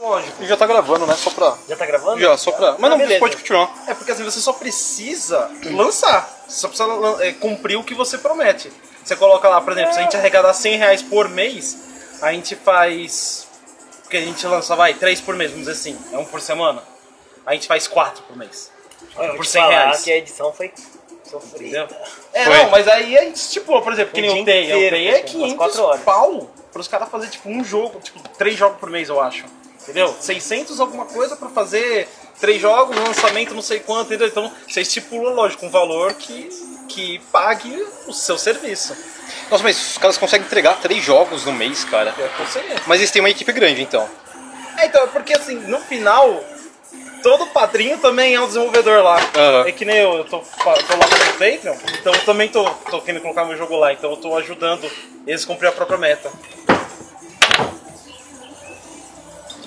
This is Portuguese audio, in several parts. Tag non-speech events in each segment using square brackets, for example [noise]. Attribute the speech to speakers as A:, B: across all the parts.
A: Lógico.
B: E já tá gravando, né? Só pra.
A: Já tá gravando?
B: Já, só pra. Mas
A: Ah,
B: não,
A: beleza.
B: pode continuar.
A: É porque assim, você só precisa lançar. Você só precisa lan- é, cumprir o que você promete. Você coloca lá, por exemplo, se a gente arrecadar 100 reais por mês, a gente faz. Porque a gente lança, vai, 3 por mês, vamos dizer assim. É um por semana. A gente faz 4 por mês.
C: Olha, Ah, eu vou
A: Por
C: te
A: 100
C: falar
A: reais.
C: que a edição foi sofrida.
A: Entendeu? É,
B: Foi.
A: não, mas aí a gente estipula, por exemplo, que
C: O
A: nem o
C: dia
A: TEI. O
C: inteiro,
A: TEI é
C: tipo, umas
A: 500
C: quatro horas.
A: pau pros caras fazerem tipo um jogo, tipo três jogos por mês, eu acho. Entendeu? 600 alguma coisa pra fazer três jogos, um lançamento não sei quanto, entendeu? Então você estipula, lógico, um valor que, que pague o seu serviço.
B: Nossa, mas os caras conseguem entregar três jogos no mês, cara.
A: É Eu aconselho.
B: Mas eles têm uma equipe grande, então.
A: É, então, é porque assim, no final, todo padrinho também é um desenvolvedor lá.
B: Aham.
A: É que nem eu, eu tô, fa- tô lá no Patreon, então eu também tô, tô querendo colocar meu jogo lá, então eu tô ajudando eles a cumprir a própria meta.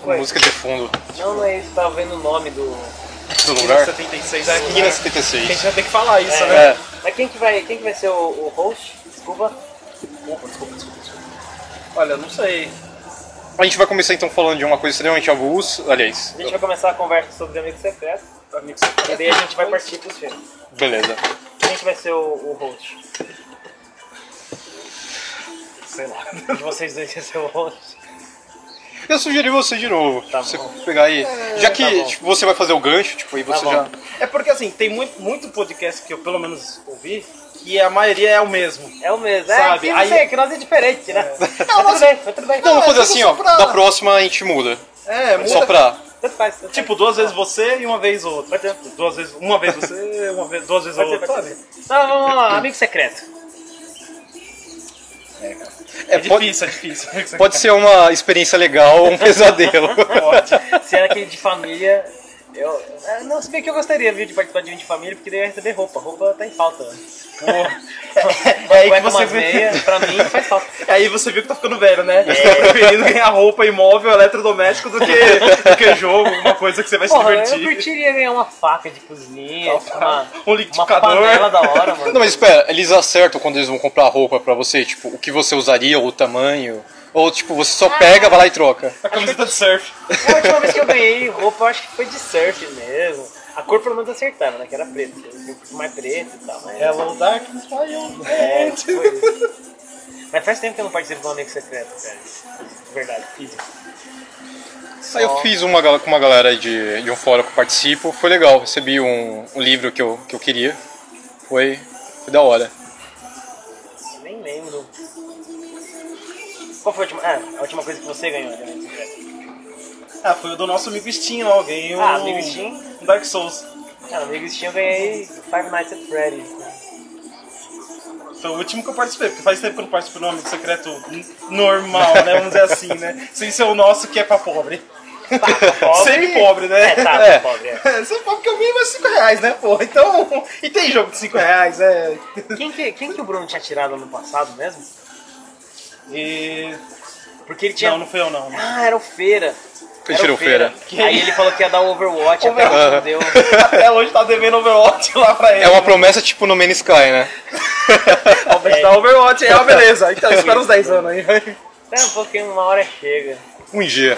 C: Foi.
B: Música de fundo
C: Não, não é isso, tava vendo o nome do.
B: do
A: Esquina
B: lugar.
A: 76 é aqui,
B: Esquina
A: né? A
B: 76.
A: gente vai ter que falar isso,
C: É.
A: né?
B: É.
C: Mas quem que vai, quem que vai ser o, o host? Desculpa.
B: É.
A: Desculpa, desculpa, desculpa. desculpa. Olha, eu não sei.
B: A gente vai começar então falando de uma coisa extremamente avulsa. Aliás,
C: A gente vai começar a conversa sobre Amigo Secreto.
A: Amigo,
C: E daí a gente vai partir pros filmes.
B: beleza.
C: Quem que vai ser o, o host?
A: sei lá.
C: [laughs] De vocês dois ia ser o host.
B: Eu sugeri você de novo.
C: Tá
B: você
C: bom.
B: pegar aí. Já que
C: tá bom. Tá
B: tipo, você vai fazer o gancho, tipo, aí você
C: bom.
B: já.
A: É porque assim, tem muito, muito podcast que eu pelo menos ouvi, que a maioria é o mesmo.
C: É o mesmo,
A: Sabe,
C: é,
A: aí-
C: aí... que nós é diferente, né? Mas tudo bem, mas tudo bem.
B: Não, vamos fazer
A: eu
B: assim,
A: só
B: ó.
A: pra-
B: Da próxima a gente muda.
A: É, muda.
B: Só pra.
C: Tanto faz, tanto
A: Tipo,
C: faz.
A: duas vezes você e uma vez o outro. Duas vezes, uma vez você, uma vez, duas vezes o
C: Pode ser,
A: outro.
C: pode ser.
A: sabe?
C: Não, vamos lá, Amigo Secreto.
B: É,
A: É
B: pode,
A: difícil, é [laughs] difícil.
B: pode ser uma experiência legal
C: [laughs]
B: ou um pesadelo.
C: Se era aquele de família, eu. eu Não, se bem que eu gostaria viu, de participar de um de família, porque daí eu ia receber roupa. Roupa tá em falta. né? Uma
A: É aí que
C: cueca,
A: você
C: umas
A: vê.
C: meia, pra mim faz
A: [laughs]
C: falta.
A: Aí você viu que tá ficando velho, né? Você tá preferindo ganhar roupa, imóvel, eletrodoméstico do que, do que jogo, alguma coisa que você vai se
C: Porra, eu
A: divertir.
C: curtiria ganhar uma faca de cozinha, tipo, uma,
A: um
C: uma
A: liquidificador.
C: panela
A: [laughs]
C: da hora, mano.
B: Não, mas espera, eles acertam quando eles vão comprar roupa pra você, tipo, o que você usaria, o tamanho. Ou tipo, você só
C: Ah.
B: pega, vai lá e troca.
A: A camiseta de surf.
C: A última vez que eu ganhei roupa, eu acho que foi de surf mesmo. A cor pelo menos acertava, né? Que era preto. Eu curto mais preto e tal. Mas...
A: Hello Darkness, vai on.
C: É, foi isso. Mas faz tempo que eu não participo do Amigo Secreto, cara. De Verdade, físico.
B: Aí eu fiz uma gal- com uma galera aí de, de um fórum que eu participo, foi legal, recebi um, um livro que eu, que eu queria. Foi, foi da hora.
C: Nem lembro. Qual foi a última, ah, a última coisa que você ganhou de Amigo Secreto?
A: Ah, foi o do nosso amigo Steam, alguém. Um...
C: Ah, amigo Steam?
A: Um Dark Souls.
C: Cara, Amigo Steam eu ganhei Five Nights at Freddy's. né?
A: Foi o último que eu participei, porque faz tempo que eu não participo de um amigo secreto n- normal, né? Vamos dizer assim, né? Sem ser o nosso que é pra pobre. Sempre pobre, né?
C: Tá, É, tá,
B: É.
C: pobre. é.
A: [laughs] É, Sempre pobre, porque o mínimo é 5 reais, né, pô? Então. E tem jogo de 5 reais, é.
C: Quem que, quem que o Bruno tinha tirado ano passado mesmo?
A: E.
C: Porque ele tinha.
A: Não, não foi eu, não.
C: Ah, era o Feira.
B: Ele
C: Era
B: tirou
C: o
B: feira.
C: Que Aí ele falou que ia dar o Overwatch, até
A: Overwatch.
C: hoje não deu.
A: Até hoje tá devendo Overwatch lá pra ele.
B: É uma promessa tipo no Man Sky, né?
A: Talvez dá Overwatch, é uma beleza. Então espera uns 10 anos aí.
C: Espera um pouquinho, uma hora chega.
B: Um dia.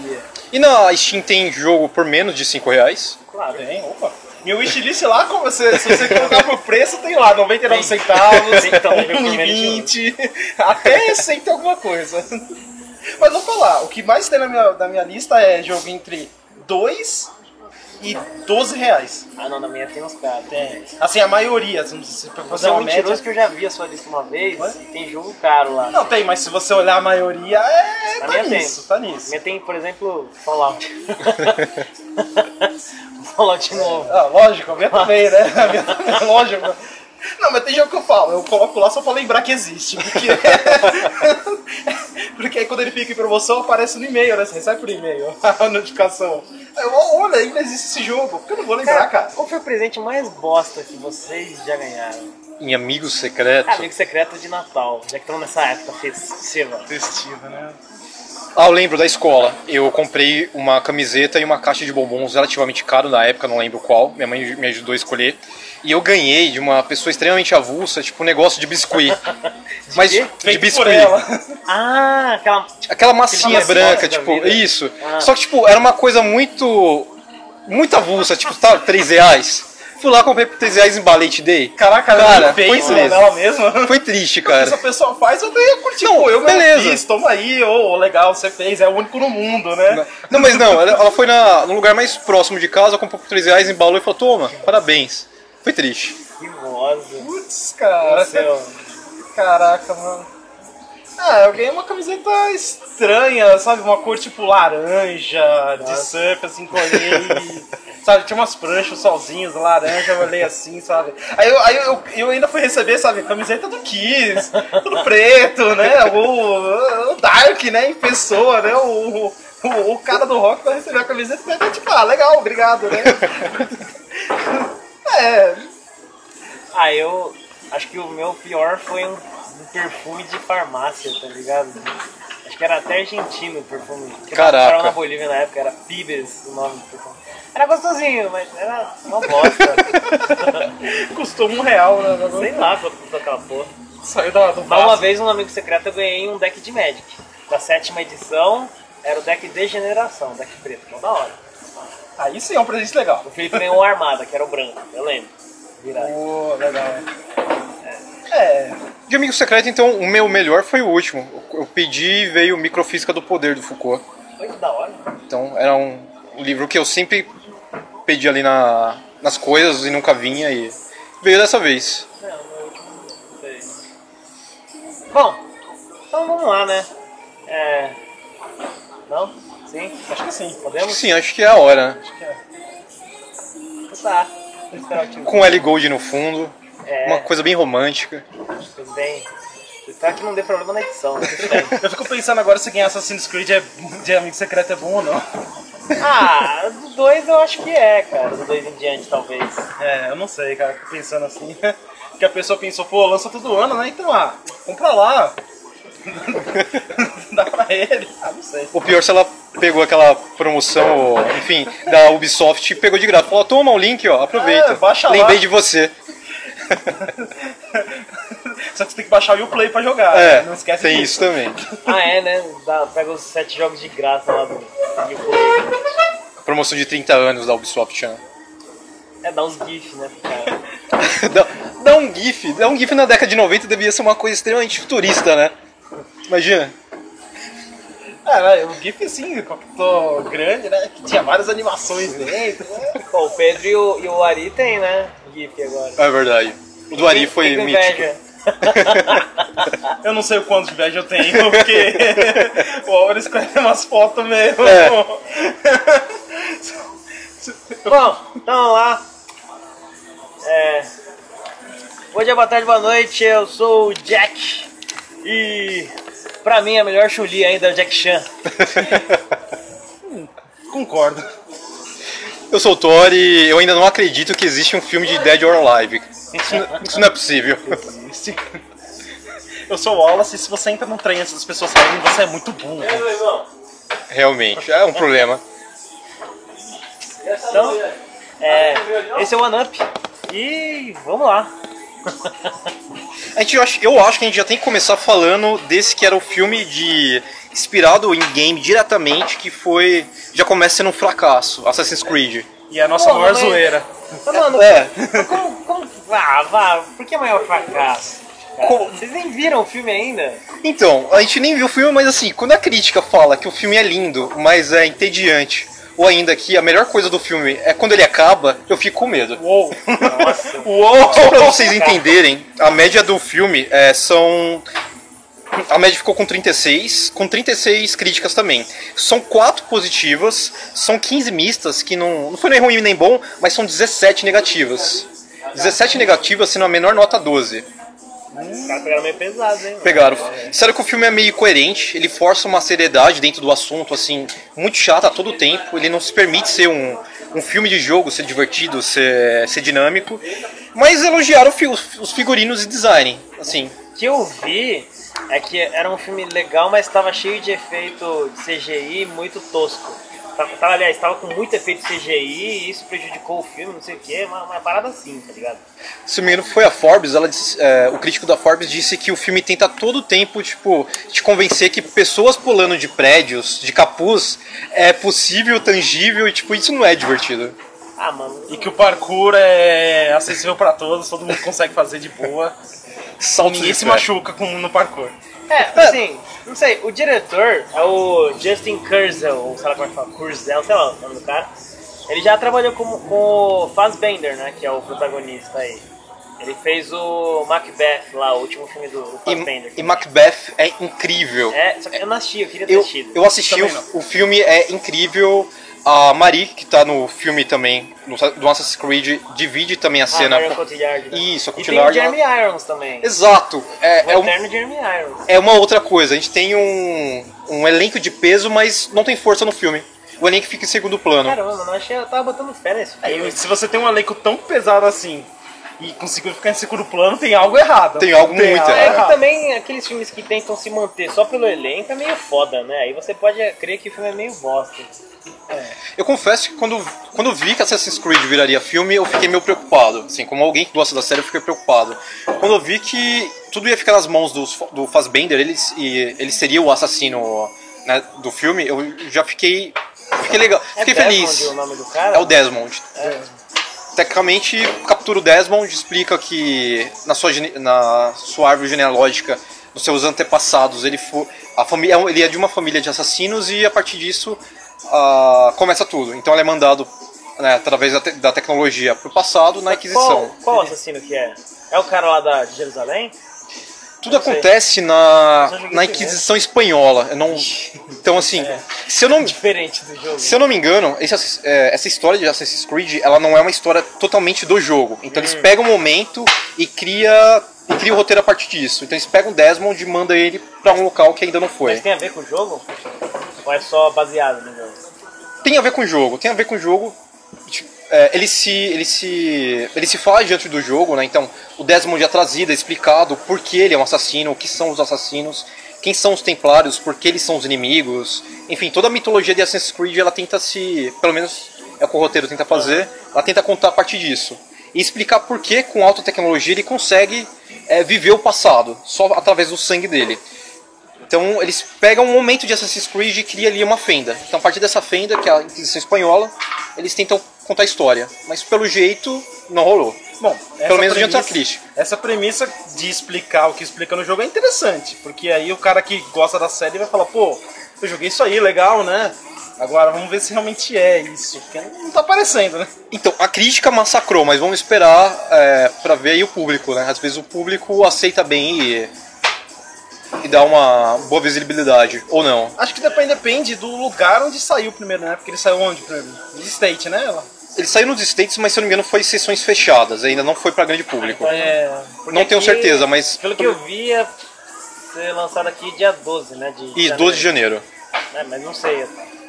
C: Um dia.
B: E na Steam tem jogo por menos de 5 reais?
C: Claro.
A: Tem, opa. Meu wishlist lá, como você, se você colocar por preço, tem lá 99 centavos,
C: Então, eu primeiro de
A: 1,20, até 100 e alguma coisa. Mas vou falar, o que mais tem na minha, na minha lista é jogo entre 2 e 12 reais.
C: Ah não, na minha tem uns caras.
A: Tem. Assim, a maioria, se você pra fazer
C: Você é um
A: uma
C: mentiroso
A: média...
C: que eu já vi a sua lista uma vez
A: Ué?
C: e tem jogo caro lá.
A: Não, tem, mas se você olhar a maioria, é,
C: Na
A: tá
C: minha tem.
A: nisso, tá nisso.
C: Minha tem, por exemplo, Fallout. [laughs] Fallout novo.
A: Ah, lógico, a minha também, né? A minha também, [laughs] lógico. Não, mas tem jogo que eu falo, eu coloco lá só pra lembrar que existe. Porque, [laughs] porque aí quando ele fica em promoção, aparece no e-mail, né? Você recebe por e-mail [laughs] a notificação. Aí eu, olha, ainda existe esse jogo, porque eu não vou lembrar, cara.
C: Qual foi o presente mais bosta que vocês já ganharam?
B: Em Amigo Secreto?
C: Ah, Amigo secreto de Natal, já que estão nessa época festiva.
A: Festiva, né?
B: Ah, eu lembro da escola. Eu comprei uma camiseta e uma caixa de bombons relativamente caro na época, não lembro qual. Minha mãe me ajudou a escolher. E eu ganhei de uma pessoa extremamente avulsa, tipo um negócio de biscuit. Mas
C: quê?
B: de
A: Feito por
B: biscuit.
A: ela. [laughs]
C: Ah, aquela.
B: Aquela massinha
C: massinha
B: branca,
C: da
B: tipo,
C: vida.
B: isso.
C: Ah.
B: Só que, tipo, era uma coisa muito. muito avulsa, tipo, tá, 3 reais. Fui lá, comprei por 3 reais, embalei, te dei.
A: Caraca,
B: Cara,
A: ela
B: foi
A: fez
B: triste.
A: ela mesma.
B: Foi triste,
A: Se a
B: cara.
A: pessoa faz, eu tenho curtir. Não, eu
B: beleza.
A: beleza. Fiz, toma aí, ô, ô, legal, você fez, é o único no mundo, né?
B: Não, mas não, ela ela foi na, no lugar mais próximo de casa, comprou por 3 reais, embalou e falou: toma, parabéns. Foi triste.
C: Que rosa.
A: Putz, cara. é
C: Nossa,
A: Caraca, mano. Ah, eu ganhei uma camiseta estranha, sabe? Uma cor tipo laranja, de surf, assim, colhei. sabe, tinha umas pranchas sozinhas, laranja, eu olhei assim, sabe? Aí, eu, aí eu, eu ainda fui receber, sabe, camiseta do Kiss, tudo preto, né? O, o Dark, né, em pessoa, né? O, o, o cara do rock vai receber a camiseta e vai tipo, ah, legal, obrigado, né? [laughs] é,
C: Ah, eu acho que o meu pior foi um, um perfume de farmácia, tá ligado? Acho que era até argentino o perfume. Que eu tava-
B: Caraca.
C: morava na Bolívia na época, era Pibes o nome do perfume. Era gostosinho, mas era uma bosta.
A: custou um real, né?
C: Sei lá quanto custou aquela porra.
A: Saiu da, do
C: Mas
A: vaso.
C: uma vez, um amigo secreto, eu ganhei um deck de Magic. Da sétima edição, era o deck Degeneração, deck preto, então da hora.
A: Aí sim é um presente legal.
C: O Felipe ganhou uma armada, que era o branco, eu lembro. Virado.
A: Pô, legal. É.
B: De Amigo Secreto, então, o meu melhor foi o último. Eu pedi e veio Microfísica do Poder do Foucault.
C: Foi que da hora.
B: Então, era um livro que eu sempre pedi ali na- nas coisas e nunca vinha e veio dessa vez.
C: Não, meu último não sei. Bom, então vamos lá, né? É. Não? Sim? Acho que sim. Podemos?
B: Sim, acho que é a hora. né?
C: Então Tá. Vou esperar o tio.
B: Com Ellie Gold no fundo,
C: É,
B: uma coisa bem romântica.
C: tudo bem. Espero que não dê problema na edição. né? [laughs] Tudo bem.
A: Eu fico pensando agora se ganhar Assassin's Creed é, de Amigo Secreto é bom ou não.
C: Ah, do 2 eu acho que é, cara. Do 2 em diante, talvez.
A: É, eu não sei, cara. Fico pensando assim. [laughs] Que a pessoa pensou, pô, lança todo ano, né? Então, ah, vamos pra lá. [laughs] Dá pra ele. Ah, não sei. [laughs]
B: O pior se ela pegou aquela promoção, ou, enfim, da Ubisoft e pegou de graça. Falou, toma o link, ó, aproveita.
A: É, baixa lá.
B: Lembrei de você.
A: Só que você tem que baixar o Uplay pra jogar.
B: É,
A: né? Não esquece
B: tem
A: disso.
B: isso também.
C: Ah, é, né? Dá- pega os 7 jogos de graça lá do. do Play.
B: A promoção de 30 anos da Ubisoft. Né? [laughs]
C: É, dá uns GIFs, né? Cara?
B: dá, dá um GIF. Dá um GIF na década de 90 devia ser uma coisa extremamente futurista, né? Imagina.
A: É, o GIF sim, computador grande, né? Que tinha várias animações dentro. né?
C: Pô, o Pedro e o, e o Ari tem, né? GIF agora.
B: É verdade. O do Ari foi
C: Fiquei com
B: mítico.
C: inveja.
A: Eu não sei o quanto de inveja eu tenho, [laughs] porque o Álvaro escolhe umas fotos mesmo.
B: É.
C: Bom, então vamos lá. É... Bom dia, boa tarde, boa noite. Eu sou o Jack. E pra mim a melhor Chuli ainda é o Jack Chan.
A: [laughs]
C: [laughs]
A: Concordo.
B: Eu sou o Thor e eu ainda não acredito que existe um filme de Dead or Alive. Isso não, isso não é possível. [laughs]
A: Sim. Eu sou o Wallace e se você entra num trem antes das pessoas saírem, você é muito burro.
B: Realmente, é um problema.
C: Então, é... esse é o One Up. E vamos lá.
B: A gente, acha- eu acho que a gente já tem que começar falando desse que era o filme de inspirado em game diretamente, que foi. Já começa sendo um fracasso, Assassin's Creed.
A: E é a nossa
C: Porra,
A: maior
C: mas-
A: zoeira.
C: Mas, mano,
B: É.
C: como, como. Ah, vá, por que é o maior fracasso? cara?
B: Como-
C: Vocês nem viram o filme ainda?
B: Então, a gente nem viu o filme, mas assim, quando a crítica fala que o filme é lindo, mas é entediante, ou ainda que a melhor coisa do filme é quando ele acaba, eu fico com medo.
A: Uou!
C: Nossa.
A: [laughs] Uou!
B: Só pra vocês entenderem, a média do filme é, são. A média ficou com 36, com 36 críticas também. São 4 positivas, são 15 mistas, que não, não foi nem ruim nem bom, mas são 17 negativas. 17 negativas, sendo a menor nota 12.
C: Os caras pegaram meio pesado, hein?
B: Pegaram. Sério que o filme é meio coerente, ele força uma seriedade dentro do assunto, assim, muito chata a todo tempo. Ele não se permite ser um, um filme de jogo, ser divertido, ser, ser dinâmico. Mas elogiaram fi- os figurinos e design, assim.
C: que eu vi é que era um filme legal, mas estava cheio de efeito de CGI muito tosco. Tava, tava, aliás, estava com muito efeito CGI e isso prejudicou o filme, não sei o quê, uma, uma parada assim, tá ligado?
B: Se não me engano, foi a Forbes, ela disse- é, o crítico da Forbes disse que o filme tenta a todo tempo, tipo, te convencer que pessoas pulando de prédios, de capuz, é possível, tangível, e tipo, isso não é divertido.
C: Ah, mano.
A: E que o parkour é acessível pra todos, todo mundo consegue fazer de boa.
B: Salto
A: Ninguém
B: de
A: se
B: fé.
A: machuca com, no parkour.
C: É,
B: Ah.
C: assim, não sei, o diretor é o Justin Kurzel, ou sei lá como é que fala, Kurzel, sei lá o nome do cara. Ele já trabalhou com, com o Fassbender, né, que é o protagonista aí. Ele fez o Macbeth lá, o último filme do do Fassbender.
B: E, e Macbeth é incrível.
C: É, só que eu não assisti, eu queria ter
B: Eu,
C: assistido.
B: eu assisti o,
A: Também
B: o filme, é incrível. A Marie, que tá no filme também, no, do Assassin's Creed, divide também a
C: Ah,
B: cena.
C: Marion Cotillard, né?
B: Isso, a
C: E tem o
B: Cotillard,
C: Jeremy Irons também.
B: Exato.
C: O
B: É, é, um-
C: eterno Jeremy Irons.
B: é uma outra coisa. A gente tem um, um elenco de peso, mas não tem força no filme. O elenco fica em segundo plano.
C: Caramba, não achei, eu tava botando fé nesse filme.
A: Aí, se você tem um elenco tão pesado assim e conseguiu ficar em segundo plano, tem algo errado.
B: Tem algo muito
C: É
B: errado.
C: que também aqueles filmes que tentam se manter só pelo elenco é meio foda, né? Aí você pode crer que o filme é meio bosta.
B: Eu confesso que quando, quando vi que Assassin's Creed viraria filme, eu fiquei meio preocupado. Assim, como alguém que gosta da série, eu fiquei preocupado. Quando eu vi que tudo ia ficar nas mãos dos, do Fassbender, ele, e ele seria o assassino né, do filme, eu já fiquei. Fiquei legal. Fiquei
C: É Desmond
B: feliz.
C: o nome do cara?
B: É o Desmond. Tecnicamente, captura o Desmond, explica que na sua, gene- na sua árvore genealógica, nos seus antepassados, ele, fo, a família, ele é de uma família de assassinos e a partir disso ah, começa tudo. Então ele é mandado né, através da, te- da tecnologia para o passado na
C: Qual,
B: Inquisição.
C: qual assassino que é? É o cara lá da, de Jerusalém? [laughs]
B: Tudo
C: sei.
B: acontece na,
C: Eu joguei né?
B: na
C: primeiro.
B: Inquisição Espanhola.
C: [laughs]
B: Eu não, então assim, se eu não.
C: Diferente do jogo.
B: Se eu não me engano, esse ass- é, essa história de Assassin's Creed, ela não é uma história totalmente do jogo. Então eles pegam um momento e cria e cria o roteiro a partir disso. Então eles pegam o Desmond e mandam ele pra um local que ainda não
C: Mas
B: foi.
C: tem a ver com o jogo? Ou é só baseado no jogo?
B: Tem a ver com o jogo, tem a ver com o jogo. Tipo, é, ele se ele se ele se fala diante do jogo, né? Então o Desmond é trazido, é explicado por que ele é um assassino, o que são os assassinos, quem são os Templários, por que eles são os inimigos. Enfim, toda a mitologia de Assassin's Creed ela tenta se, pelo menos é o que o roteiro tenta fazer, ela tenta contar a partir disso e explicar por que com alta tecnologia ele consegue é, viver o passado só através do sangue dele. Então eles pegam um momento de Assassin's Creed e criam ali uma fenda. Então a partir dessa fenda, que é a Inquisição Espanhola, eles tentam contar a história. Mas pelo jeito, não rolou.
A: Bom, essa
B: Pelo menos adianta a
A: premissa-
B: crítica.
A: Essa premissa de explicar o que explica no jogo é interessante, porque aí o cara que gosta da série vai falar, pô, eu joguei isso aí, legal, né? Agora vamos ver se realmente é isso, porque não tá aparecendo, né?
B: Então, a crítica massacrou, mas vamos esperar é, para ver aí o público, né? Às vezes o público aceita bem e, e dá uma boa visibilidade, ou não.
A: Acho que depende, depende do lugar onde saiu primeiro, né? Porque ele saiu onde primeiro? No State, né? Ela?
B: Ele saiu nos States, mas se eu não me engano foi sessões fechadas, ainda não foi para grande público.
A: É.
C: Porque
B: Não tenho
C: aqui,
B: certeza, mas...
C: Pelo que eu vi, ia ser lançado aqui dia 12, né? De
B: E 12 de janeiro.
C: janeiro. É, mas não sei.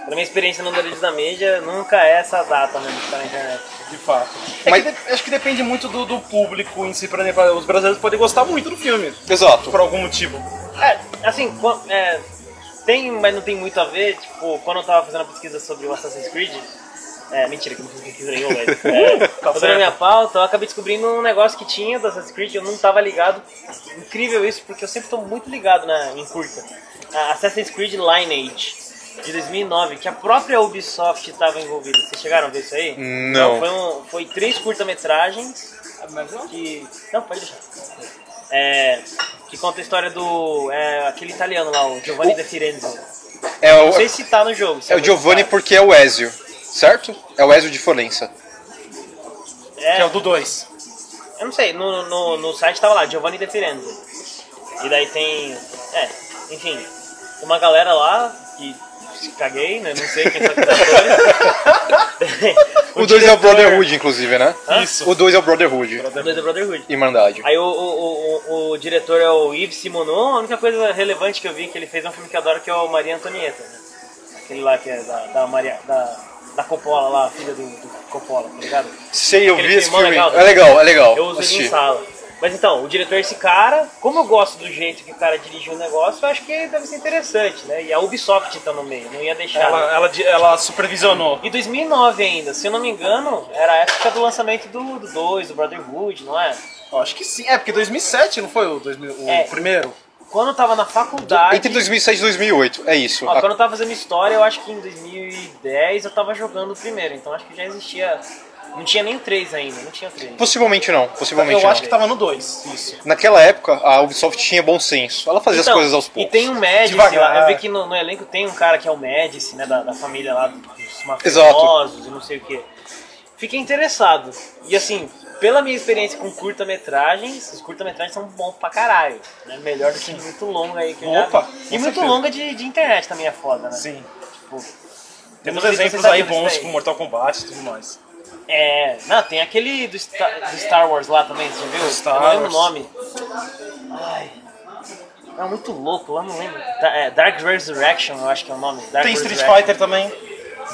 C: Pela minha experiência no Android da mídia, nunca é essa data mesmo que tá na internet.
A: De fato. É
B: Mas-
A: que de- acho que depende muito do, do público em si, por exemplo, os brasileiros podem gostar muito do filme,
B: Exato.
A: por algum motivo.
C: É, assim, quan- é, tem, mas não tem muito a ver. Tipo, quando eu tava fazendo a pesquisa sobre o Assassin's Creed. É, mentira, que eu não fiz pesquisa nenhuma, mas. É, fazendo a
A: certo.
C: minha pauta, eu acabei descobrindo um negócio que tinha do Assassin's Creed, eu não tava ligado. Incrível isso, porque eu sempre tô muito ligado na, em curta. A Assassin's Creed Lineage, de 2009, que a própria Ubisoft tava envolvida. Vocês chegaram a ver isso aí?
B: Não.
C: foi, um- foi três curta-metragens que. Não, pode deixar. É. Que conta a história do. é, aquele italiano lá, o Giovanni De Firenze.
B: É
C: Não
B: o,
C: sei se tá no jogo. se
B: É o Giovanni
C: alguém
B: porque é o Ezio, certo? É o Ezio de Florença.
C: sabe.
A: Que é o
C: É,
A: do 2.
C: eu não sei, no, no, no site tava lá, Giovanni De Firenze. E daí tem. É, enfim. Uma galera lá que. Caguei, né? Não sei quem são os
B: [laughs]
C: atores.
B: O 2 é o
C: diretor-
B: Brotherhood, inclusive, né?
C: Hã?
A: Isso.
B: O 2 é o Brotherhood.
C: O dois é Brotherhood.
B: Irmandade.
C: Aí o, o, o, o- o diretor é o Yves Simonon, a única coisa relevante que eu vi que ele fez é um filme que eu adoro que é o Maria Antonieta, né? Aquele lá que é da, da Maria. Da, da Coppola lá, a filha do, do Coppola, tá ligado?
B: Sei, eu
C: Aquele
B: vi esse
C: filmão
B: filme.
C: legal, né?
B: É legal, é legal.
C: Eu uso ele
B: Assisti.
C: em sala. Mas então, o diretor é esse cara, como eu gosto do jeito que o cara dirige o negócio, eu acho que deve ser interessante, né? E a Ubisoft tá no meio, não ia deixar. né?
A: Ela, ela, di- ela supervisionou.
C: Em 2009 ainda, se eu não me engano, era a época do lançamento do 2, do, dois, do Brotherhood, não é?
A: Eu acho que sim. É, porque 2007 não foi o, 2000, o
C: É.
A: primeiro?
C: Quando eu tava na faculdade...
B: Entre 2007 e 2008, é isso.
C: Ó,
B: A-
C: quando eu tava fazendo história, eu acho que em 2010 eu tava jogando o primeiro, então acho que já existia... Não tinha nem o 3 ainda, não tinha o 3.
B: Possivelmente não, possivelmente
A: Eu
B: não.
A: acho que tava no 2. Isso.
B: Naquela época, a Ubisoft tinha bom senso. Ela fazia
C: Então,
B: as coisas aos poucos.
C: E tem um Médici
A: Devagar.
C: lá. Eu vi que no, no elenco tem um cara que é o Médici, né? Da, da família lá dos mafiosos
B: Exato.
C: e não sei o que. Fiquei interessado. E assim, pela minha experiência com curta-metragens, os curta-metragens são bons pra caralho. Né? Melhor do que muito longa aí que eu já
A: Opa,
C: vi.
A: com
C: E muito
A: certeza.
C: longa de, de internet também é foda, né?
A: Sim.
C: Tipo, eu não
A: Temos
C: sei se
A: exemplos
C: você
A: aí
C: sabe disso
A: bons,
C: daí.
A: como Mortal Kombat e tudo mais.
C: É, não, tem aquele do, Sta- do Star Wars lá também, você já viu?
A: Star
C: eu não lembro o
A: Wars.
C: nome. Ai. É muito louco, eu não lembro. Da- é, Dark Resurrection, eu acho que é o nome. Dark
A: Tem Street
C: Resurrection.
A: Fighter também.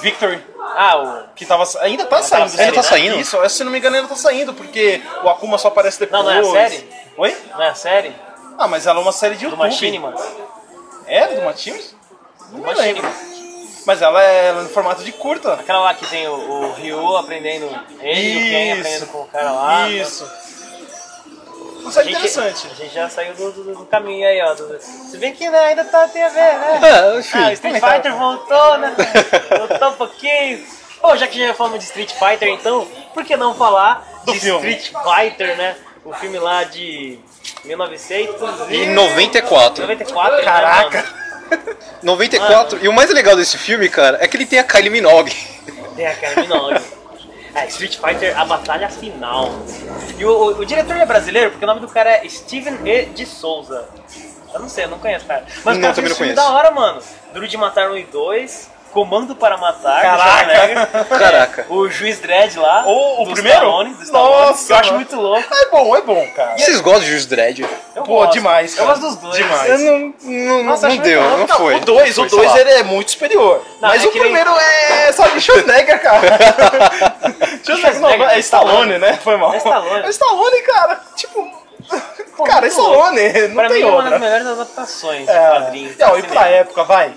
A: Victory.
C: Ah, o.
A: Que tava, ainda tá saindo.
C: série, Ainda tá
A: né?
B: saindo?
A: Isso, se não me engano ainda tá saindo, porque o Akuma só aparece depois.
C: Não, não é a série?
A: Oi?
C: Não é a série?
A: Ah, mas ela é uma série de
C: Do
A: YouTube.
C: Machinima?
A: É, do Machinima? Não
C: Do
A: me lembro.
C: Machinima.
A: Mas ela é no formato de curta.
C: Aquela lá que tem o, o Ryu aprendendo. Ele e o Ken
A: Isso.
C: aprendendo com o cara lá. né?
A: Isso. Isso é
C: A gente-
A: interessante.
C: A gente já saiu do, do- do caminho aí, ó. Do, se bem que né, ainda tá, tem a ver, né?
B: Ah, enfim.
C: Ah, o Street
A: É, comentário.
C: Fighter voltou, né? Voltou um pouquinho. Bom, já que já falamos de Street Fighter, então, por que não falar
A: Do
C: de
A: filme.
C: Street Fighter, né? O filme lá de 1900
B: Em 94.
C: 94, né,
A: Caraca.
C: mano?
B: 94. E o mais legal desse filme, cara, é que ele tem a Kylie Minogue.
C: Tem a Kylie Minogue. É, Street Fighter, a batalha final. E o, o- o diretor é brasileiro, porque o nome do cara é Steven E. de Souza. Eu não sei, eu não conheço, cara. Mas o
B: Não,
C: cara fez um
B: também não
C: filme
B: conheço.
C: da hora, mano. Duro de Matar 1 e 2, Comando para Matar.
A: Caraca.
B: Caraca.
C: O Juiz Dredd lá.
A: O- o
C: do
A: primeiro?
C: Stallone, do Stallone,
A: Nossa,
C: que eu acho
A: mano.
C: muito louco.
A: É bom, é bom, cara.
B: Vocês gostam de Juiz Dredd?
C: Eu
A: Pô,
C: gosto.
A: demais,
C: Eu
A: cara.
C: gosto dos dois.
A: Demais.
B: Eu não, não,
A: Nossa,
B: não
A: acho
B: deu,
A: legal.
B: não foi.
A: O 2,
B: Não
A: o
B: foi, sei
A: 2
B: lá.
A: ele é muito superior.
C: Não,
A: mas
C: é
A: o
C: que nem-
A: primeiro é só de Schwarzenegger, [laughs] cara. Schwarzenegger não,
C: Schwarzenegger,
A: é Stallone, né? Foi mal.
C: É Stallone.
A: É Stallone, cara. Tipo.
C: Pô,
A: cara, é
C: muito louco.
A: Stallone. Não
C: Pra
A: tem
C: mim é uma
A: outra.
C: das melhores adaptações de quadrinhos.
A: É, não, e
C: Assim,
A: pra época, vai.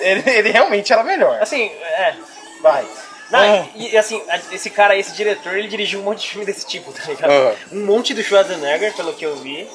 A: Ele, ele realmente era melhor.
C: Assim, é.
A: Vai.
C: Não,
A: Hum.
C: e, e assim, a- esse cara, esse diretor, ele dirigiu um monte de filme desse tipo, tá ligado?
B: Aham.
C: Um monte do Schwarzenegger, pelo que eu
A: [laughs]
C: vi.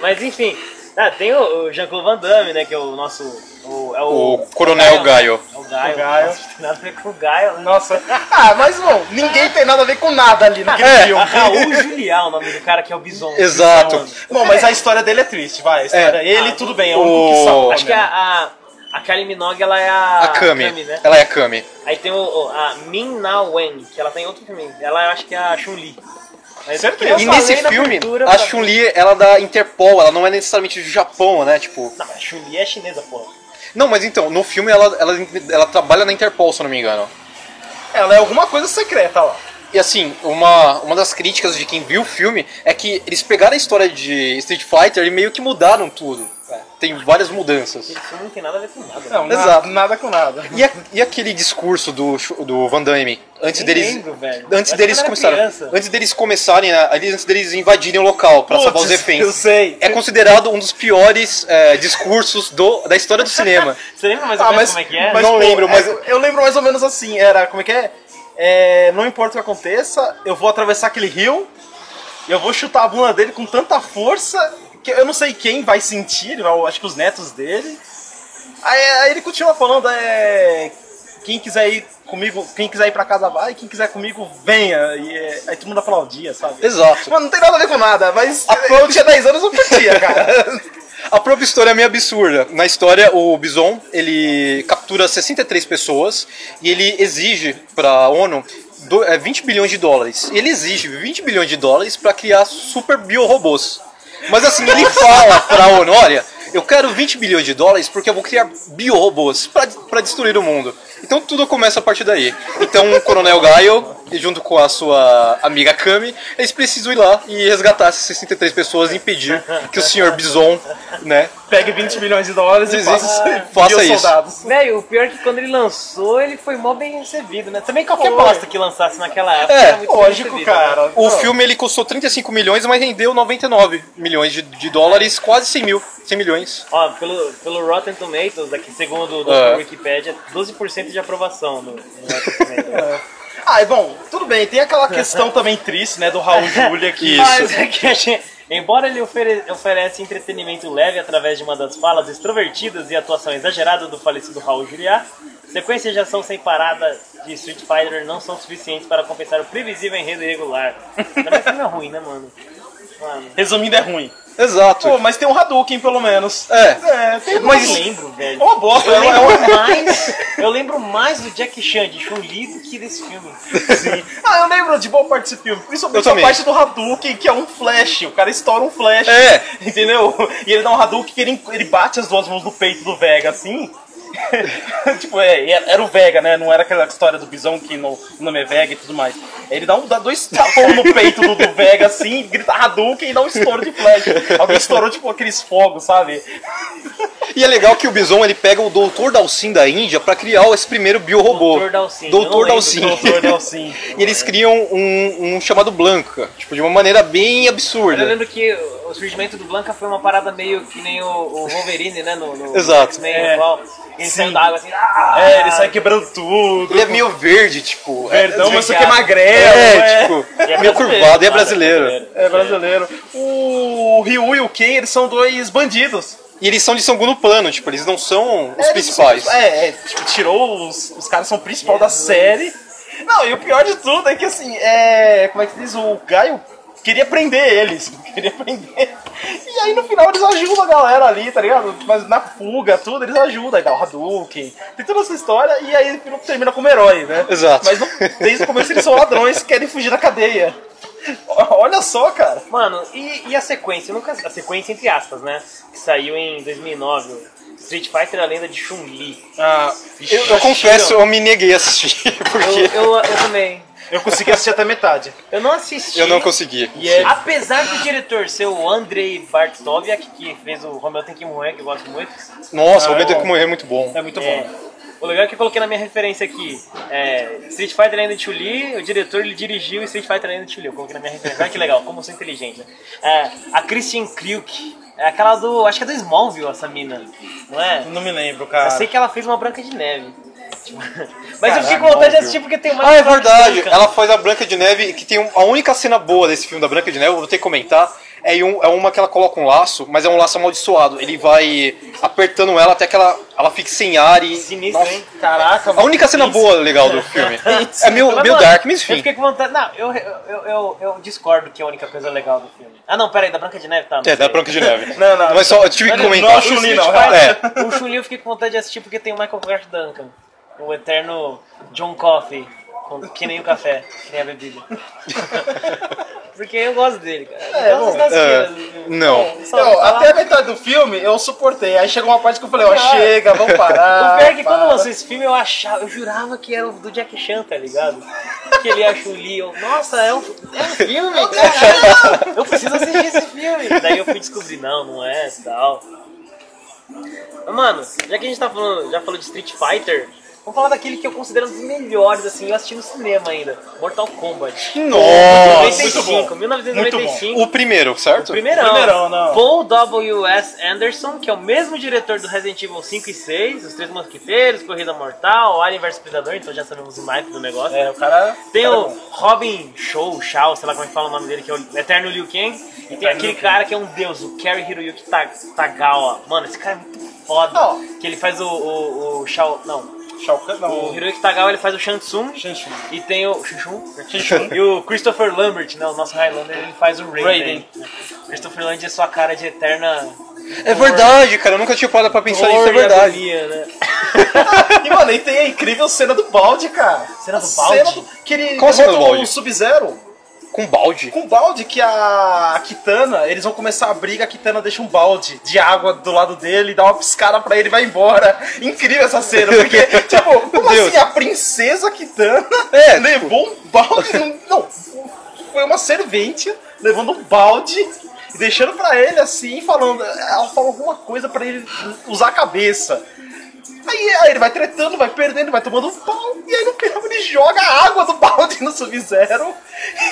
C: Mas enfim, ah, tem o, o Jean-Claude Van Damme, né? Que é o nosso. O, é o,
B: O Coronel Gaio.
C: É o Gaio.
A: O Gaio.
C: Nossa, não tem nada a ver com o Gaio. né?
A: Nossa. [laughs] Ah, mas bom, ninguém tem nada a ver com nada ali [laughs] naquele
B: É.
A: filme.
C: Raul Juliá, o nome do cara que é o Bison.
B: Exato.
C: Bison.
A: Bom, mas a história dele é triste, vai. A história,
B: É.
A: Ele, tudo bem, é o único que
B: O-
A: salva. né?
C: Acho que a, a, a Kylie Minogue, ela é a.
B: A Kami.
C: né?
B: Ela é a Kami.
C: Aí tem o, o- a Min Na Wen, que ela tem outro filme. Ela eu acho que é a Chun-Li. Mas
A: Certeza.
C: que
B: E
C: eu falei
B: nesse
C: na
B: filme,
C: abertura
B: a
C: pra-
B: Chun-Li, ela é da Interpol, ela não é necessariamente do Japão, né? Tipo.
C: Não, mas a Chun-Li é chinesa, pô.
B: Não, mas então, no filme ela, ela, ela trabalha na Interpol, se eu não me engano.
A: Ela é alguma coisa secreta lá.
B: E assim, uma, uma das críticas de quem viu o filme é que eles pegaram a história de Street Fighter e meio que mudaram tudo. Tem várias mudanças.
C: Esse filme não tem nada a ver com nada.
A: Não,
B: Exato.
A: Nada, nada com nada.
B: E, a- e aquele discurso do, Chu- do Van Damme antes
C: Nem
B: deles.
C: lembro, velho.
B: Antes
C: Mas
B: deles
C: quando era
B: começarem.
C: criança.
B: Antes deles começarem. a- ali Antes deles invadirem o local pra salvar os
A: Putz, Eu
B: reféns.
A: sei.
B: É considerado um dos piores eh, discursos do, da história
C: [laughs]
B: do cinema.
C: Você lembra mais ou
A: Ah,
C: menos
A: mas,
C: como é que é?
A: mas,
B: Não
A: pô,
B: lembro, mas-
A: é, eu lembro mais ou menos assim, era, como é que é? É, Não importa o que aconteça, eu vou atravessar aquele rio, eu vou chutar a bunda dele com tanta força que eu não sei quem vai sentir, eu acho que os netos dele. Aí, aí ele continua falando, é, quem quiser ir comigo, quem quiser ir pra casa vai, quem quiser comigo, venha. E, é, aí todo mundo aplaudia, sabe?
B: Exato.
A: Mano, não tem nada a ver com nada, mas eu tinha 10 anos, eu curtia, cara.
B: A própria história é meio absurda. Na história, o Bison ele captura 63 pessoas e ele exige para a ONU do- é, 20 bilhões de dólares. Ele exige 20 bilhões de dólares para criar super biorobôs. Mas assim, ele fala para a ONU: olha, eu quero 20 bilhões de dólares porque eu vou criar biorobôs para destruir o mundo. Então tudo começa a partir daí. Então o Coronel Gaio junto com a sua amiga Kami, eles precisam ir lá e resgatar essas 63 pessoas e impedir que o senhor Bison, né,
A: Pegue 20 milhões de dólares e
B: Existe.
A: faça,
B: Faça
A: mil
B: isso.
A: soldados.
C: Velho, o pior é que quando ele lançou, ele foi mó bem recebido, né? Também qualquer
A: Foi.
C: bosta que lançasse naquela época
B: É,
C: era muito bem
A: Lógico,
C: recebido, né?
A: cara.
B: O
A: Pô,
B: filme ele custou 35 milhões, mas rendeu 99 milhões de, de dólares, quase 100 mil, 100 milhões.
C: Ó, pelo, pelo Rotten Tomatoes, aqui, segundo o Dr.
B: É.
C: Wikipedia, 12% de aprovação no, no Rotten Tomatoes.
A: Ah, e bom, tudo bem. Tem aquela [laughs] questão também triste, né, do Raul Júlia que...
B: Isso.
C: Mas é que a gente, embora ele ofere, oferece entretenimento leve através de uma das falas extrovertidas e atuação exagerada do falecido Raul Juliá, sequências de ação sem parada de Street Fighter não são suficientes para compensar o previsível enredo irregular. Também filme é ruim, né, mano? Mano,
A: Resumindo, é ruim.
B: Exato.
A: Pô, mas tem um Hadouken, pelo menos.
B: É.
A: tem
C: eu
A: um
C: não
A: Hadouken.
C: lembro, velho.
A: É uma bosta.
C: Eu
A: é uma- é uma-
C: lembro mais, eu lembro mais do Jack Chan de Chun-Li do que desse filme.
A: Sim. Ah, eu lembro de boa parte desse filme.
B: Eu
A: Principalmente a
B: também.
A: parte do Hadouken, que é um flash. O cara estoura um flash.
B: É.
A: [laughs] Entendeu? E ele dá um Hadouken que ele, ele bate as duas mãos no peito do Vega, assim. [laughs] tipo, é, e era o Vega, né? Não era aquela história do bisão que no, o nome é Vega e tudo mais. Ele dá, um, dá dois tapões no peito do, do Vega, assim, grita Hadouken e dá um estouro de flash. Alguém estourou, tipo, aqueles fogos, sabe?
B: E é legal que o Bison ele pega o Doutor Dalsin da Índia pra criar esse primeiro biorobô.
C: Dr. Dalsin, eu não
B: Doutor
C: lembro
B: Dalsin.
A: Doutor Nelson.
B: E eles criam um, um chamado Blanca, tipo, de uma maneira bem
C: Eu
B: absurda.
C: lembro que o surgimento do Blanca foi uma parada meio que nem o, o Wolverine, né? No, no
B: Exato.
C: X-Men
A: É.
C: atual. Ele
A: Sim.
C: saiu da água assim. "Ah!"
A: É, ele sai quebrando tudo.
B: Ele é meio verde, tipo.
A: Verdão,
B: é,
A: mas só que
C: desviado.
A: é magrelo.
B: é, tipo,
C: E é
B: meio
C: brasileiro,
B: curvado, e é
C: cara,
B: brasileiro.
A: É brasileiro. O Ryu e o Ken, eles são dois bandidos.
B: E eles são de segundo plano, tipo, eles não são os
A: É, eles são-
B: principais.
A: é, é, tipo, tirou os. Os caras são o principal da série. Não, e o pior de tudo é que assim, é. Como é que diz? O Gaio queria prender eles. [laughs] Queria prender. E aí no final eles ajudam a galera ali, tá ligado? Mas na fuga, tudo, eles ajudam. Aí dá o Hadouken. Tem toda essa história e aí no final termina como herói, né?
B: Exato.
A: Mas não- desde o começo eles são ladrões que querem fugir da cadeia. Olha só, cara.
C: Mano, e, e a sequência? Eu nunca, a sequência entre aspas, né? Que saiu em 2009. o Street Fighter, a lenda de Chun-Li.
A: Ah,
B: Eu, eu confesso, eu me neguei a assistir, [laughs]
C: Eu,
B: porque
C: eu, eu também.
A: Eu consegui assistir até metade.
C: Eu não assisti.
B: eu não consegui.
A: E é-
C: Apesar do diretor ser o Andrei Bartoviak, que fez o Romeu Tem Que Morrer, que eu gosto muito.
B: Nossa,
A: Ah,
B: o Medo
A: é
B: é
A: bom.
B: que morrer é muito bom.
A: É muito
C: É,
A: bom.
C: o legal é que eu coloquei na minha referência aqui. É, Street Fighter Lenda de Chun-Li, o diretor ele dirigiu Street Fighter Lenda de Chun-Li. Eu coloquei na minha referência. Olha que legal, como eu sou inteligente. Né? É, a Christian Kriuk, é aquela do. Acho que é do Smallville essa mina, não é?
B: Hum,
A: Não me lembro,
C: Eu
A: cara.
C: sei que ela fez uma Branca de Neve. [laughs] Tipo, Mas eu fiquei com vontade de
B: Caralho, Smallville.
C: assistir porque tem mais.
B: Ah, é
C: Branca de
B: verdade.
C: Neve, cara.
B: Ela faz a Branca de Neve, que tem um- a única cena boa desse filme da Branca de Neve, eu vou ter que comentar. É, em um- é uma que ela coloca um laço, mas é um laço amaldiçoado. Ele vai apertando ela até que ela, ela fique sem ar e.
C: Sinistro,
B: Nossa.
C: hein?
A: Caraca,
B: A única cena boa legal do filme. É meio,
C: Mas,
B: meio
C: mano,
B: dark, mas
C: Eu
B: enfim.
C: fiquei com vontade. Não, eu, eu, eu, eu discordo que é a única coisa legal do filme. Ah, não, pera aí, da Branca de Neve tá? não
B: É, da
C: sei.
B: Branca de Neve.
A: Não, não.
B: Mas só, eu tive que
A: Não, não,
B: comentar.
A: não, Chun-Li não,
B: É.
C: [laughs] O Chun-Li eu fiquei com vontade de assistir porque tem o Michael Clark Duncan, o eterno John Coffey, com- que nem o café, que nem a bebida. porque eu gosto dele, cara.
A: É,
C: Eu gosto das
B: é,
C: filhas.
B: não.
C: É, só
A: Não,
C: falar-
A: até a metade do filme eu suportei. Aí chegou uma parte que eu falei, ó,
C: Ah.
A: chega, vamos parar.
C: [laughs] O pior é que quando
A: para.
C: lançou esse filme eu achava, eu jurava que era o do Jack Chan, tá ligado? Que ele é a Chun-Li. eu, Nossa, é um, é um filme, caralho! Eu preciso assistir esse filme. Daí eu fui descobrir, não, não é e tal. Mas, Mano, já que a gente tá falando, já falou de Street Fighter, vamos falar daquele que eu considero um dos melhores, assim, eu assisti no cinema ainda. Mortal Kombat.
B: Nossa!
C: 95,
A: Muito
C: 1995.
B: O primeiro, certo?
C: Primeirão.
A: Primeirão, não.
C: Paul W.S. Anderson, que é o mesmo diretor do Resident Evil 5 e 6, Os Três Mosquiteiros, Corrida Mortal, Alien vs Predador, então já sabemos o naipe do negócio.
A: É, o cara.
C: Tem
A: cara
C: o
A: é bom.
C: Robin Show, Shao, sei lá como é que fala o nome dele, que é o Eterno Liu Kang. E tem aquele cara que é um deus, o Kerry Hiroyuki Ta- Tagawa. Mano, esse cara é muito foda.
A: Não.
C: Que ele faz o, o, o Shao... Não,
A: Shao Kahn, não.
C: o Hiroyuki Tagawa ele faz o Shang Tsung.
A: Shang Tsung.
C: E tem o Chuchu. e o Christopher Lambert, né, o nosso Highlander, ele faz o Raiden. Christopher Lambert é sua cara de eterna...
B: É verdade, cara. Eu nunca tinha parado pra pensar nisso, é
C: dor e
B: verdade.
C: agonia, né?
A: [laughs] E, mano, aí tem a incrível cena do balde, cara.
C: Cena do
A: A
C: balde?
A: que ele
B: Qual a cena do
A: derrota
B: balde?
A: o Sub-Zero.
B: Com balde?
A: Com o balde que a Kitana, eles vão começar a briga, a Kitana deixa um balde de
B: [laughs]
A: água do lado dele, dá uma piscada pra ele e vai embora. Incrível essa cena, porque, tipo, como
B: Deus.
A: assim, a princesa Kitana
B: É,
A: levou um balde.
B: [laughs]
A: num- Não, foi uma servente levando um balde e deixando pra ele assim, falando. Ela fala alguma coisa pra ele usar a cabeça. Aí, aí ele vai tretando, vai perdendo, vai tomando um pau, e aí no final ele joga a água do balde no Sub-Zero.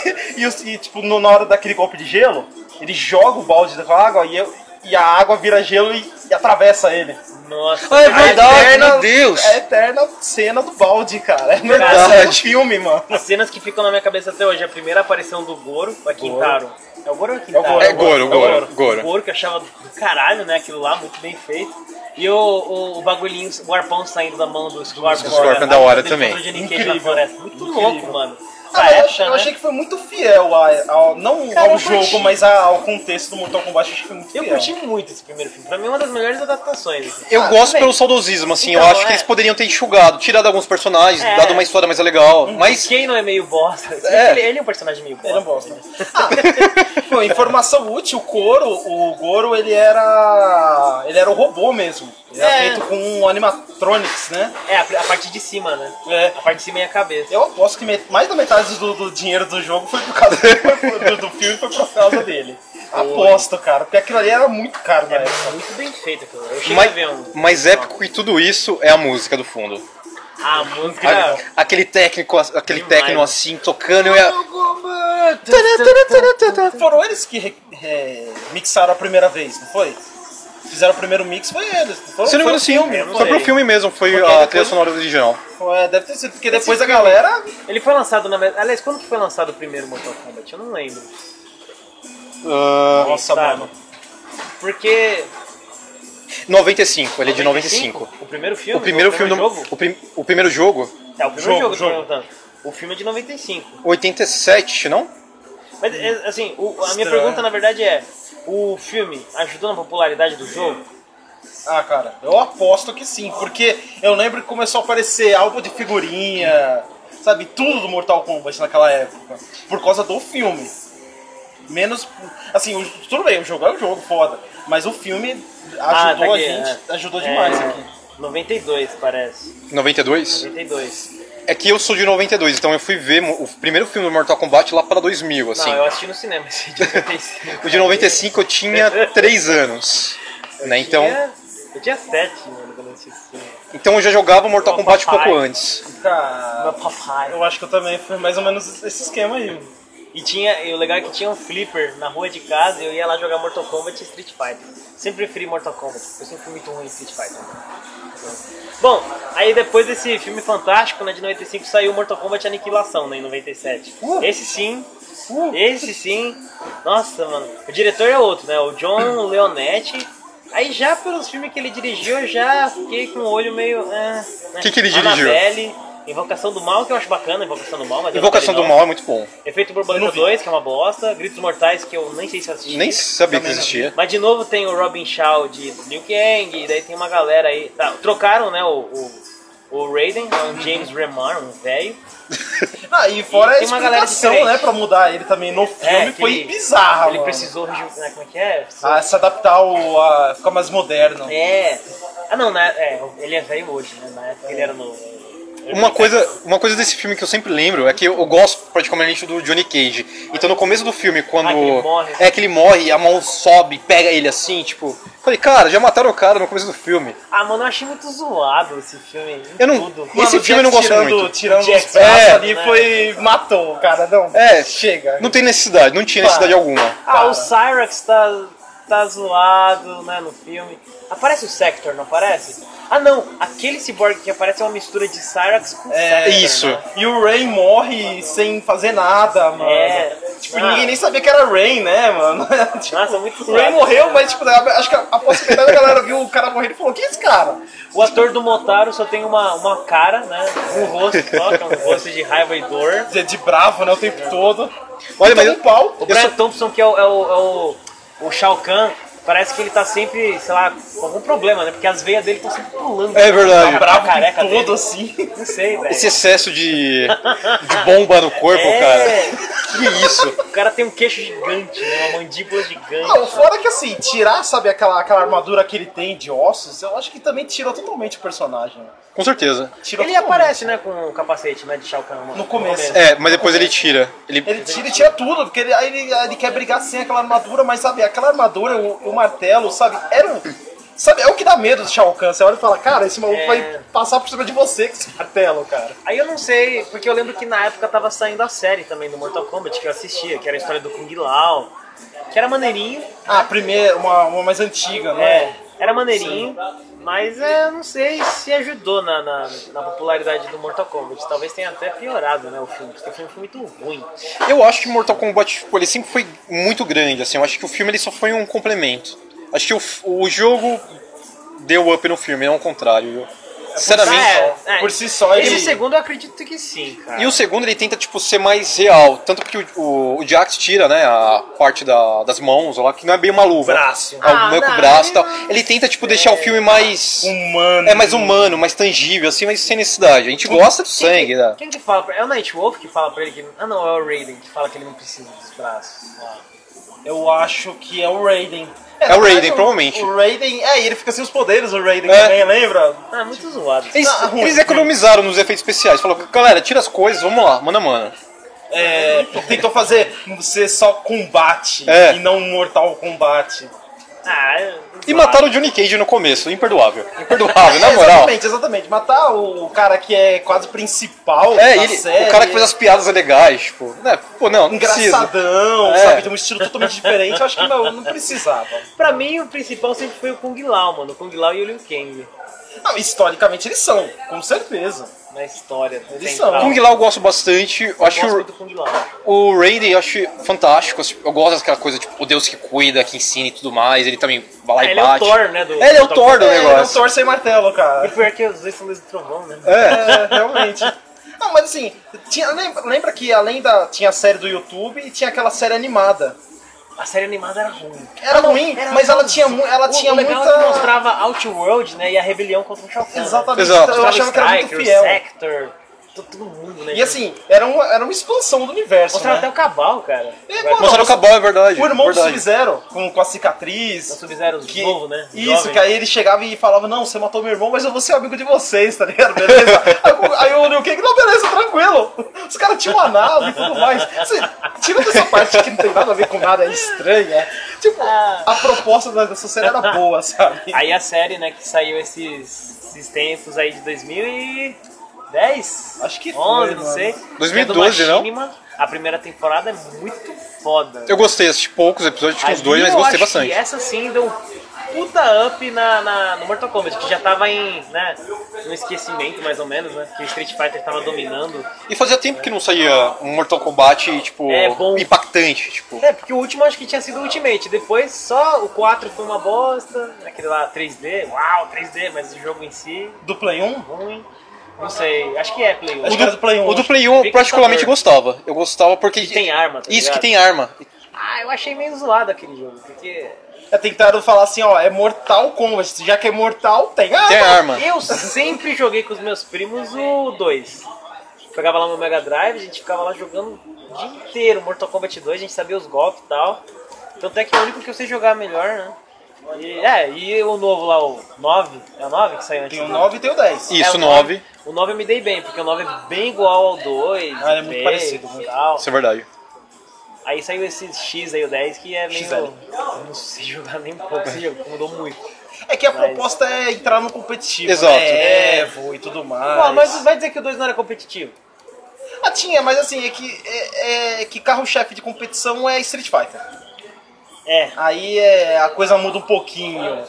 A: [laughs] E, os- e, tipo, no- na hora daquele golpe de gelo, ele joga o balde com a água e, eu- e a água vira gelo e- e atravessa ele.
C: Nossa.
B: Ah, é
A: A é
B: verdade, meu Deus.
A: A eterna cena do balde, cara. É
B: Verdade.
A: verdade. do filme, mano.
C: As cenas que ficam na minha cabeça até hoje, a primeira aparição do Goro, é Quintaro. É o Goro ou é Quintaro?
A: Goro,
B: É Goro, Goro, Goro.
C: O Goro que eu achava do caralho, né? Aquilo lá, muito bem feito. E o, o, o bagulhinho, o arpão saindo da mão do Scorpion.
B: O Scorpion
C: né?
B: da hora
C: Ele
B: também.
C: contra o Jiniquei
A: Incrível.
C: na floresta. Muito
A: Incrível.
C: louco, mano.
A: Ah,
C: Pra
A: mas eu-
C: época,
A: eu
C: né?
A: achei que foi muito fiel a- ao, não
C: Cara,
A: ao
C: eu curti.
A: jogo, mas a- ao contexto do Mortal Kombat. Eu achei que foi muito
C: Eu
A: fiel.
C: curti muito esse primeiro filme. Pra mim é uma das melhores adaptações. assim.
B: tipo, Eu
A: Ah,
B: gosto
A: bem.
B: pelo saudosismo, assim, eu
C: Então,
B: acho
C: é.
B: que eles poderiam ter enxugado, tirado alguns personagens,
C: É.
B: dado uma história mais legal, mas
C: Quem não é meio bosta?
B: É.
C: Ele, ele é um personagem meio bosta. né?
A: Ele não gosta. Ah, [laughs] pô, informação útil, o Goro, o Goro, ele era. ele era o robô mesmo. Ele era
C: É.
A: feito com um animatronics, né?
C: É, a, a parte de cima, né?
A: É.
C: A parte de cima é a cabeça.
A: Eu aposto que met- mais da metade do, do dinheiro do jogo foi por causa [laughs] foi por- do, do filme, foi por causa dele. Aposto, cara, porque aquilo ali era muito caro né? na época.
C: É muito bem feito aquilo. Eu cheguei
B: mais,
C: a ver um.
B: mais épico que tudo isso é a música do fundo.
C: Ah, a música.
B: A- Aquele técnico, aquele
C: Demais.
B: técnico assim, tocando, eu ia...
A: um [laughs] Foram eles que re- re- mixaram a primeira vez, não foi? Fizeram o primeiro mix, foi eles. não Foram,
B: Se
A: foi
B: não me engano,
A: o
B: sim,
A: filme, não
B: foi pro filme mesmo, foi
A: Porque
B: a
A: depois-
B: trilha sonora original.
A: Foi, é, deve ter sido, porque depois a galera.
C: Ele foi lançado na. me- Aliás, quando que foi lançado o primeiro Mortal Kombat? Eu não lembro.
B: Ah,
A: Nossa,
C: Sabe?
A: mano.
C: Porque.
B: 95, ele é de 95.
C: O primeiro filme?
B: O primeiro filme do...
C: jogo?
B: O, prim- o primeiro jogo,
C: É, o primeiro
A: Jogo,
C: jogo, jogo.
A: jogo.
C: tô perguntando. O filme é de 95.
B: 87, não?
C: Mas, é, assim, o- a minha
A: Estranho.
C: pergunta na verdade é: o filme ajudou na popularidade do jogo?
A: Ah, cara, eu aposto que sim, porque eu lembro que começou a aparecer álbum de figurinha, sabe, tudo do Mortal Kombat naquela época, por causa do filme. Menos. Assim, o- tudo bem, o jogo é um jogo foda, mas o filme ajudou
C: Ah, tá
A: a
C: aqui,
A: gente,
C: é.
A: ajudou demais
C: É,
A: aqui.
C: 92, parece.
B: 92?
C: 92.
B: É que eu sou de 92, então eu fui ver mo- o primeiro filme do Mortal Kombat lá para 2000, assim.
C: Não, eu assisti no cinema esse de 95.
B: [laughs] O de 95
C: [laughs]
B: eu tinha 3 anos. Né? Então,
C: Tinha- Eu tinha 7, mano, quando eu assisti esse filme.
B: então eu já jogava Mortal
C: Meu
B: Kombat um pouco
C: papai.
B: antes.
A: Cara,
C: Meu papai.
A: eu acho que eu também fui mais ou menos esse esquema aí.
C: E, tinha, e o legal é que tinha um flipper na rua de casa e eu ia lá jogar Mortal Kombat e Street Fighter. Sempre preferi Mortal Kombat, porque eu sempre fui muito ruim em Street Fighter. Bom, aí depois desse filme fantástico, né, de 95, saiu Mortal Kombat Aniquilação, né, em 97.
A: Uh.
C: Esse sim,
A: Uh.
C: esse sim. Nossa, mano. O diretor é outro, né, o John Leonetti. Aí já pelos filmes que ele dirigiu, eu já fiquei com o olho meio... ah, né.
B: Que que ele dirigiu?
C: Annabelle, Invocação do Mal, que eu acho bacana, Invocação do Mal. Mas eu não
B: Invocação
C: falei
B: do
C: não.
B: Mal é muito bom.
C: Efeito
A: Eu
C: Borboleta
A: não vi.
C: 2, que é uma bosta. Gritos Mortais, que eu nem sei se eu assisti.
B: Nem sabia que
A: Também não.
B: existia.
C: Mas de novo tem o Robin Shaw de Liu Kang, e daí tem uma galera aí. Tá, trocaram, né, o, o, o Raiden, é um James Remar, um velho.
A: Ah, e fora a
C: Tem uma galera
A: explicação,
C: diferente. É,
A: né, pra mudar ele também no filme,
C: que
A: foi
C: ele-
A: bizarra,
C: Ele
A: mano.
C: precisou, regi- né, como é que é? Precisou-
A: Ah, se adaptar ao, a ficar mais moderno.
C: É. Ah, não, né, é, ele é velho hoje, né, na época ele era novo.
B: Uma coisa, uma coisa desse filme que eu sempre lembro é que eu, eu gosto praticamente do Johnny Cage. Então no começo do filme, quando.
C: Ah, que ele morre.
B: É que ele morre, a mão sobe, pega ele assim, tipo. Falei, cara, já mataram o cara no começo do filme.
C: Ah, mano, eu achei muito zoado esse filme. em
B: Eu não-
C: Tudo.
B: Esse
A: o
B: filme eu não
A: Jack
B: gosto
A: tirando,
B: muito.
A: Tirando
C: Jack
A: os braços
B: é,
A: ali
C: né?
A: foi. matou o cara, não.
B: É.
A: Chega.
B: Não tem necessidade, não tinha necessidade
A: Para.
B: alguma.
C: Ah, o Cyrax tá, tá zoado, né, no filme. Aparece o Sector, não aparece? Ah, não, aquele cyborg que aparece é uma mistura de Cyrax com
A: É,
C: Sector,
B: isso.
C: né?
A: E o Rain morre sem fazer nada, mano.
C: É.
A: Tipo,
C: Ah.
A: ninguém nem sabia que era Rain, né, mano? [laughs] tipo,
C: Nossa, muito
A: o Rain
C: zoado.
A: morreu, mas tipo, a- acho que a, a possibilidade da galera viu o cara morrendo e falou, que é esse cara?
C: O ator do Motaro só tem uma, uma cara, né, um rosto só, que é um rosto de raiva e dor.
A: De, de bravo, né, o tempo todo.
B: Olha, mas
A: Toma um pau.
C: Então, O
B: eu sou-
C: Brian Thompson, que é o, é o, é o, o Shao Kahn, parece que ele tá sempre, sei lá, com algum problema, né, porque as veias dele estão sempre pulando.
B: É verdade.
C: Tá bravo,
A: Bravo
C: careca
A: de todo,
C: dele.
A: assim.
C: Não sei, velho.
B: Esse excesso de, de bomba no
C: [laughs]
B: corpo,
C: É.
B: cara. Que isso?
C: O cara tem um queixo gigante, né? Uma mandíbula gigante.
A: Não, fora que assim, tirar, sabe, aquela, aquela armadura que ele tem de ossos, eu acho que também tirou totalmente o personagem. né?
B: Com certeza.
A: Tira
C: Ele
A: tudo.
C: aparece, né, com o capacete, né, de Shao Kahn. mano.
A: No começo.
B: É, mas depois ele tira. Ele,
A: Ele tira e tira tudo, porque ele, aí ele, ele quer brigar sem aquela armadura, mas sabe, aquela armadura, o, o martelo, sabe, era um. Sabe, é o que dá medo do Shao Kahn. Você olha e fala, cara, esse maluco
C: É.
A: vai passar por cima de você com esse martelo, cara.
C: Aí eu não sei, porque eu lembro que na época tava saindo a série também do Mortal Kombat que eu assistia, que era a história do Kung Lao, que era maneirinho,
A: Ah, primeiro, uma, uma mais antiga, né?
C: é, era maneirinho, mas é, eu não sei se ajudou na, na, na popularidade do Mortal Kombat. Talvez tenha até piorado, né, o filme, porque foi um filme muito ruim.
B: eu acho que Mortal Kombat tipo, ele sempre foi muito grande, assim. Eu acho que o filme ele só foi um complemento. Acho que o, f- o jogo deu up no filme, não o contrário. Eu, sinceramente.
C: É, é.
A: Por si só, ele.
C: Esse segundo eu acredito que sim, cara.
B: E o segundo ele tenta tipo ser mais real, tanto que o, o, o Jax tira, né, a parte da- das mãos lá que não é bem uma luva.
A: Braço.
B: Ah, o-
C: Ah,
B: não é com o
C: não,
B: braço e tal.
C: não.
B: Ele tenta tipo deixar o filme mais
A: humano.
B: é mais humano, mais tangível, assim, mas sem necessidade. A gente gosta do sangue, né?
C: Quem que fala pra... É o Nightwolf que fala pra ele que... Ah não, é o Raiden que fala que ele não precisa dos braços. lá.
A: Eu acho que é o Raiden.
B: É o
A: na verdade,
B: Raiden, provavelmente.
A: O Raiden, é, e ele fica sem os poderes, o Raiden
B: É.
A: também, lembra?
C: Ah, muito zoado.
B: Eles,
A: Tá
C: é
A: ruim.
B: eles economizaram nos efeitos especiais. Falou, galera, tira as coisas, vamos lá, mano a mano.
A: É, tentou fazer você só combate
B: É.
A: e não um mortal combate.
C: Ah, é
B: E
C: zoado.
B: mataram o Johnny Cage no começo, imperdoável.
C: [laughs]
B: Imperdoável, na moral.
A: Exatamente, exatamente. Matar o cara que é quase principal
B: É,
A: da
B: ele,
A: série.
B: o cara que fez as piadas legais, tipo, né? Pô, não, não precisa.
A: Engraçadão,
B: É.
A: sabe? De um estilo totalmente diferente. Eu acho que não, não precisava.
C: Pra mim, o principal sempre foi o Kung Lao, mano. O Kung Lao e o Liu Kang.
A: Não, historicamente eles são, com certeza.
C: Na história. do
A: Eles
C: central.
A: são.
B: Kung Lao eu gosto bastante. Eu
C: Eu
B: acho
C: gosto do Kung Lao.
B: o Raiden eu acho fantástico. assim, Eu gosto daquela coisa, tipo, o Deus que cuida, que ensina e tudo mais. Ele também vai lá
C: Ah,
B: e
C: ele é o
B: bate.
C: Thor, né, do-
B: ele é o
C: do
B: Thor do
A: É, ele não
B: negócio.
A: torce sem martelo,
C: E
A: cara.
C: pior que os dois são dois do trovão, né?
B: É.
A: É, realmente. Não, mas assim, tinha, lembra, lembra que além da. Tinha a série do YouTube e tinha aquela série animada.
C: A série animada era ruim.
A: Era ruim,
C: Tá Era
A: mas ela
C: ruim.
A: tinha, mu- ela
C: O-
A: tinha
C: o legal é
A: muita.
C: que mostrava Outworld, né, e a rebelião contra o Shao Kahn.
A: Exatamente,
B: Exato.
A: então eu achava que era muito
C: Striker,
A: fiel.
C: O Sector, to- todo mundo, né?
A: E assim, era uma, era uma expansão do universo.
C: Mostrava
A: né?
C: até o Cabal, cara.
A: É,
C: Vai-
A: mano,
B: Mostraram o Cabal, é verdade.
A: O irmão do
B: verdade.
A: Sub-Zero, com, com a cicatriz.
C: O Sub-Zero
A: que-
C: novo, né?
A: Isso,
C: Jovem.
A: que aí ele chegava e falava, não, você matou meu irmão, mas eu vou ser amigo de vocês, tá ligado? Beleza? [laughs] aí, o- aí o Liu Kang, não, beleza, tranquilo. Os caras tinham uma nave e tudo mais. Assim, tirando essa parte que não tem nada a ver com nada, é estranha. Tipo,
C: Ah.
A: a proposta da- dessa série era boa, sabe?
C: Aí a série, né, que saiu esses, esses tempos aí de 2010?
A: Acho que foi,
C: 11, não
A: mano.
C: sei.
B: 2012,
C: Que é do
B: não?
C: Machinima. A primeira temporada é muito foda.
B: Eu gostei, assisti poucos episódios, acho que uns
C: Ali
B: dois, mas
C: eu
B: gostei
C: acho
B: bastante.
C: que essa sim deu um puta up na, na- no Mortal Kombat, que já tava em, né, no esquecimento mais ou menos, né, que o Street Fighter tava dominando.
B: E fazia tempo que não saía um Mortal Kombat, tipo,
C: É, bom.
B: impactante, tipo.
C: É, porque o último acho que tinha sido o Ultimate, depois só o 4 foi uma bosta, aquele lá 3D, uau, 3D, mas o jogo em si,
A: Do Play 1?
C: ruim, não sei, acho que é Play 1.
A: Acho
B: O
A: que era do Play 1,
B: o do
A: acho.
B: Play 1 eu
C: Bem
B: particularmente
C: computador.
B: gostava. Eu gostava porque.
C: Que tem arma, tá
B: Isso,
C: ligado?
B: que tem arma.
C: Ah, eu achei meio zoado aquele jogo, porque.
A: É, tentaram falar assim, ó, é Mortal Kombat. Já que é mortal, tem arma.
B: Tem arma.
C: Eu sempre joguei com os meus primos o 2. Pegava lá no Mega Drive, a gente ficava lá jogando o dia inteiro Mortal Kombat 2, a gente sabia os golpes e tal. Tanto é que é o único que eu sei jogar melhor, né? E, é, e o novo lá, o 9, é o 9 que saiu antes?
A: Tem o
C: do-
A: 9 e tem o 10.
C: É,
B: Isso,
C: o
B: 9.
C: O 9 eu me dei bem, porque o 9 é bem igual ao 2.
A: Ah, é
C: o
A: muito
C: 3
A: parecido,
C: e
A: muito.
C: tal.
B: Isso é verdade.
C: Aí saiu esse X aí, o 10, que é meio.
A: XL.
C: Eu Não sei jogar nem um pouco esse jogo, mudou muito.
A: É que a proposta é entrar no competitivo.
B: Exato.
A: Né? Evo e tudo mais.
C: Pô, mas vai dizer que o 2 não era competitivo?
A: Ah, tinha, mas assim, é que, é, é que carro-chefe de competição é Street Fighter.
C: É.
A: Aí é, a coisa muda um pouquinho.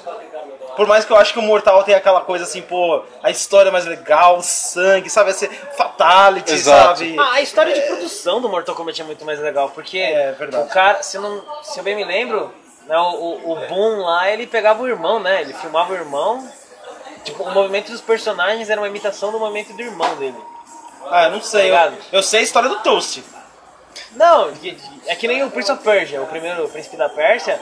A: Por mais que eu acho que o Mortal tem aquela coisa assim, pô, a história é mais legal, o sangue, sabe? Esse fatality,
B: Exato.
A: sabe?
C: Ah, a história de produção do Mortal Kombat é muito mais legal, porque
A: É, verdade.
C: o cara, se eu, não, se eu bem me lembro, né, o, o, o Boom lá, ele pegava o irmão, né? Ele filmava o irmão. Tipo, o movimento dos personagens era uma imitação do movimento do irmão dele.
A: Ah, eu não sei. Eu,
C: Obrigado.
A: eu sei a história do Toast.
C: Não, que- é que nem o Prince of Persia, o primeiro príncipe da Pérsia,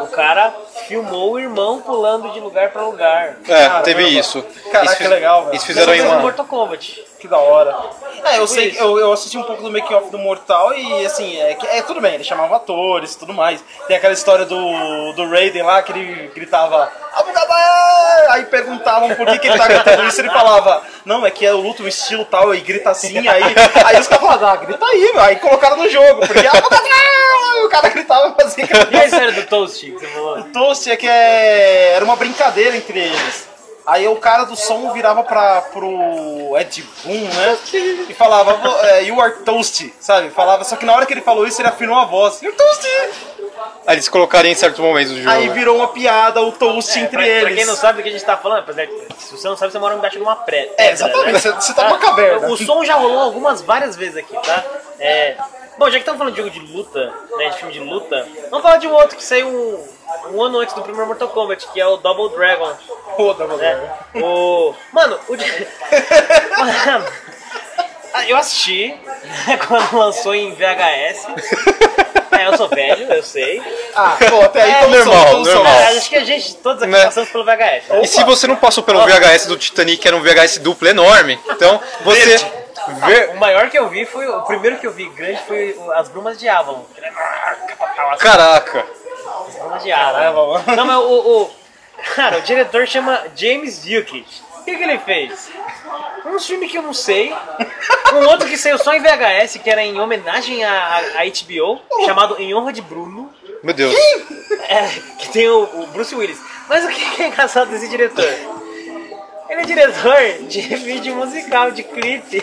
C: o cara filmou o irmão pulando de lugar pra lugar.
B: É,
A: Caramba.
B: teve isso.
A: Caraca,
B: Eles
A: que legal, velho.
B: Eles fizeram aí
C: Mesma coisa no
B: uma.
C: Mortal Kombat.
A: Que da hora. É, eu sei,
C: isso.
A: eu, eu assisti um pouco do making off do Mortal e assim, é, que- é tudo bem, ele chamava atores e tudo mais. Tem aquela história do, do Raiden lá que ele gritava da Bahia! Aí perguntavam por que, que ele tá gritando isso, ele falava, não, é que eu luto um estilo tal, e grita assim, aí, aí os caras falavam, ah, grita aí, meu. aí colocaram no jogo, porque ah, padrão! o cara gritava fazia [laughs]
C: E a história do Toast que você falou?
A: O Toast é que é- era uma brincadeira entre eles. Aí o cara do som virava pra, pro Ed Boon, né? E falava, "Vo- é, you are toast, sabe? Falava, só que na hora que ele falou isso, ele afinou a voz. You're toast!
B: Aí Ah, eles colocaram em certos momentos do jogo.
A: Aí
B: né?
A: virou uma piada, o toast entre
C: É, pra, pra
A: eles.
C: quem não sabe do que a gente tá falando, apesar que se você não sabe, você mora embaixo de uma pré. né? Ah,
A: É, exatamente, você, você tá numa caverna.
C: O som já rolou algumas várias vezes aqui, tá? É, Bom, já que estamos falando de jogo de luta, né, de filme de luta, vamos falar de um outro que saiu um, um ano antes do primeiro Mortal Kombat, que é o Double Dragon.
A: Foda, mano.
C: né? O... Mano, o... de- [laughs] Mano, eu assisti né, [laughs] quando lançou em VHS. É, eu sou velho, eu sei.
A: Ah, pô, até
B: [laughs]
A: aí
C: É,
A: todos
B: normal,
A: são, todos são.
B: normal.
C: Mas É, acho que a gente, todos aqui
B: Né?
C: passamos pelo VHS. né?
B: E se você não passou pelo VHS do Titanic, que era um VHS duplo enorme, então você. Ver...
C: O maior que eu vi foi. O primeiro que eu vi grande foi o- As Brumas de Avalon.
B: Caraca!
C: As Brumas de
B: Ah, é
C: Avalon. Não, mas o. o- cara, o diretor chama James Yukich. O que, que ele fez? Um filme que eu não sei. Um outro que saiu só em VHS, que era em homenagem à, à- à HBO,
B: Oh.
C: chamado Em Honra de Bruno.
B: Meu Deus.
C: É, que tem o, o Bruce Willis. Mas o que é engraçado desse diretor? Ele é diretor de [laughs] vídeo musical, de clipe.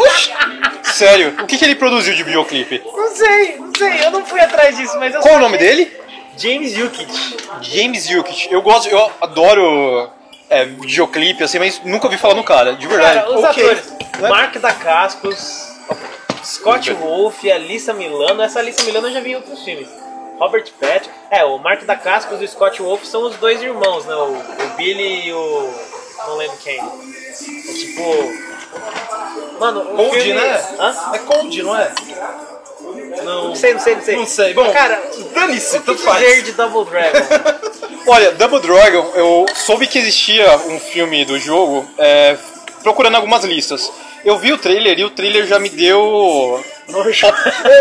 C: [laughs]
B: Sério, o que, que ele produziu de videoclipe?
C: Não sei, não sei, eu não fui atrás disso, mas eu
B: Qual é o
C: só
B: nome
C: achei-
B: dele?
C: James Yukich.
B: James Yukich. Eu gosto, eu adoro é, videoclipe, assim, mas nunca ouvi falar no cara, de verdade.
C: Cara, os
A: ok.
C: atores. Mark da Cascos, Scott Wolf, Alissa Milano. Essa Alissa Milano eu já vi em outros filmes. Robert Patrick. É, o Mark da Cascos e o Scott Wolf são os dois irmãos, né? O, o Billy e o. Não lembro quem. É tipo. Mano, o
A: Cold,
C: filme...
A: né?
C: Hã?
A: É cold, não é? Não.
C: Não sei, não sei, não sei.
A: Não sei. Bom,
C: cara,
A: dane-se,
C: o que
A: tanto
C: dizer
A: faz.
C: de Double Dragon?
A: [laughs]
B: Olha, Double Dragon, eu soube que existia um filme do jogo é, procurando algumas listas. Eu vi o trailer e o trailer já me deu.
C: Nojo.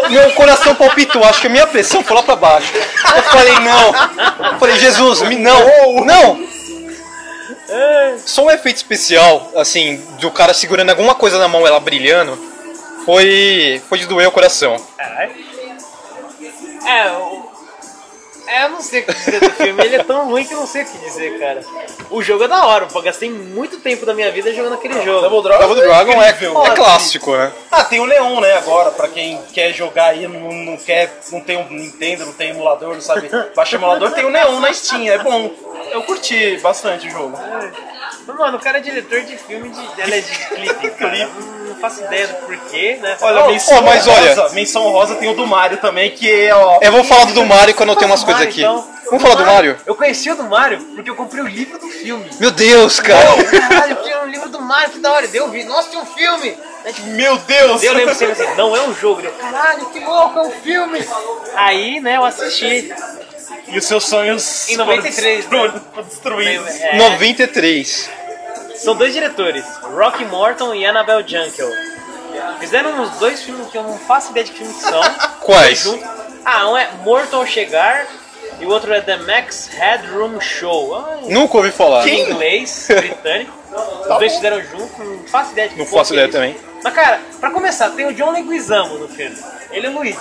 B: Meu coração palpitou, acho que a minha pressão foi lá pra baixo. Eu falei, não. Eu falei, Jesus, me- não, não. Só um efeito especial, assim, do cara segurando alguma coisa na mão, ela brilhando, foi, foi de doer o coração.
C: Caralho. É, o... é, eu não sei o que dizer do filme. Ele é tão ruim que eu não sei o que dizer, cara. O jogo é da hora, pô. Gastei muito tempo da minha vida jogando aquele jogo.
A: Double Dragon,
B: Double Dragon é,
A: incrível.
B: é clássico, né?
A: Ah, tem o Leon, né, agora, pra quem quer jogar aí, não, não quer, não tem um Nintendo, não tem emulador, não sabe, baixa emulador, tem o Neon na Steam, é bom. Eu curti bastante o jogo.
C: Mas, Mano, o cara é diretor de filme de. Ela é de clipe,
A: [laughs]
C: cara. Hum, Não faço ideia do porquê, né?
A: Olha,
B: Oh,
A: menção,
B: oh, mas
A: rosa,
B: olha-
A: menção rosa tem o do Mario também, que é, ó,
B: Eu vou falar do do Mario quando eu tenho umas
C: Vamos
B: coisas
C: falar do
B: aqui.
C: Mario, então.
B: Vamos falar do Mario?
C: Eu conheci o do Mario porque eu comprei o livro do filme.
B: Meu Deus,
A: Oh,
B: cara!
C: Caralho, eu tinha um livro do Mario, que da hora. Deu, eu vi. Nossa, tem um filme! Aí, tipo,
A: meu Deus!
C: Eu lembro sempre assim, não é um jogo. Eu, Caralho, que louco, é um filme! Aí, né, eu assisti.
A: E os seus sonhos
C: Em 93,
A: foram destru- foram destruídos.
C: É,
B: 93.
C: São dois diretores, Rocky Morton e Annabelle Jankel. Fizeram uns dois filmes que eu não faço ideia de que filme que
B: [laughs]
C: são.
B: Quais?
C: Junto. Ah, um é Morto ao Chegar e o outro é The Max Headroom Show. Ah, em
B: Nunca ouvi falar. [laughs]
C: inglês, britânico. Os dois fizeram junto, não faço ideia de que
B: Tá Não
C: porra
B: faço
C: que é
B: ideia também.
C: isso. Mas cara, pra começar, tem o John Leguizamo no filme. Ele é o Luigi.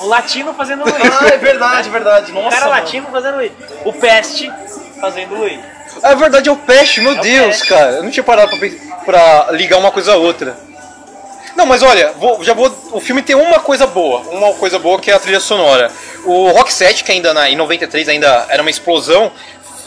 C: Um latino fazendo o
B: [laughs]
C: Luigi.
A: Ah, é verdade, verdade.
C: Um
A: Nossa,
C: cara
A: mano.
C: latino fazendo o Luigi. O Peste fazendo o Luigi.
B: A verdade é o peste, meu
C: o
B: Deus,
C: Peste.
B: cara. Eu não tinha parado pra, pe- pra ligar uma coisa a outra. Não, mas olha, vou- já vou. O filme tem uma coisa boa, uma coisa boa que é a trilha sonora. O Rock 7, que ainda na, em 93 ainda era uma explosão,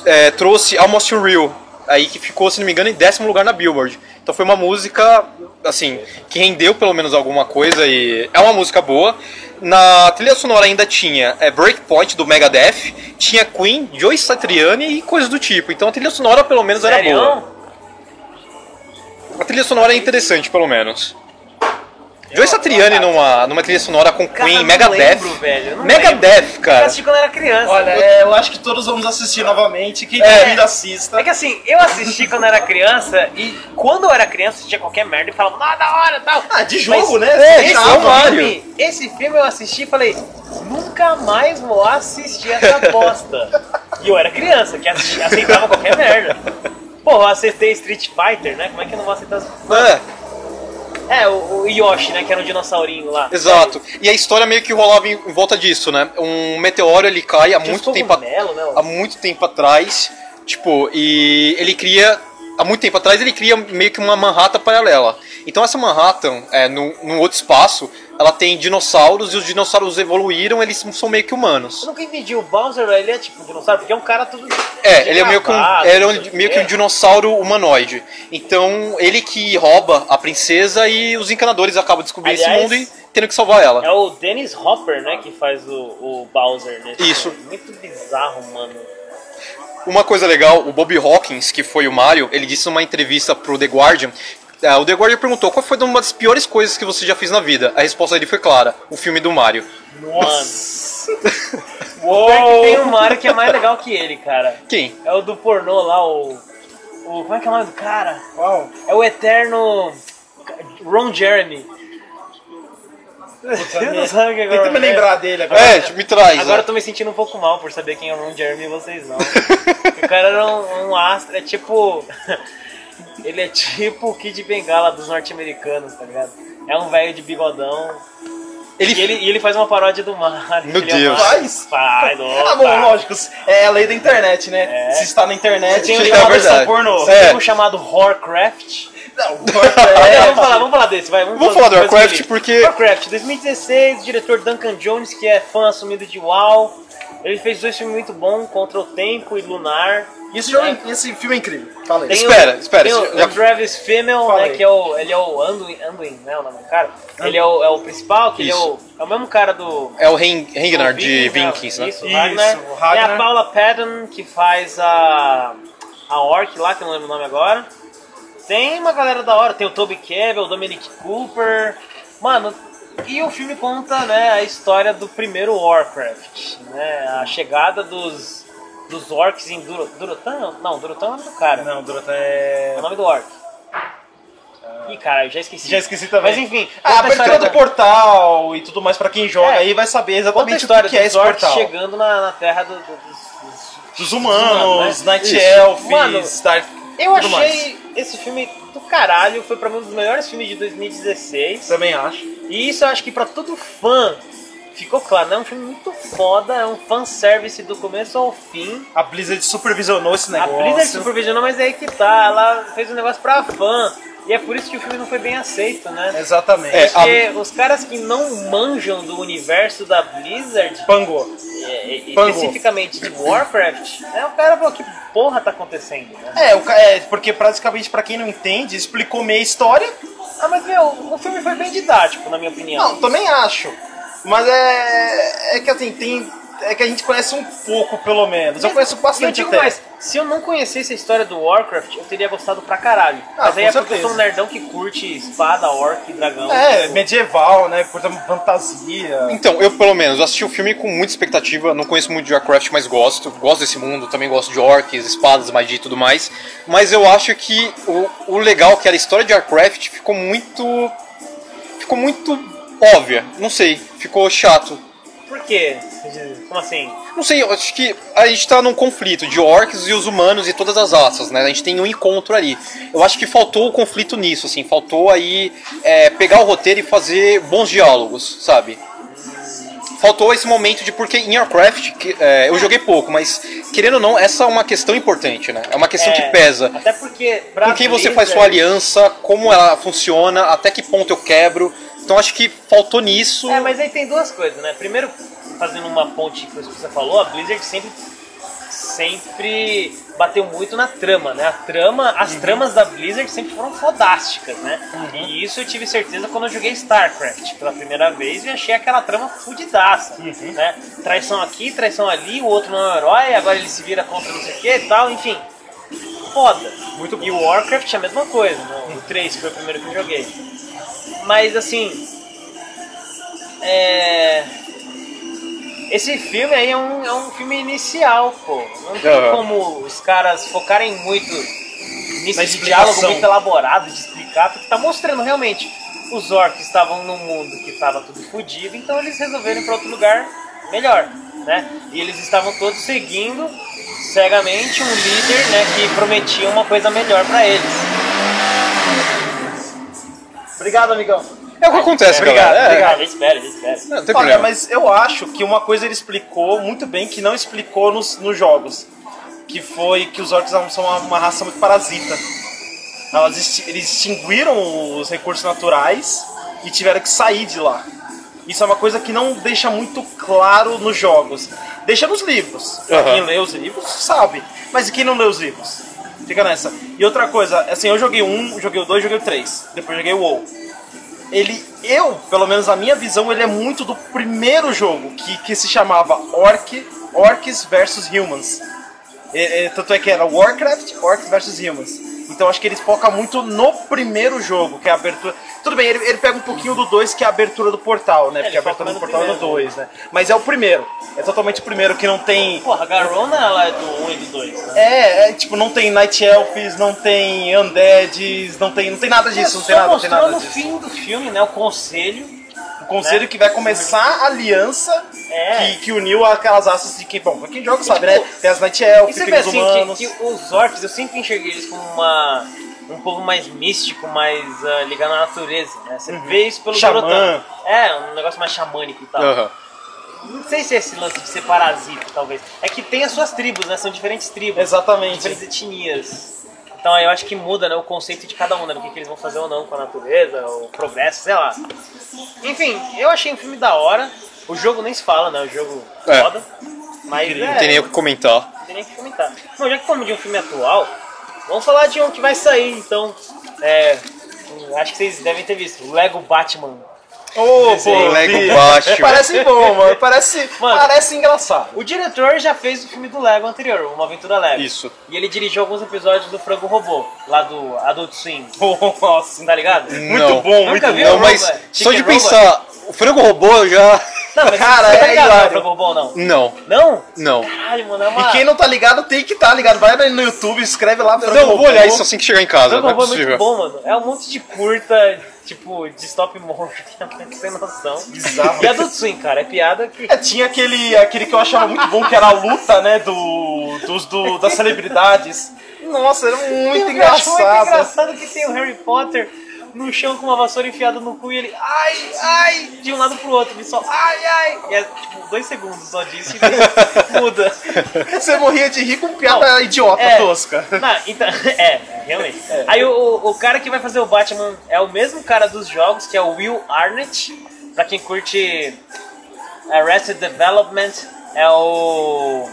B: é, trouxe Almost Unreal, aí que ficou, se não me engano, em décimo lugar na Billboard. Então foi uma música, assim, que rendeu pelo menos alguma coisa e é uma música boa. Na trilha sonora ainda tinha é, Breakpoint do Megadeth, tinha Queen, Joe Satriani e coisas do tipo. Então a trilha sonora pelo menos era boa.
C: Sério?
B: A trilha sonora é interessante, pelo menos. Joe Satriani numa, numa trilha sonora com
C: Cara,
B: Queen,
C: não
B: Megadeth.
C: lembro, velho, não
B: Megadeth,
C: Eu
B: cara.
C: assisti quando era criança.
A: Olha, é, eu acho que todos vamos assistir novamente. Quem
B: É.
A: ainda assista.
C: É que assim, eu assisti quando era criança e quando eu era criança tinha qualquer merda e falava, nossa, da hora e tal.
A: Ah, de jogo,
C: Mas
A: né?
B: é,
A: Você
B: de
A: grava.
B: jogo.
C: Filme,
B: Mario.
C: esse filme eu assisti e falei, nunca mais vou assistir essa bosta. E eu era criança, que ace- aceitava qualquer merda. Pô, eu aceitei Street Fighter, né? Como é que eu não vou aceitar. as-
B: É,
C: É, o, o Yoshi, né? Que era um dinossaurinho lá.
B: exato. E a história meio que rolava em, em volta disso, né? Um meteoro ele cai há
C: Tinha uns
B: muito tempo atrás.
C: cogumelo, né?
B: há muito tempo atrás, tipo, e ele cria há muito tempo atrás ele cria meio que uma Manhattan paralela. Então essa Manhattan, é, num, num outro espaço, ela tem dinossauros e os dinossauros evoluíram, eles são meio que
C: Eu
B: humanos.
C: nunca entendi. O Bowser, ele é tipo um dinossauro, porque é um cara tudo.
B: É, ele é meio que um,
C: gravado,
B: ele é
C: não sei
B: um-
C: o
B: meio que
C: quê.
B: um dinossauro humanoide. Então ele que rouba a princesa e os encanadores acabam descobrindo esse
C: Aliás,
B: mundo e tendo que salvar ela.
C: É o Dennis Hopper, né? Que faz o, o Bowser, né?
B: Isso.
C: Muito bizarro, mano.
B: Uma coisa legal, o Bob Hawkins, que foi o Mario, ele disse numa entrevista pro The Guardian. ah, o The Guardian perguntou qual foi uma das piores coisas que você já fez na vida. A resposta dele foi clara: o filme do Mario. [laughs]
C: Mano. Uou. Tem um Mario que é mais legal que ele, cara.
B: Quem?
C: É o do pornô lá, o. o como é que é o nome do cara?
A: Uau.
C: É o eterno. Ron Jeremy. Você não sabe o que é
A: Tenta
C: Ron
A: me
C: Jeremy.
A: lembrar dele agora.
B: É, me traz.
C: Agora eu
B: né?
C: tô me sentindo um pouco mal por saber quem é o Ron Jeremy e vocês não.
B: né? [laughs]
C: o cara era um, um astro, é tipo. [laughs] Ele é tipo o Kid Bengala dos norte-americanos, tá ligado? É um velho de bigodão.
B: Ele-
C: E ele, e ele faz uma paródia do [laughs] Mario.
B: Meu
C: ele é o
B: Deus.
C: Mario.
A: Faz?
C: Faz,
A: Ah,
C: opa.
A: bom, lógico. É a lei da internet, né?
C: É.
A: Se está na internet,
C: Tem um
A: tem
B: chamado
A: uma versão
B: verdade.
A: pornô.
B: É.
C: Tem um chamado Horcraft.
A: Não, é,
C: [laughs] É, vamos falar, vamos falar desse, vai. Vamos,
B: Vamos falar do
C: desse,
B: Warcraft,
C: Felipe.
B: porque-
C: Warcraft, 2016, o diretor Duncan Jones, que é fã assumido de WoW. Ele fez dois filmes muito bons, Contra o Tempo e Lunar.
A: Esse, jogo, é- esse filme é incrível. Fala aí.
C: Tem
B: Espera,
C: o,
B: espera,
C: Tem
B: esse-
C: o,
B: já-
C: o Travis Fimmel,
A: Fala
C: né,
A: aí.
C: que é o, ele é o Anduin, Anduin né, o nome do cara. Ele é o, é o principal, que ele é o, é o mesmo cara do...
B: É o Ren- Rengnar
C: do
B: de
C: Vikings,
B: Vikings, né?
C: Isso,
A: Isso,
C: Ragnar.
A: o Ragnar.
C: Tem a Paula Patton, que faz a, a Orc lá, que eu não lembro o nome agora. Tem uma galera da hora, tem o Toby Kebbell, o Dominic Cooper. Mano, e o filme conta né, a história do primeiro Warcraft, né? A chegada dos, dos orcs em Duro, Durotan? Não, Durotan é o nome do cara.
A: Não, Durata
C: É
A: é.
C: o nome do orc. Ih, cara, eu já esqueci.
A: Ah. Já esqueci também.
C: Mas enfim,
A: Ah, a
C: conta a história
A: abertura do
C: da-
A: portal e tudo mais pra quem joga
C: É.
A: aí vai saber
C: Conta a
A: exatamente o que
C: história
A: que é
C: dos
A: esse
C: orcs
A: portal.
C: chegando na, na terra do- do- dos- dos
A: Dos humanos,
C: Mano, né?
A: Night
B: Isso.
C: Mano,
A: Elves, Dark.
C: Eu
A: tudo mais.
C: achei esse filme do caralho, foi pra mim um dos melhores filmes de 2016.
A: Também acho.
C: E isso eu acho que pra todo fã ficou claro, né? É um filme muito foda, é um fanservice do começo ao fim.
A: A Blizzard supervisionou esse
C: A
A: negócio.
C: Blizzard supervisionou, mas é aí que tá, ela fez um negócio pra fã. E é por isso que o filme não foi bem aceito, né?
A: Exatamente.
B: É, a-
C: Porque os caras que não manjam do universo da Blizzard,
A: Pangou.
C: é, é,
A: Pangou.
C: especificamente de Warcraft, é o cara falou que porra tá acontecendo, né?
A: É, o ca- é, porque praticamente pra quem não entende, explicou meia história.
C: Ah, mas meu, o filme foi bem didático, na minha opinião.
A: Não, também acho. Mas é. É que assim, tem. É que a gente conhece um pouco, pelo menos. Eu conheço
C: E eu
A: bastante
C: digo
A: até.
C: mais, se eu não conhecesse a história do Warcraft, eu teria gostado pra caralho.
A: Ah,
C: mas aí
A: com
C: é porque eu
A: certeza.
C: sou um nerdão que curte espada, orc, dragão.
A: É,
C: tipo,
A: medieval, né? Portanto, fantasia.
B: Então, eu pelo menos assisti o filme com muita expectativa, não conheço muito de Warcraft, mas gosto, gosto desse mundo, também gosto de orcs, espadas, magia e tudo mais, mas eu acho que o, o legal é que era a história de Warcraft ficou muito... ficou muito óbvia, não sei, ficou chato.
C: Por quê? Como assim?
B: Não sei, eu acho que a gente tá num conflito de orcs e os humanos e todas as raças, né? A gente tem um encontro ali. Eu acho que faltou o conflito nisso, assim, faltou aí é, pegar o roteiro e fazer bons diálogos, sabe? Faltou esse momento de porque em Warcraft, que, é, eu joguei pouco, mas querendo ou não, essa é uma questão importante, né? É uma questão
C: É,
B: que pesa.
C: Até porque. Pra é.
B: Com quem você faz sua
C: Blizzard-
B: aliança, como ela funciona, até que ponto eu quebro. Então acho que faltou nisso.
C: É, mas aí tem duas coisas, né? Primeiro, fazendo uma ponte com isso que você falou, a Blizzard sempre sempre bateu muito na trama, né? A trama, as
A: Uhum.
C: tramas da Blizzard sempre foram fodásticas, né? E isso eu tive certeza quando eu joguei StarCraft pela primeira vez e achei aquela trama fudidaça,
A: Uhum.
C: né? Traição aqui, traição ali, o outro não é um herói, agora ele se vira contra não sei o que e tal, enfim. Foda.
A: Muito bom.
C: E o Warcraft é a mesma coisa, né? o 3 que foi o primeiro que eu joguei. Mas assim, é... Esse filme aí é um, é um filme inicial, pô. Não tem
B: Aham.
C: como os caras focarem muito
A: Na
C: nesse
A: explicação.
C: diálogo muito elaborado de explicar, porque tá mostrando realmente os orcs estavam num mundo que tava tudo fodido, então eles resolveram ir pra outro lugar melhor, né? E eles estavam todos seguindo cegamente um líder né, que prometia uma coisa melhor pra eles. Obrigado, amigão.
B: É o que acontece, galera. É.
C: obrigado. Espera, espera.
B: Não, não tem
A: Olha,
B: problema.
A: mas eu acho que uma coisa ele explicou muito bem que não explicou nos, nos jogos. Que foi que os orcs são uma, uma raça muito parasita. Elas exti- eles extinguiram os recursos naturais e tiveram que sair de lá. Isso é uma coisa que não deixa muito claro nos jogos. Deixa nos livros. Pra
B: Aham.
A: Quem lê os livros sabe. Mas e quem não lê os livros? Fica nessa. E outra coisa, assim, eu joguei um, joguei o dois, joguei o três. Depois joguei o WoW ele, eu, pelo menos na minha visão, ele é muito do primeiro jogo, que, que se chamava Orc, Orcs vs Humans. É, é, tanto é que era Warcraft, Orcs vs Humans. Então acho que ele foca muito no primeiro jogo, que é a abertura. Tudo bem, ele, ele pega um pouquinho do 2, que é a abertura do portal, né? Porque a
C: ele foca
A: abertura do
C: no
A: portal é no
C: primeiro.
A: 2, né? Mas é o primeiro. É totalmente o primeiro, que não tem.
C: Porra, a Garona ela é do 1 e do 2, né?
A: É, é, tipo, não tem Night Elves, não tem Undeads, não tem, não tem nada Tá disso, não tem
C: Só
A: nada, não tem nada
C: mostrou no
A: disso.
C: fim do filme, né? O conselho.
A: O conselho que vai começar a aliança
C: É.
A: que, que uniu aquelas raças de que, bom, pra quem joga sabe, né?
C: tipo,
A: Tem as Night
C: E
A: Elf,
C: você
A: tem
C: vê
A: os
C: assim que,
A: humanos.
C: que os orcs, eu sempre enxerguei eles como uma, um povo mais místico, mais ah, ligado à natureza, né? Você vê isso pelo
A: Uhum. Xamã.
C: Dorotão. É, um negócio mais xamânico e tal.
B: Aham.
C: Não sei se é esse lance de ser parasita, talvez. É que tem as suas tribos, né? São diferentes tribos. Diferentes
A: Exatamente.
C: etnias. Então eu acho que muda né, o conceito de cada um, né? Do que, que eles vão fazer ou não com a natureza, o progresso, sei lá. Enfim, eu achei um filme da hora. O jogo nem se fala, né? O jogo
B: É.
C: foda. Mas é,
B: Não tem nem o que comentar.
C: não tem nem o que comentar. Bom, já que falamos de um filme atual, vamos falar de um que vai sair, então. É. hum, Acho que vocês devem ter visto. Lego Batman.
A: Ô,
C: Desenho.
B: Lego
A: vi.
B: Batman.
A: Parece bom, mano. Parece,
C: [laughs] Mano.
A: parece engraçado.
C: O diretor já fez o filme do Lego anterior, Uma Aventura Lego.
B: Isso.
C: E ele dirigiu alguns episódios do Frango Robô, lá do Adult Swim.
A: [laughs] Nossa, Hum.
C: Tá ligado?
A: muito
B: Não.
A: bom,
C: Nunca
A: muito
C: vi,
A: bom.
B: Não, mas
C: Robot.
B: só de
C: Chicken Robot.
B: pensar, o frango robô eu já.
C: Não, mas
A: Cara,
C: você tá
A: é
C: ligado no
A: hilário.
C: Frango Robô, não?
B: Não,
C: Não?
B: não.
C: Caralho, mano, é uma...
A: E quem não tá ligado tem que tá ligado. Vai no YouTube, escreve lá.
B: Não,
A: Franco
B: eu vou
A: Robô.
B: olhar isso assim que chegar em casa,
C: Frango
B: não é
C: Robô é muito
B: possível.
C: bom, mano. É um monte de curta, tipo, de stop motion, [laughs] sem noção.
A: Bizarro.
C: E Adult Swim, cara, é piada que...
A: É, tinha aquele, aquele que eu achava muito bom, que era a luta, né, do, dos, do, das celebridades. Nossa, era
C: Tem
A: muito
C: um cachorro muito
A: engraçado.
C: engraçado que tem o Harry Potter no chão com uma vassoura enfiada no cu e ele, ai, ai, de um lado pro outro, ele só, ai, ai. E é tipo, dois segundos só disso e [laughs] daí muda.
A: Você morria de rir com piada
C: Não,
A: idiota,
C: é.
A: tosca.
C: Não, então, [laughs] é, realmente. Aí o- o, o cara que vai fazer o Batman é o mesmo cara dos jogos, que é o Will Arnett. Pra quem curte Arrested Development, é o.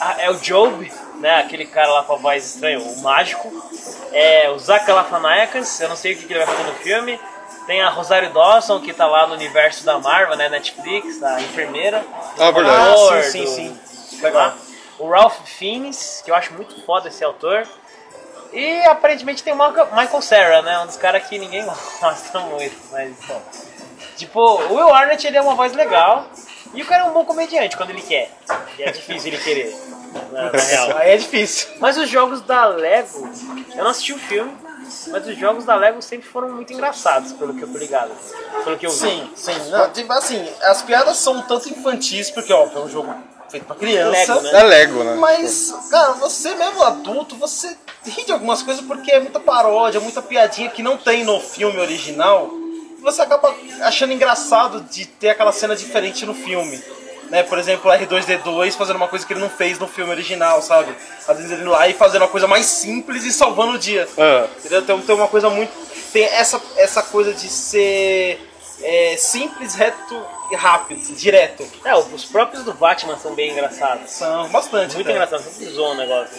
C: ah, É o Job, né? Aquele cara lá com a voz estranha, o mágico. É o Zach Galifianakis, eu não sei o que que ele vai fazer no filme. Tem a Rosário Dawson, que tá lá no universo da Marvel, né? Netflix, a enfermeira.
B: Ah, verdade.
C: Thor,
A: sim,
C: do-
A: sim, sim.
C: Legal. Tá? O Ralph Fiennes, que eu acho muito foda esse autor. E aparentemente tem o Michael- Michael Cera, né? Um dos caras que ninguém [laughs] gosta muito, mas bom. Tipo, o Will Arnett ele é uma voz legal. E o cara é um bom comediante quando ele quer. E é difícil ele querer. né? Na, na real.
A: Aí é difícil.
C: Mas os jogos da Lego, eu não assisti o filme, mas os jogos da Lego sempre foram muito engraçados, pelo que eu tô ligado. Pelo que eu vi.
A: Sim, sim. Não, tipo assim, as piadas são um tanto infantis, porque, óbvio, é um jogo feito pra criança.
C: Lego, né?
B: É Lego, né?
A: Mas, cara, você mesmo adulto, você ri de algumas coisas porque é muita paródia, muita piadinha que não tem no filme original. E você acaba achando engraçado de ter aquela cena diferente no filme. Né? Por exemplo, o R2D2 fazendo uma coisa que ele não fez no filme original, sabe? Às vezes ele lá e fazendo uma coisa mais simples e salvando o dia.
B: Ah,
A: Entendeu? Então, Tem, tem uma coisa muito. Tem essa, essa coisa de ser é, simples, reto e rápido, assim, direto.
C: É, os próprios do Batman são bem engraçados.
A: São bastante. né?
C: Muito
A: até.
C: engraçado, sempre zoou o negócio.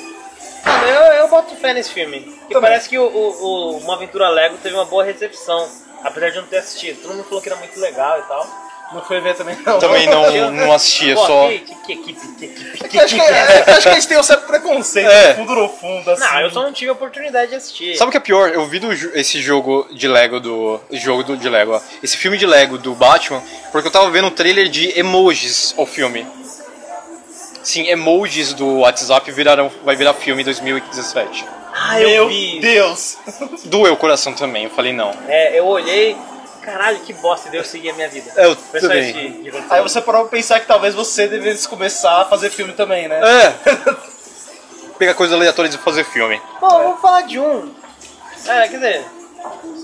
C: Mano, eu, eu boto fé nesse filme. Porque
A: Também.
C: parece que o, o- o Uma Aventura Lego teve uma boa recepção. Apesar de eu não ter assistido. Todo mundo falou que era muito legal e tal.
A: Não foi ver também, não.
B: também
A: [laughs]
C: um
B: não, é. não assistia,
C: Pô,
B: só.
C: Que, que- que equipe, que equipe.
A: Que, acho, que, é, que acho que a gente tem um certo preconceito,
B: É.
A: fundo no fundo, assim.
C: Não, eu só não tive a oportunidade de assistir.
B: Sabe o que é pior? Eu vi do, jo- esse jogo de Lego do. Jogo do, de Lego, ó. Esse filme de Lego do Batman, porque eu tava vendo um trailer de emojis ao filme. Sim, emojis do WhatsApp virarão, vai virar filme em 2017.
C: Ah, eu
A: Meu
C: vi.
A: Deus!
B: Doeu o coração também, eu falei não.
C: É, eu olhei. caralho, que bosta deu seguir a minha vida.
B: Eu
C: Foi só
B: também.
C: isso que- que aconteceu.
A: Aí você parou pra pensar que talvez você devesse começar a fazer filme também, né?
B: É. Pegar coisas aleatórias e fazer filme.
C: Bom, vamos falar de um. É, quer dizer,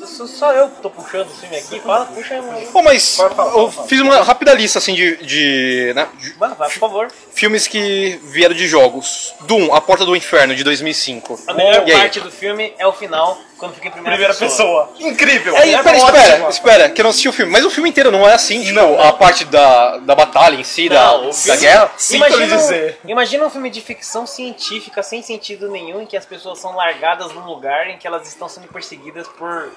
C: s- s- só eu que tô puxando o filme aqui. Fala, puxa aí, mano.
B: Bom, mas
A: Vai, fala,
B: eu
A: fala, fala.
B: fiz uma rápida lista assim de, de, né, de
C: Vai, vai, por favor.
B: filmes que vieram de jogos. Doom, A Porta do Inferno, de 2005.
C: A melhor
B: E aí?
C: parte do filme é o final, quando fica em primeira,
A: Primeira pessoa. Incrível!
B: É,
C: né?
B: espera,
A: ótima.
B: espera, espera, que eu não assisti o filme. Mas o filme inteiro não é assim, tipo, a parte da, da batalha em si, da,
C: Não, o
B: da
C: filme-
B: guerra.
A: Sim, pra
C: Imagina,
A: lhe dizer.
C: um, imagina um filme de ficção científica sem sentido nenhum, em que as pessoas são largadas num lugar em que elas estão sendo perseguidas por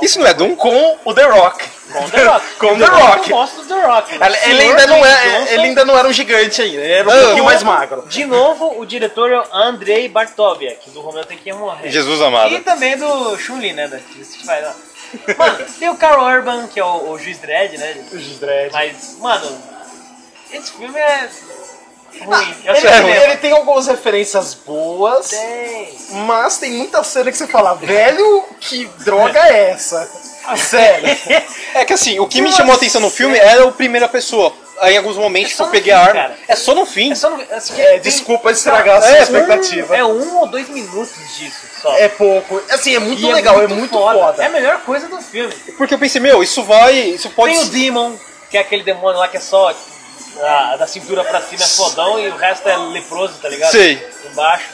B: Isso não é Doom? Com
A: O The Rock.
C: [laughs] com The Rock.
A: Com The
C: Eu não
A: Rock.
C: gosto do The Rock.
A: Ele,
C: Senhor
A: ele ainda não
C: Dwayne
A: é,
C: Johnson.
A: ele ainda não era um gigante ainda, ele era um
B: Não.
A: pouquinho mais magro.
C: De novo, o diretor é o Andrei Bartoviak, do Romeu Tem Que Morrer.
B: Jesus amado.
C: E também do Chun-Li, né? Da, de Street Fighter, ó. Mano, tem o Carl Urban, que é o, o juiz Dredd, né? Mas, mano, esse filme é ruim. Eu
A: Ele, é
C: sei que
B: sério,
A: ele-
C: lembro.
A: ele tem algumas referências boas,
C: Tem.
A: mas tem muita cena que você fala, velho, que droga é
C: [laughs]
A: essa? Sério. [laughs]
B: É que assim, o que me chamou a atenção no filme era o primeira pessoa. Aí, em alguns
C: É
B: momentos, que
C: só
B: eu
C: no
B: peguei a
C: fim,
B: arma.
C: cara.
B: É só no fim.
C: É só no, assim,
A: É,
C: tem-
A: desculpa estragar a sua
B: É,
A: expectativa.
C: É um ou dois minutos disso só.
A: É pouco. Assim, é muito legal, é muito foda.
C: É a melhor coisa do filme.
B: é, Porque eu pensei, meu, isso vai. Isso pode.
C: Tem o Demon, que é aquele demônio lá que é só ah, da cintura pra cima é fodão e o resto é leproso, tá ligado?
B: Sei.
C: Embaixo.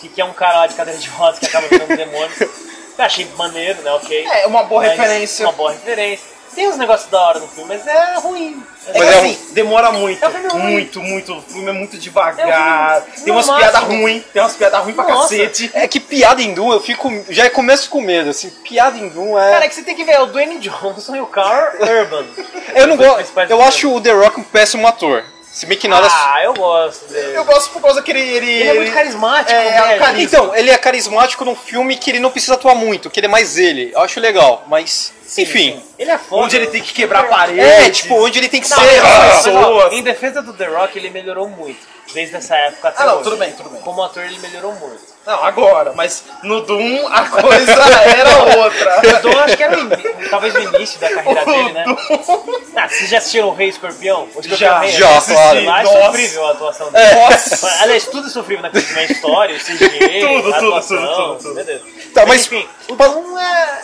C: Que, que é um cara lá de cadeira de rodas que acaba virando
A: [laughs]
C: um demônio. Eu achei maneiro, né? Ok.
A: É uma boa
C: Mas
A: referência.
C: Uma boa referência. Tem uns negócios da hora no filme, mas é ruim.
A: É que
B: Mas é um-
A: assim, demora muito.
C: É um filme ruim.
A: muito, muito. O filme é muito devagar.
C: É um filme-
A: tem umas
C: no
A: piadas
C: máximo.
A: ruins. Tem umas piadas ruins pra
C: Nossa.
A: cacete.
B: É que piada em Doom, eu fico. Já começo com medo. Assim, piada em Doom é.
C: Cara, é que você tem que ver, é o Dwayne Johnson e o Carl
A: [laughs]
C: Urban.
B: eu não
C: Os dois
B: gosto.
C: principais
B: Eu
C: atores.
B: acho o The Rock um péssimo ator. Se bem que nada. é
C: Ah, eu gosto dele.
A: Eu gosto por causa que ele. Ele,
C: Ele é muito carismático, né?
A: É, é um
C: velho.
A: carisma.
B: Então, ele é carismático num filme que ele não precisa atuar muito, que ele é mais ele. Eu acho legal, mas.
C: Sim,
B: enfim.
C: sim. Ele é foda.
A: Onde ele tem que quebrar a parede.
B: É, tipo, onde ele tem que
C: Não,
B: ser.
C: mas,
B: ah,
C: ó,
A: pessoas.
C: em defesa do The Rock, ele melhorou muito. Desde essa época até
A: Ah, não,
C: hoje.
A: tudo bem, tudo bem.
C: Como ator, ele melhorou muito.
A: Não, agora. Mas no Doom a coisa [laughs] era outra.
C: O Dom, acho que era o ini- talvez [laughs] o início da carreira dele, né? Ah, vocês já assistiram O Rei Escorpião? O Escorpião
A: Já, É.
C: Rei,
B: já,
C: assisti.
B: claro.
C: Lá é
A: Nossa.
C: sofrível a atuação dele.
A: Nossa.
C: Aliás, tudo é sofrível na coisa, na história, o [laughs] CG,
A: Tudo,
C: a
A: tudo,
C: atuação,
A: tudo, tudo, tudo.
C: meu Deus.
B: Tá, mas-
C: Enfim, o Dom é...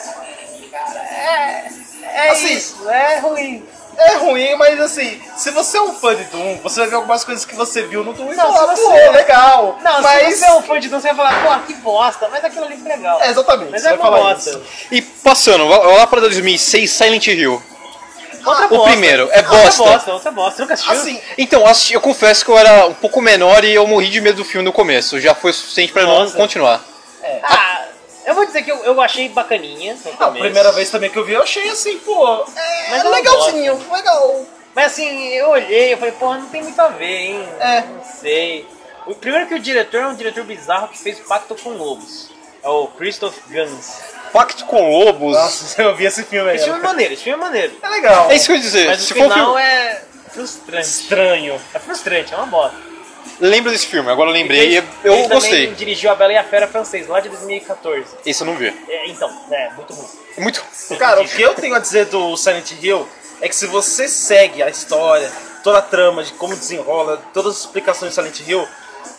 C: É, é
A: Assim,
C: isso, é ruim.
A: É ruim, mas assim, se você é um fã de Doom, você vai ver algumas coisas que você viu no Doom e
C: Não,
A: falar,
C: se
A: pô,
C: você-
A: legal.
C: Não,
A: mas.
C: se você é um fã de Dom, você vai falar, pô, que bosta, mas aquilo ali foi legal.
A: É, exatamente.
C: Mas
A: você
C: é
A: vai
C: uma
A: falar
C: bosta.
A: isso.
B: E passando, vá- lá pra 2006, Silent Hill.
C: Outra
B: O primeiro, é bosta.
C: Outra bosta, outra bosta. Você nunca assistiu?
A: Assim,
B: Então, eu assisti- eu confesso que eu era um pouco menor e eu morri de medo do filme no começo. Já foi o suficiente pra eu não
C: Nossa.
B: continuar.
C: Ah, eu vou dizer que eu, eu achei bacaninha. no
A: a
C: começo.
A: primeira vez também que eu vi, eu achei assim, pô. É,
C: Mas eu não
A: legalzinho, legal.
C: Mas assim, eu olhei, eu falei, porra, não tem muito a ver, hein?
A: É.
C: Não sei. O primeiro que o diretor é um diretor bizarro que fez Pacto com Lobos. É o Christoph Gans.
B: Pacto com Lobos.
A: Nossa, eu vi esse filme aí.
C: Esse filme é maneiro, esse filme é maneiro.
A: É legal.
B: É isso que eu ia dizer.
C: Mas
B: Se
C: o
B: for um
C: final
B: filme...
C: é frustrante.
A: estranho.
C: É frustrante, é uma bosta.
B: Lembro desse filme, agora eu
C: Ele
B: lembrei e
C: fez-
B: eu
C: ele
B: gostei.
C: Também dirigiu A Bela e a Fera Francês, lá de 2014.
B: Esse eu não vi.
C: É, então, é, muito ruim.
B: É Muito.
A: Cara, o que eu tenho a dizer do Silent Hill é que se você segue a história, toda a trama de como desenrola, todas as explicações do Silent Hill,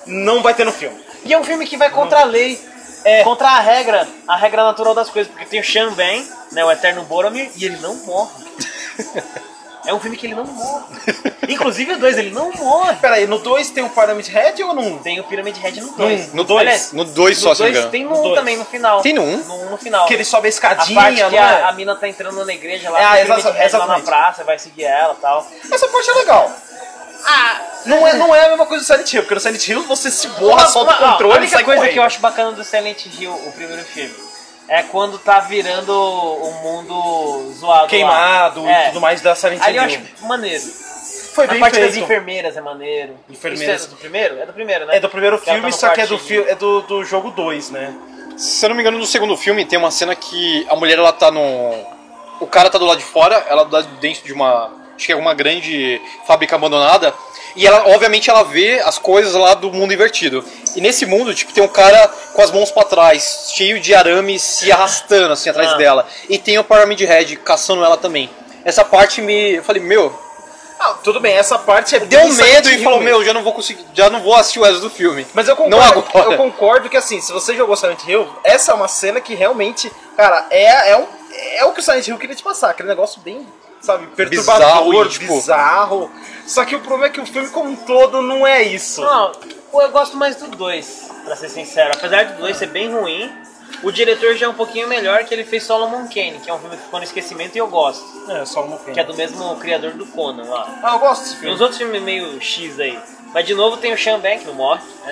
A: não vai ter no filme.
C: E é um filme que vai contra a lei. é, Contra a regra, a regra natural das coisas. Porque tem o Sean Ben, né, o eterno Boromir, e ele não
B: [laughs]
C: morre. é um filme que ele não morre. Inclusive o 2, ele não morre.
A: Peraí, no 2 tem o Pyramid Head ou no 1?
C: Tem o Pyramid Head no 2.
B: No dois No dois só, se não me engano.
C: tem
A: No
C: no 1
A: dois.
C: também, no final.
B: Tem no um?
C: No, no final.
A: Que ele sobe a
C: a
A: escadinha,
C: parte que
A: não é?
C: a, a mina tá entrando na igreja lá,
A: É,
C: tem o Pyramid
A: exa-
C: Head lá na
A: exatamente.
C: praça, vai seguir ela e tal.
A: Essa parte é legal. Não é, não é a mesma coisa do Silent Hill, porque no Silent Hill você se borra,
C: Ah, Uma-
A: solta
C: uma- ó,
A: o controle
C: A
A: e sai
C: única coisa
A: correndo.
C: que eu acho bacana do Silent Hill, o primeiro filme, é quando tá virando o mundo zoado.
A: Queimado
C: lá.
A: e
C: É.
A: tudo mais da Silent
C: Ali
A: Hill.
C: eu acho maneiro.
A: Foi
C: a
A: bem
C: parte das
A: feito.
C: enfermeiras é maneiro.
A: Enfermeiras.
C: Isso é do primeiro? É do primeiro, né?
A: É do primeiro
C: Que ela tá
A: filme,
C: no
A: só que é do,
C: quartinho.
A: fi- é do, do jogo 2, né?
B: Se eu não me engano, no segundo filme tem uma cena que a mulher ela tá num. O cara tá do lado de fora, ela tá dentro de uma. Acho que é uma grande fábrica abandonada. E ela, obviamente, ela vê as coisas lá do mundo invertido. E nesse mundo, tipo, tem um cara com as mãos pra trás, cheio de arame se arrastando assim atrás
C: Ah.
B: dela. E tem o Pyramid Head caçando ela também. Essa parte me. Eu falei, meu,
A: Ah, tudo bem, essa parte é
B: deu um
A: bem
B: medo e
A: Silent
B: falou,
A: Hill
B: meu, já não vou conseguir, já não vou assistir o resto do filme.
A: Mas eu
B: Não
A: concordo,
B: agora.
A: eu concordo que assim, se você jogou Silent Hill, essa é uma cena que realmente, cara, é, é, um, é o que o Silent Hill queria te passar, aquele negócio bem, sabe, perturbador,
B: Bizarro
A: bizarro,
B: e, tipo-
A: Só que o problema é que o filme como um todo não é isso.
C: Não, pô, eu gosto mais do 2, pra ser sincero. Apesar do 2 ser bem ruim, o diretor já é um pouquinho melhor que ele fez Solomon Kane, que é um filme que ficou no esquecimento e eu gosto.
A: É, só uma
C: Que é do mesmo criador do Conan lá.
A: Ah, eu gosto desse
C: E uns
A: filme.
C: outros filmes meio X aí. Mas de novo tem o Sean Beck, não morre,
B: [laughs]
C: né?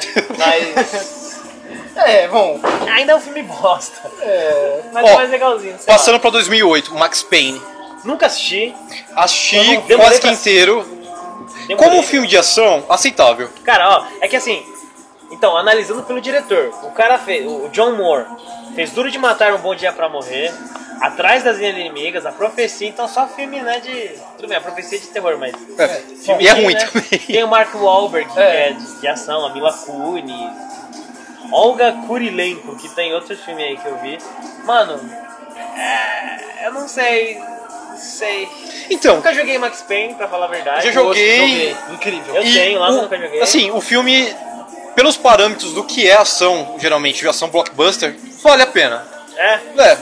C: Mas
A: [laughs] É, bom,
C: ainda é um filme bosta.
A: é...
C: Mas é
B: Ó,
C: mais legalzinho. sei lá.
B: Passando pra 2008, Max Payne.
C: Nunca assisti.
B: Assisti
C: Eu não- demorei
B: quase que
C: pra-
B: inteiro.
C: demorei.
B: Como um filme de ação, aceitável.
C: Cara, ó, é que assim. Então, analisando pelo diretor, o cara fez. O John Moore fez Duro de Matar um Bom Dia pra Morrer, Atrás das Linhas Inimigas, A Profecia, então só filme, né? De. Tudo bem, a Profecia é de terror, mas.
B: É, e é ruim
C: né?
B: também. [laughs]
C: Tem o Mark Wahlberg, que
A: É.
C: é de, de ação, a Mila Kunis, Olga Kurilenko, que tem outros filmes aí que eu vi. Mano, é, eu não sei. não Sei.
B: Então,
C: Nunca joguei Max Payne, pra falar a verdade.
B: Eu já joguei.
A: Incrível.
C: Eu
B: E
C: tenho lá,
B: o-
C: mas nunca joguei.
B: Assim, o filme, pelos parâmetros do que é ação, geralmente, ação blockbuster, vale a pena.
C: É.
B: É,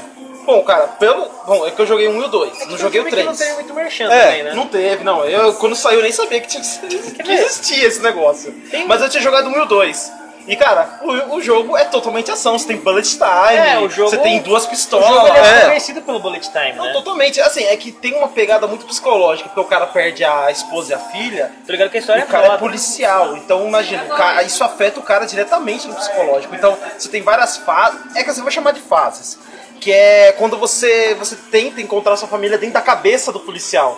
A: Bom, cara, pelo... Bom, é que eu joguei um e o dois, não joguei o
C: filme que
A: três.
C: não um teve muito merchan
B: É,
C: também, né?
A: Não teve, não. Eu, quando saiu, eu nem sabia que, tinha, que existia esse negócio.
C: Tem-
A: Mas eu tinha jogado um e o 2. E, cara, o, o jogo é totalmente ação. Você tem bullet time,
C: É, o jogo-
A: você tem duas
C: O
A: pistolas.
C: jogo ele é,
B: é.
C: muito conhecido pelo Bullet Time,
A: Não,
C: né?
A: totalmente. Assim, é que tem uma pegada muito psicológica, porque o cara perde a esposa e a filha.
C: Tô ligado que a
A: E
C: história
A: o cara é
C: foda.
A: policial, então imagina, o ca- isso afeta o cara diretamente no psicológico. Então você tem várias fases, é que assim, eu vou chamar de fases, que é quando você, você tenta encontrar sua família dentro da cabeça do policial.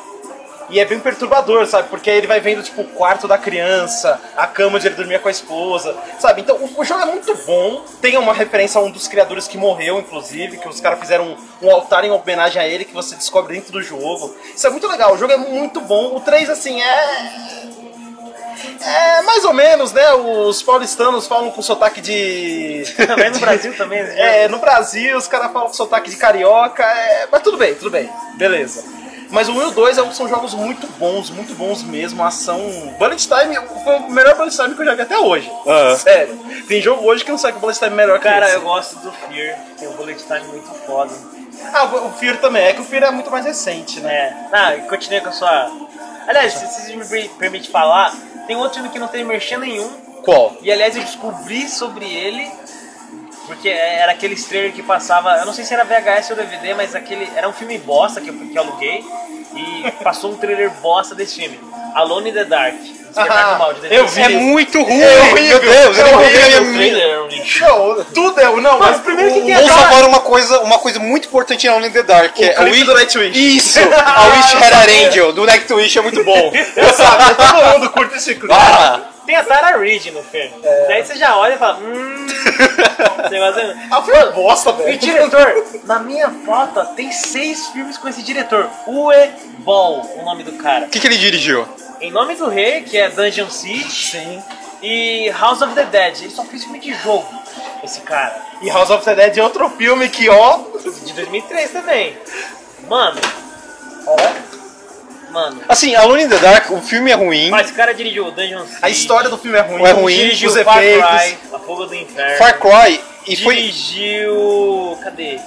A: E é bem perturbador, sabe? Porque aí ele vai vendo, tipo, o quarto da criança, a cama onde ele dormia com a esposa, sabe? Então, o, o jogo é muito bom. Tem uma referência a um dos criadores que morreu, inclusive, que os caras fizeram um, um altar em homenagem a ele, que você descobre dentro do jogo. Isso é muito legal. O jogo é muito bom. O 3, assim, é... É, mais ou menos, né? Os paulistanos falam com sotaque de.
C: Também no Brasil também. né?
A: É, no Brasil, os caras falam com sotaque de carioca, é, mas tudo bem, tudo bem, beleza. Mas o 1 e o 2 é um- são jogos muito bons, muito bons mesmo. A ação. Bullet Time foi o melhor Bullet Time que eu já vi até hoje.
B: Aham.
A: Sério. Tem jogo hoje que não sai com Bullet Time melhor
C: Cara,
A: que esse.
C: eu gosto do Fear. Tem um Bullet Time muito foda.
A: Ah, o Fear também. É que o Fear é muito mais recente, né?
C: É. Ah, e continua com a sua. Aliás, se se me per- permite falar, tem outro filme que não teve merchan nenhum.
B: qual?
C: E aliás, eu descobri sobre ele. Porque era aquele trailer que passava, eu não sei se era VHS ou DVD, mas aquele era um filme bosta que eu, que eu aluguei e passou um trailer bosta desse filme, Alone in the Dark. Despertar do Mal, de
A: eu
C: 2016.
A: vi.
B: É muito ruim!
A: horrível,
B: Meu Deus,
A: é
B: eu não
A: horrível.
B: vi a
C: O
B: minha-
C: trailer era um lixo.
A: Não, tudo é. Não, mas primeiro que tem
B: Vou salvar uma coisa, uma coisa muito importante na Only in the Dark, que
A: O
B: é a
A: clipe
B: Wish...
A: do Nightwish.
B: Isso! A Wish Had [laughs] an Angel, do Nightwish, é muito [laughs] bom.
A: Eu sabia, [laughs] todo mundo curte esse clipe.
B: Ah!
C: Tem a Tara Reid no filme. Daí você já olha e fala, hum. esse negócio é-
A: Ah, foi uma bosta,
C: E
A: velho.
C: diretor, na minha foto tem seis filmes com esse diretor. Uwe Boll, o nome do cara.
B: [laughs] O que, que ele dirigiu?
C: Em Nome do Rei, que é Dungeon Siege,
A: Sim.
C: e House of the Dead. Ele só fez filme de jogo, esse cara.
A: E House of the Dead é outro filme que, ó.
C: De 2003 também. Mano,
A: ó
C: mano.
B: Assim, Alone in the Dark, o filme é ruim.
C: Mas esse cara dirigiu Dungeon Siege.
A: a história do filme é ruim,
B: É ruim,
C: dirigiu
A: os
C: Far
A: efeitos.
C: Cry, A Fuga do Inferno.
B: Far Cry, e foi...
C: Dirigiu. Cadê?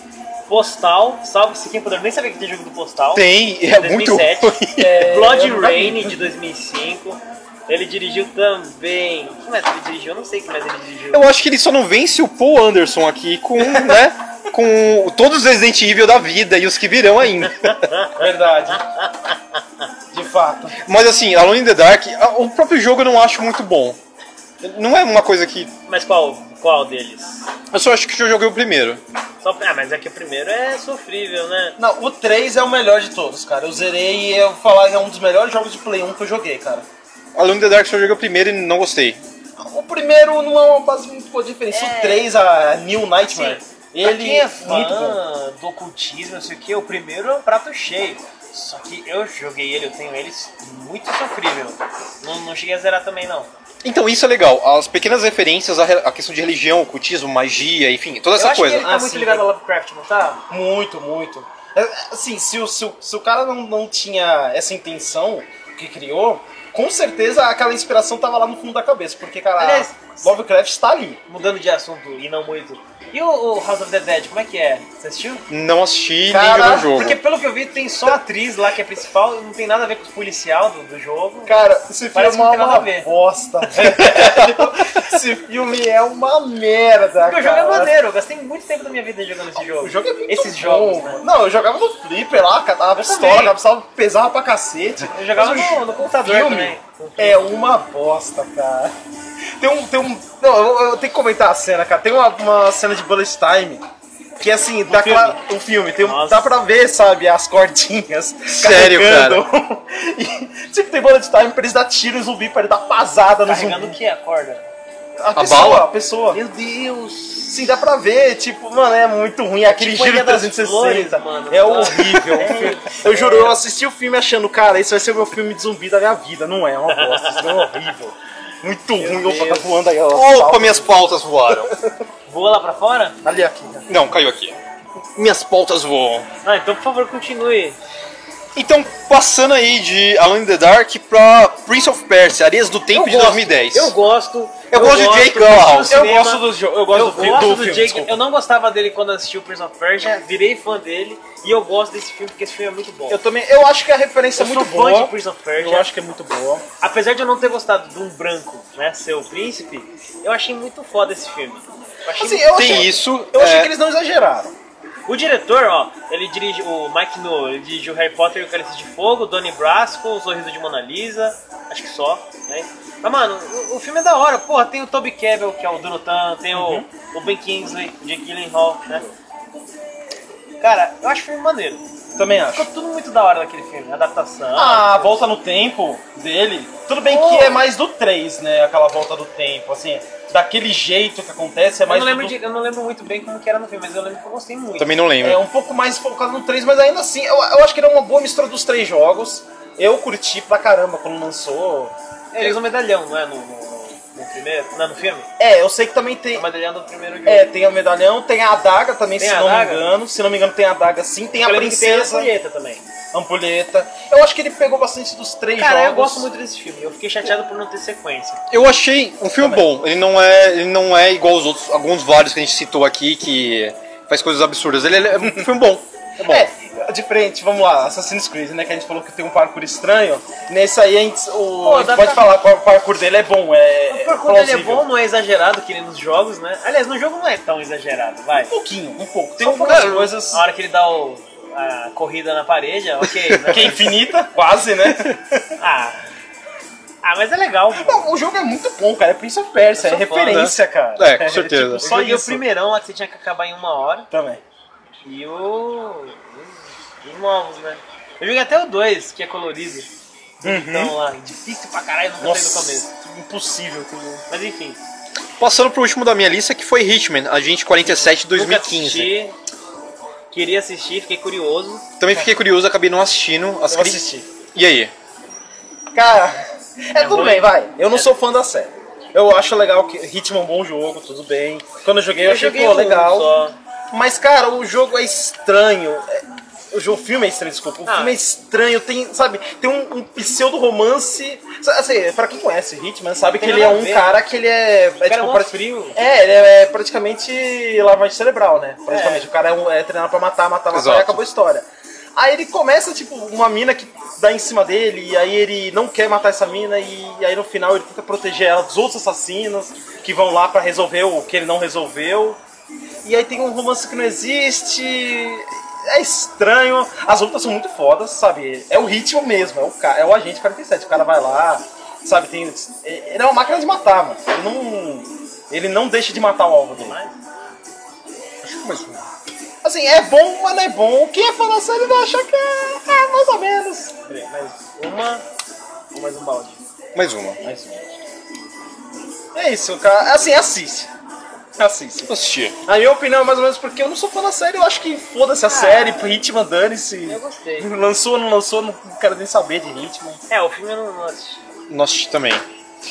C: Postal, salve-se quem puder. Nem sabia que tinha jogo do Postal.
B: Tem, é muito
C: 2007.
B: ruim.
A: É,
C: Blood
A: eu nunca
C: Rain
A: vi.
C: de 2005. Ele dirigiu também. O que mais que ele dirigiu? Eu não sei o que mais ele dirigiu.
B: Eu acho que ele só não vence o Paul Anderson aqui com, né? com todos os Resident Evil da vida e os que virão ainda.
A: Verdade. De fato.
B: Mas assim, Alone in the Dark, a- o próprio jogo eu não acho muito bom. Não é uma coisa que.
C: Mas qual, qual deles?
B: Eu só acho que eu joguei o primeiro.
C: Só... Ah, mas é que o primeiro é sofrível, né?
A: Não, o 3 é o melhor de todos, cara. Eu zerei e eu vou falar que é um dos melhores jogos de Play 1 que eu joguei, cara.
B: Alone in the Dark só joguei o primeiro e não gostei.
A: O primeiro não é uma base muito boa de diferença.
C: É.
A: O 3, a New Nightmare,
C: Sim, pra
A: ele
C: quem é
A: muito bom.
C: fã do ocultismo, não sei o que, o primeiro é um prato cheio. Só que eu joguei ele, eu tenho ele muito sofrível. Não, não cheguei a zerar também, não.
B: Então, isso é legal. As pequenas referências à, re- à questão de religião, ocultismo, magia, enfim, toda
C: eu
B: essa
C: acho
B: coisa.
C: que ele tá
A: Ah,
C: muito
A: sim,
C: ligado a
A: cara.
C: Lovecraft, não tá?
A: Muito, muito. É, Assim, se o, se o, se o cara não, não tinha essa intenção que criou, com certeza aquela inspiração tava lá no fundo da cabeça, porque, cara,
C: Aliás,
A: Lovecraft está ali.
C: Mudando de assunto e não muito. E o, o House of the Dead, como é que é? Você assistiu?
B: Não assisti
A: Cara,
B: nem vi no jogo.
C: Ah, Porque pelo que eu vi, tem só a atriz lá que é principal e não tem nada a ver com o policial do, do jogo.
A: Cara, esse
C: Parece
A: filme
C: que
A: é
C: não tem nada a
A: uma
C: ver. [laughs]
A: bosta. velho. esse filme é uma merda.
C: Porque o jogo
A: cara.
C: é maneiro, eu gastei muito tempo da minha vida jogando esse jogo.
A: O jogo é muito
C: Esses
A: bom.
C: jogos, né?
A: Não, eu jogava no flipper lá, catava a pistola,
C: também.
A: a pistola pesava pra cacete.
C: Eu jogava
A: Mas o
C: no, no computador
A: filme
C: também.
A: é uma bosta, cara. Tem um. Tem um não, eu, eu tenho que comentar a cena, cara. Tem uma, uma cena de Bullet Time. Que assim, dá
C: Um filme?
A: cla- o filme, tem um-
C: Nossa.
A: dá pra ver, sabe, as cordinhas.
B: Sério,
A: carregando. [laughs] E, tipo, tem bullet time pra eles dar tiro e zumbi, pra ele dar pasada no
C: Carregando
A: zumbi.
C: o que? A corda?
A: A, pessoa,
B: bala?
A: a pessoa.
C: Meu Deus!
A: Sim, dá pra ver, tipo, mano, é muito ruim. Aquele
C: Tipo,
A: giro
C: Ilha das
A: 360
C: Flores, mano.
A: [laughs] é horrível.
C: É.
A: eu juro, eu assisti o filme achando, cara, esse vai ser o meu filme de zumbi da minha vida. Não é, é uma bosta, isso é horrível. Muito ruim, opa, tá
C: Deus.
A: voando aí, ó.
B: Opa, minhas pautas voaram.
C: Voa lá pra fora?
A: Ali aqui. cara.
B: Não, caiu aqui. Minhas pautas voam.
C: Ah, então por favor continue.
B: Então, passando aí de Alone in the Dark pra Prince of Persia, Areias do Tempo de 2010.
C: Eu gosto.
B: Eu gosto de Jake Gyllenhaal.
C: gosto do
A: Eu
C: cinema,
A: gosto do jogo, eu gosto
C: eu
A: do filme. do
C: gosto do É.
A: filme,
C: Jake.
A: desculpa.
C: eu não gostava dele quando assisti o Prince of Persia, virei fã dele e eu gosto desse filme porque esse filme é muito bom.
A: Eu também, eu acho que a referência
C: Eu
A: é muito
C: sou fã
A: boa.
C: de Prince of Persia.
A: eu acho que é muito boa.
C: Apesar de eu não ter gostado de um branco, né, ser o príncipe, eu achei muito foda esse filme. Eu achei
A: Assim,
C: muito-
A: eu
B: Tem
A: achei,
B: isso,
A: Eu achei
B: é.
A: que eles não exageraram.
C: O diretor, ó, ele dirige o Mike No, ele dirige o Harry Potter e o Cálice de Fogo, Donnie Brasco, o Sorriso de Mona Lisa, acho que só, né? Mas, mano, o, o filme é da hora. Porra, tem o Toby Kebbell, que é o Dunotan, tem
A: Uhum.
C: o, o Ben Kingsley, o Jake Gyllenhaal, né? Cara, eu acho o filme maneiro.
A: Também acho.
C: Ficou tudo muito da hora daquele filme, a adaptação.
A: Ah, a volta no tempo dele. Tudo bem
C: Pô.
A: que é mais do 3, né? Aquela volta do tempo, assim, daquele jeito que acontece, é
C: eu,
A: mais
C: não lembro
A: do...
C: de- eu não lembro muito bem como que era no filme, mas eu lembro que eu gostei muito.
B: Também não lembro.
A: É um pouco mais focado no 3, mas ainda assim, eu, eu acho que ele é uma boa mistura dos três jogos. Eu curti pra caramba quando lançou.
C: É, eles usam medalhão, não é? No, no, no primeiro. Não, no filme?
A: É, eu sei que também
C: É
A: tem.
C: o medalhão do primeiro jogo.
A: É, tem o medalhão, tem a adaga também,
C: Tem
A: se
C: a
A: não
C: adaga?
A: me engano. Se não me engano, tem a adaga sim, tem a
C: Eu lembro que tem a
A: princesa,
C: Julieta também.
A: ampulheta. Eu acho que ele pegou bastante dos três
C: Cara,
A: jogos.
C: eu gosto muito desse filme. Eu fiquei chateado por não ter sequência.
B: Eu achei um filme bom. Ele não é, ele não é igual aos outros, alguns vários que a gente citou aqui que faz coisas absurdas. Ele é um filme bom. É bom.
A: É, de frente, vamos lá, Assassin's Creed, né? Que a gente falou que tem um parkour estranho. Nesse aí a gente, o,
C: Pô,
A: a gente
C: dá
A: pode
C: pra-
A: falar que o parkour dele é bom, é.
C: O parkour dele é
A: plausível.
C: bom, não é exagerado, que nem nos jogos, né? Aliás, no jogo não é tão exagerado, vai.
A: Um pouquinho, um pouco. Tem
C: Só
A: algumas
C: pra-
A: coisas
C: A hora que ele dá o, a corrida na parede, ok.
A: [laughs]
C: né?
A: que é infinita, quase, né?
C: Ah. ah, mas é legal. pô.
A: Não, o jogo é muito bom, cara. É Prince of Persia,
C: Eu
A: é
C: sou fã, né?
A: referência, cara.
B: É, com
A: [laughs]
B: certeza.
A: tipo,
C: Eu
A: só
C: joguei o
A: isso.
C: primeirão lá que você tinha que acabar em uma hora.
A: Também.
C: E o. Os novos, né? Eu joguei até o 2, que é colorido. Então lá, difícil pra caralho, nunca saí do começo.
A: Uhum. Nossa, impossível. tudo.
C: Mas enfim,
B: Passando pro último da minha lista, que foi Hitman, Agente 47 2015.
C: nunca assisti. Queria assistir, fiquei curioso.
B: Também fiquei curioso, acabei não assistindo. As
A: Eu
B: cri-
A: assisti.
B: E aí?
A: Cara, é,
C: É
A: tudo
C: ruim.
A: bem, vai. Eu não
C: É.
A: sou fã da série. Eu acho legal que Hitman é um bom jogo, tudo bem. Quando eu joguei, eu, achei pô,
C: um
A: legal.
C: só.
A: Mas, cara, o jogo é estranho. É- O, jogo, o filme é estranho, desculpa. O
C: Ah.
A: filme é estranho, tem, sabe, tem um, um pseudo-romance. Sa- Assim, pra quem conhece Hitman, sabe que
C: Tem
A: ele é
C: nada a
A: um
C: ver.
A: cara que ele é. É,
B: tipo
C: cara é mó
A: prati-
C: frio.
A: é, ele é praticamente lavagem cerebral, né? Praticamente. O cara é, um- é treinado pra matar, matar, matar
B: Exato.
A: e acabou a história. Aí ele começa, tipo, uma mina que dá em cima dele, e aí ele não quer matar essa mina, e aí no final ele tenta proteger ela dos outros assassinos que vão lá pra resolver o que ele não resolveu. E aí tem um romance que não existe. É estranho. As lutas são muito fodas, sabe? É o ritmo mesmo, é o, ca- é o agente 47. O cara vai lá, sabe? Tem, ele é uma máquina de matar, mano. Ele não. Ele não deixa de matar o alvo dele.
C: Mas,
A: Assim, é bom, mas não é bom. Quem é fã da série vai achar que é, é mais ou menos.
C: peraí, mais uma ou mais um balde? um.
B: Mais uma.
A: Mais ou menos. É isso, cara. Assim, assiste. Assiste.
B: Eu assisti.
A: A minha opinião é mais ou menos porque eu não sou fã da série, eu acho que foda-se a série, ritmo, dane-se.
C: Eu gostei.
A: Lançou, não lançou, não quero nem saber de ritmo.
C: É, o filme eu não, não assisti.
B: Não assisti também.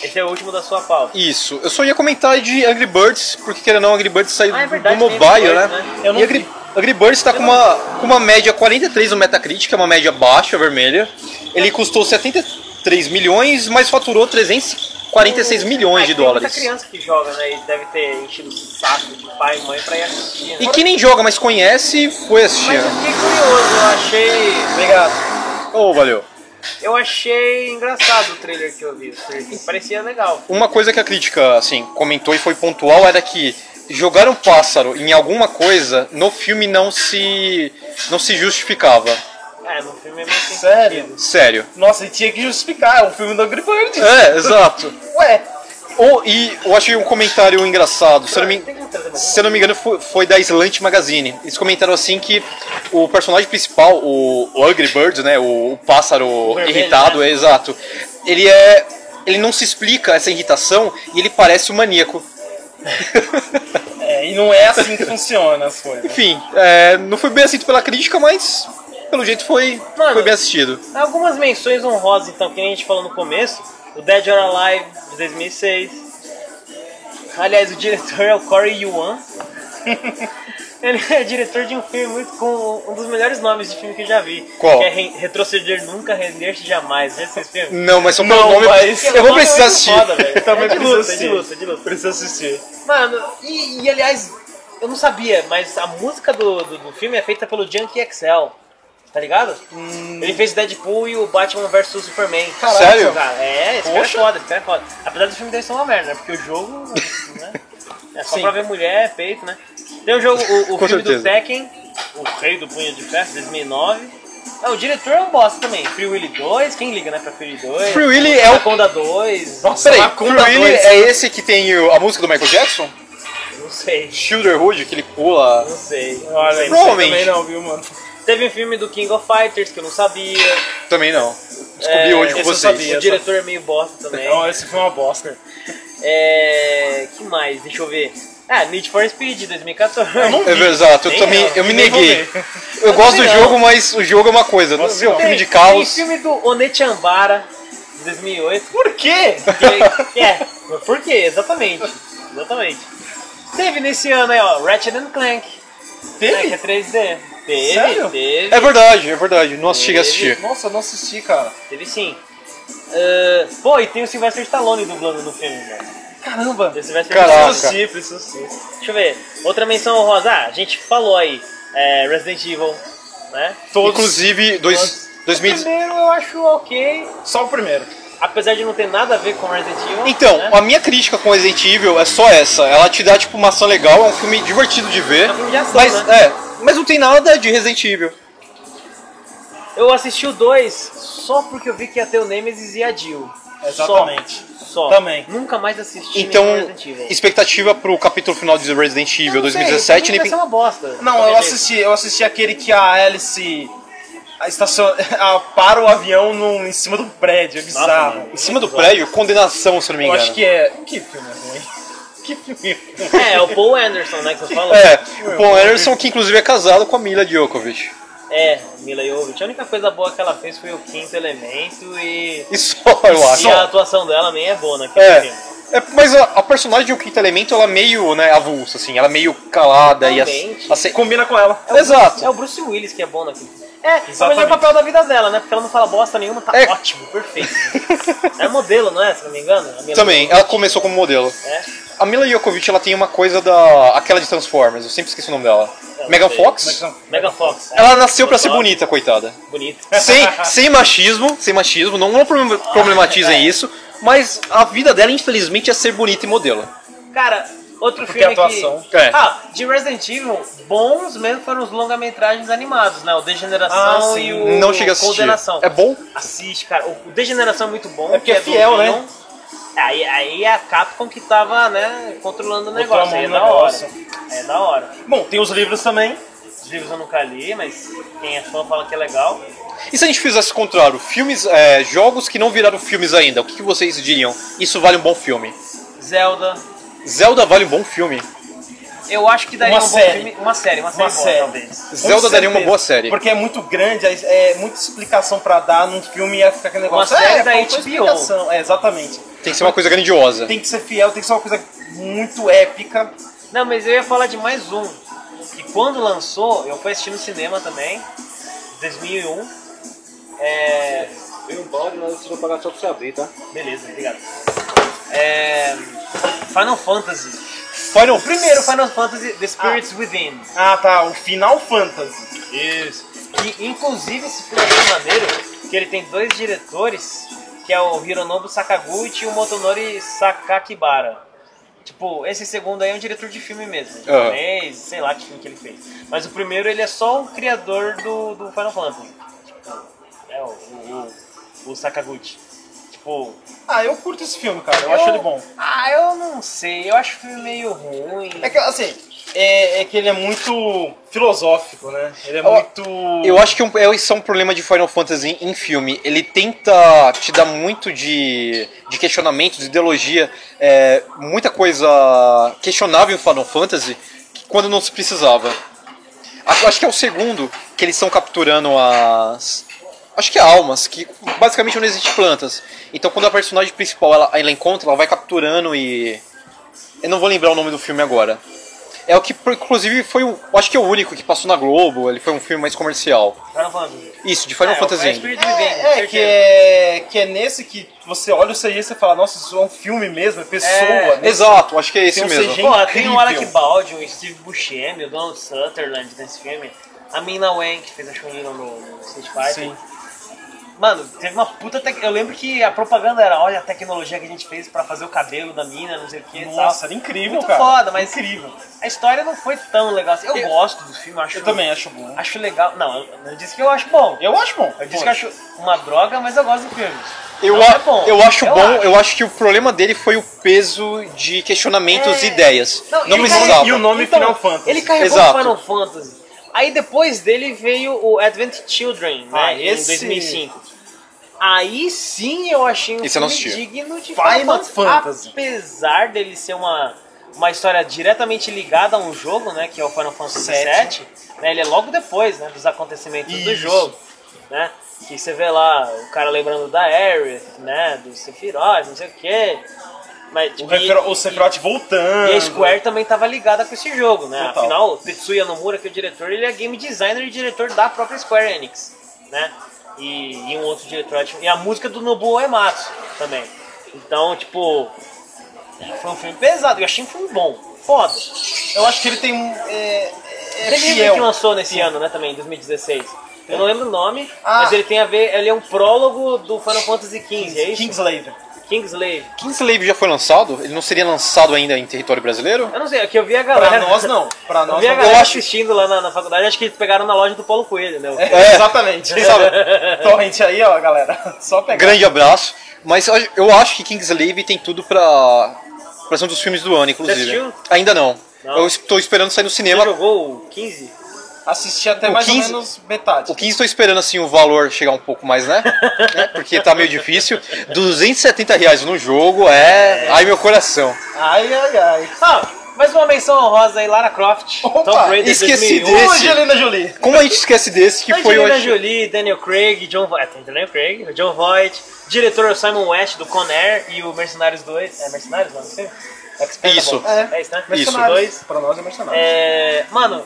C: Esse é o último da sua pauta.
B: Isso. Eu só ia comentar de Angry Birds, porque querendo ou não, Angry Birds saiu
C: Ah, é verdade,
B: do
C: tem
B: mobile,
C: Angry
B: né?
C: Birds, né? Eu não
B: e Angry, Angry Birds tá com uma, com uma média 43 no Metacritic, que é uma média baixa, vermelha. Ele custou 73 milhões, mas faturou 346 milhões
C: É
B: de
C: que tem
B: dólares.
C: muita criança que joga, né? E deve ter enchido o saco de pai e mãe pra ir assistir. né?
B: E que nem joga, mas conhece e foi assistir.
C: Mas eu fiquei curioso, eu achei. Obrigado.
B: Oh, valeu.
C: Eu achei engraçado o trailer que eu vi. o trailer. Parecia legal.
B: Uma coisa que a crítica, assim, comentou e foi pontual era que jogar um pássaro em alguma coisa no filme não se não se justificava.
C: É, no filme é meio sem
A: Sério?
C: [laughs]
B: Sério.
A: Nossa, e tinha que justificar, é um filme do Angry Birds.
B: É, exato.
A: Ué,
B: Ou, e eu achei um comentário engraçado. Se eu não me,
C: Tem que trazer mais. um?
B: se eu não me engano, foi, foi da Slant Magazine. Eles comentaram assim que o personagem principal, o, o Angry Bird, né? O, o pássaro
C: vermelho,
B: irritado,
C: né?
B: é exato. Ele é. Ele não se explica essa irritação e ele parece um maníaco. [laughs]
A: É, e não é assim que funciona as coisas.
B: Enfim, é, não foi bem aceito pela crítica, mas pelo jeito foi,
C: Mano.
B: foi bem assistido.
C: Algumas menções honrosas, então, que nem a gente falou no começo. O Dead or Alive, de 2006. Aliás, o diretor é o Corey Yuan. Ele é diretor de um filme muito com um dos melhores nomes de filme que eu já vi.
B: Qual?
C: Que é Re- Retroceder Nunca, Render-se Jamais. Já esse filme?
B: Não, mas só pelo nome. Eu vou
C: é
B: precisar assistir.
C: Eu
A: Também
C: é de
A: preciso
C: luta, é de
A: assistir.
C: luta, é de luta.
A: Precisa assistir.
C: Mano, e, e, aliás, eu não sabia, mas a música do, do, do filme é feita pelo Junkie XL. Tá ligado? Ele fez Deadpool e o Batman vs Superman.
B: Hum. Caralho. Sério?
C: Cara, é, esse
A: Poxa.
C: cara é foda, esse cara é foda. Apesar do filme dele ser uma merda, né? Porque o jogo. [laughs] Né? É só
A: Sim.
C: pra ver mulher, peito, né? Tem o jogo, o, o
B: [laughs] Com
C: filme do
B: certeza.
C: Tekken, O Rei do Punho de Ferro, 2009. Ah, o diretor é um bosta também. Free Willy 2, quem liga, né? Pra Free Willy 2.
B: Free Willy é o-
C: Conda 2.
A: Nossa,
B: Peraí,
A: Macumba
B: Free Willy
A: dois.
B: é esse que tem o- a música do Michael Jackson?
C: Não sei.
B: Childerhood, que ele pula.
C: Não sei.
A: Olha, não
C: Não sei.
A: sei
B: Provavelmente.
A: também não, viu, mano?
C: Teve um filme do King of Fighters que eu não sabia.
B: Também não. Descobri
C: É,
B: hoje com
A: esse eu
B: vocês.
A: sabia.
C: O diretor é meio bosta também.
A: Não, esse foi uma bosta.
C: É. Que mais? Deixa eu ver. Ah, Need for Speed 2014.
A: Eu não
B: É exato, eu
C: Nem
B: também
C: eu,
B: eu me
A: nem vou
B: neguei.
A: ver.
B: Eu gosto do
C: também
B: jogo, mas o jogo é uma coisa.
A: Nossa,
B: Viu,
A: não.
B: [laughs] filme de
C: Tem-
B: caos.
C: Tem filme do Onechambara de 2008.
A: Por quê?
C: Que, é, por quê? Exatamente. Exatamente. Teve nesse ano aí, ó, Ratchet and Clank. né, que é
A: Teve?
C: 3D. Teve,
A: Sério?
C: teve.
B: É verdade, é verdade. Nossa, cheguei a
C: Ele- é
B: assistir.
A: Nossa, eu não assisti, cara.
C: Teve sim. Ah, pô, e tem o Sylvester Stallone dublando no filme, velho.
A: Caramba.
C: Tem o Sylvester
B: Caraca.
C: Stallone.
A: Preciso assistir, preciso assistir.
C: Deixa eu ver. Outra menção honrosa. Ah, a gente falou aí. É, Resident Evil, né?
A: Todos.
B: Inclusive, dois, dois
C: O primeiro eu acho ok.
A: Só o primeiro.
C: Apesar de não ter nada a ver com Resident Evil.
B: Então,
C: né?
B: a minha crítica com Resident Evil é só essa. Ela te dá, tipo, uma ação legal, é um filme divertido de ver.
C: É um filme de ação,
B: mas,
C: né?
B: é, mas não tem nada de Resident Evil.
C: eu assisti o 2 só porque eu vi que ia ter o Nemesis e a Jill.
A: Exatamente.
C: Só. Só.
A: Também.
C: Nunca mais assisti
B: Então, é
C: nenhum Resident Evil.
B: expectativa pro capítulo final de Resident Evil
C: Eu não sei, é pra
B: 2017,
C: mim
B: ele
C: Vai ser uma bosta.
A: Não, eu assisti, eu assisti aquele que a Alice a estacion... [laughs] a para o avião num- em cima do prédio, é bizarro.
C: mano.
B: em cima do prédio, condenação, se eu não me
A: eu
B: engano.
A: acho que é. Que filme ruim. [laughs] Que filme ruim.
C: É, é o Paul Anderson, né, que você falou.
B: [laughs] É, o Paul Anderson, que inclusive é casado com a Mila Djokovic. [laughs]
C: É, Mila Jovovich. A única coisa boa que ela fez foi o Quinto Elemento e...
B: E só, eu acho.
C: E a atuação dela nem é boa naquele
B: É.
C: filme.
B: É, mas a, a personagem de O Quinto Elemento, ela é meio, né, avulsa, assim, ela é meio calada e
C: Totalmente.
B: assim. assim-
A: Combina com ela.
B: Exato.
C: É o Bruce Willis que é bom naquele filme. É, é o melhor
A: Exatamente.
C: papel da vida dela, né? Porque ela não fala bosta nenhuma, tá
B: É.
C: ótimo,
B: [laughs]
C: perfeito. é modelo, não é? Se não me engano. A Mila
B: Também, ela começou como modelo.
C: É.
B: A Mila Jokovic, ela tem uma coisa da. aquela de Transformers, eu sempre esqueço o nome dela.
C: não
B: Megan
C: sei.
A: é
B: Fox?
C: Mega Fox.
B: Ela nasceu pra
C: Fox.
B: ser bonita, [laughs] coitada.
C: Bonito.
B: Sem, sem machismo, sem machismo, não, não problem-
C: É.
B: problematizem isso, mas a vida dela, infelizmente, é ser bonita e modelo.
C: Cara, outro
A: Porque
C: filme
A: a atuação.
C: que...
B: É.
C: Ah, de Resident Evil, bons mesmo foram os longa-metragens animados, né? O
A: Ah,
C: Degeneração
A: sim.
C: e o
B: Não chega a assistir.
C: Condenação.
B: É bom?
C: Assiste, cara. O o Degeneração é muito bom.
A: É porque
C: que
A: é fiel,
C: do
A: né?
C: Leon. Aí, aí é a Capcom que tava, né, controlando o
A: Botou a
C: negócio.
A: mão
C: Aí é
A: no
C: da
A: negócio.
C: hora. É da hora.
A: Bom, tem os livros também.
C: Os livros eu nunca li, mas quem é fã fala que é legal.
B: E se a gente fizesse o contrário? Filmes, é, jogos que não viraram filmes ainda, o que, que vocês diriam? Isso vale um bom filme.
C: Zelda,
B: Zelda vale um bom filme.
C: Eu acho que daria
A: Uma
C: um bom
A: série.
C: filme. Uma série, uma série.
A: Uma
C: boa,
A: série.
C: talvez.
A: Com
B: Zelda daria uma
A: certeza.
B: boa série.
A: Porque é muito grande, é, é muita explicação pra dar num filme e ia ficar aquele
C: Uma
A: negócio.
C: série
A: é,
C: da
A: faltou
C: HBO.
A: explicação. É, exatamente.
B: Tem que ser uma coisa grandiosa.
A: Tem que ser fiel, tem que ser uma coisa muito épica.
C: Não, mas eu ia falar de mais um. E quando lançou, eu fui assistir no cinema também, 2001. É...
D: Vem um balde, mas você vai pagar só pra você abrir, tá?
C: Beleza, obrigado. É... Final Fantasy.
A: Final
C: O primeiro Final Fantasy, The Spirits Within.
A: Ah, tá. O Final Fantasy.
C: Isso. Que inclusive esse filme é tão maneiro que ele tem dois diretores, que é o Hironobu Sakaguchi e o Motonori Sakakibara. Tipo, esse segundo aí é um diretor de filme mesmo,
A: Ah.
C: japonês, sei lá que filme que ele fez. Mas o primeiro ele é só o criador do, do Final Fantasy. Tipo, é o, o, o- o Sakaguchi. Tipo,
A: Ah, eu curto esse filme, cara. Eu, acho ele bom.
C: Ah, eu não sei, eu acho o filme meio ruim.
A: É que, assim, é, é que ele é muito filosófico, né? Ele é
B: Ó,
A: muito...
B: Eu acho que um, é, isso é um problema de Final Fantasy em filme. Ele tenta te dar muito de, de questionamento, de ideologia, é, muita coisa questionável em Final Fantasy que quando não se precisava. A- Acho que é o segundo que eles estão capturando as. Acho que é almas, que basicamente não existem plantas. Então quando a personagem principal ela, ela encontra, ela vai capturando e. Eu não vou lembrar o nome do filme agora. É o que, inclusive, foi o. Acho que é o único que passou na Globo, ele foi um filme mais comercial.
C: Final Fantasy.
B: Isso, de Final
C: É,
B: Fantasy.
C: É Spirit Within,
A: É, é
C: certeza.
A: que, é que é nesse que você olha o CG e você fala, nossa, isso é um filme mesmo, é pessoa,
C: É.
A: né?
B: Exato, acho que é esse
A: Tem um
B: mesmo.
A: CG.
C: Pô, tem o
A: incrível.
C: Alec Baldwin, o Steve Buscemi, o Donald Sutherland nesse filme. A Mina Wen, que fez a Chun-Li no, no Street Fighter.
A: Sim.
C: Mano, teve uma puta... Tec... Eu lembro que a propaganda era, olha a tecnologia que a gente fez pra fazer o cabelo da mina, não sei o que
A: Nossa, era incrível,
C: Muito
A: cara.
C: foda, mas-
A: Incrível.
C: A história não foi tão legal assim. Eu,
A: Eu-
C: gosto do filme, acho...
A: Eu também acho bom. É
C: Acho legal. Não, eu não disse que eu acho bom.
A: Eu acho bom.
C: Eu disse que eu acho uma droga, mas eu gosto do filme.
B: Eu,
C: Não,
B: a-
C: é bom.
B: eu acho
C: Eu
B: bom,
C: acho.
B: eu acho que o problema dele foi o peso de questionamentos e ideias.
C: É. Não,
B: Não,
C: e o é
B: precisava.
A: cara- e o nome Final Fantasy.
C: Ele carregou
B: Exato.
C: o Final Fantasy. Aí depois dele veio o Advent Children, né?
A: Ah,
C: em
A: esse-
C: 2005. Aí sim eu achei um
B: Esse eu não
C: filme
B: assisti.
C: digno de
A: Final Fantasy.
C: Apesar dele ser uma, uma história diretamente ligada a um jogo, né? Que é o Final Fantasy
A: Sete.
C: VII. né, ele é logo depois né, dos acontecimentos do
A: Isso.
C: jogo. Né? Que você vê lá o cara lembrando da Aerith, né? Do Sephiroth, não sei o quê. Mas,
A: O,
C: tipo, e-
A: Refiro, o
C: e-
A: Sephiroth voltando.
C: e é a Square também estava ligada com esse jogo, né?
A: Total.
C: Afinal, o Tetsuya Nomura, que é o diretor, ele é game designer e diretor da própria Square Enix, né? E, e um outro diretor. acho- E a música do Nobuo Uematsu também. Então, tipo, foi um filme pesado. Eu achei um filme bom. Foda.
A: Eu acho que ele tem um. É, é
C: Teve
A: fiel.
C: um que lançou nesse ano, né, também, em 2016. Eu não lembro o nome,
A: Ah.
C: mas ele tem a ver. Ele é um prólogo do Final Fantasy XV, é isso?
A: Kingslayer.
C: Kingslave.
B: Kingslave já foi lançado? Ele não seria lançado ainda em território brasileiro?
C: Eu não sei, é que eu vi a galera.
A: Pra nós não. Pra
C: Eu
A: nós
C: vi a
A: não.
C: galera
B: eu acho-
C: assistindo lá na, na faculdade, acho que eles pegaram na loja do Paulo Coelho, né?
A: É,
C: [laughs]
B: É.
A: Exatamente.
C: É.
A: Torrent aí, ó, galera. Só pegar.
B: Grande abraço. Mas eu- eu acho que Kingslave tem tudo pra, pra ser um dos filmes do ano, inclusive.
C: assistiu?
B: Ainda não.
C: Não.
B: Eu estou esperando sair no
C: Você
B: cinema.
C: jogou o 15?
A: Assisti até
B: O
A: mais
B: 15
A: ou menos metade.
B: O 15 estou esperando assim o valor chegar um pouco mais, né? [laughs] Né? Porque tá meio difícil. 270 reais no jogo é. Ai, meu coração.
A: Ai, ai, ai.
C: Ah, mais uma menção honrosa aí, Lara Croft.
A: Opa,
B: esqueci
C: 2001.
B: Esse-
A: Hoje, Helena Jolie.
B: Como a gente esquece desse que foi
C: Angelina
B: hoje.
C: Jolie, Daniel Craig, John Voight. Tem Daniel Craig, John Voight. Diretor é Simon West do Con Air e o Mercenários 2. É Mercenários, não sei. Expendables.
B: Isso.
C: É, isso, né?
A: Mercenários.
C: Dois.
A: Pra nós é mercenário.
C: É, mano,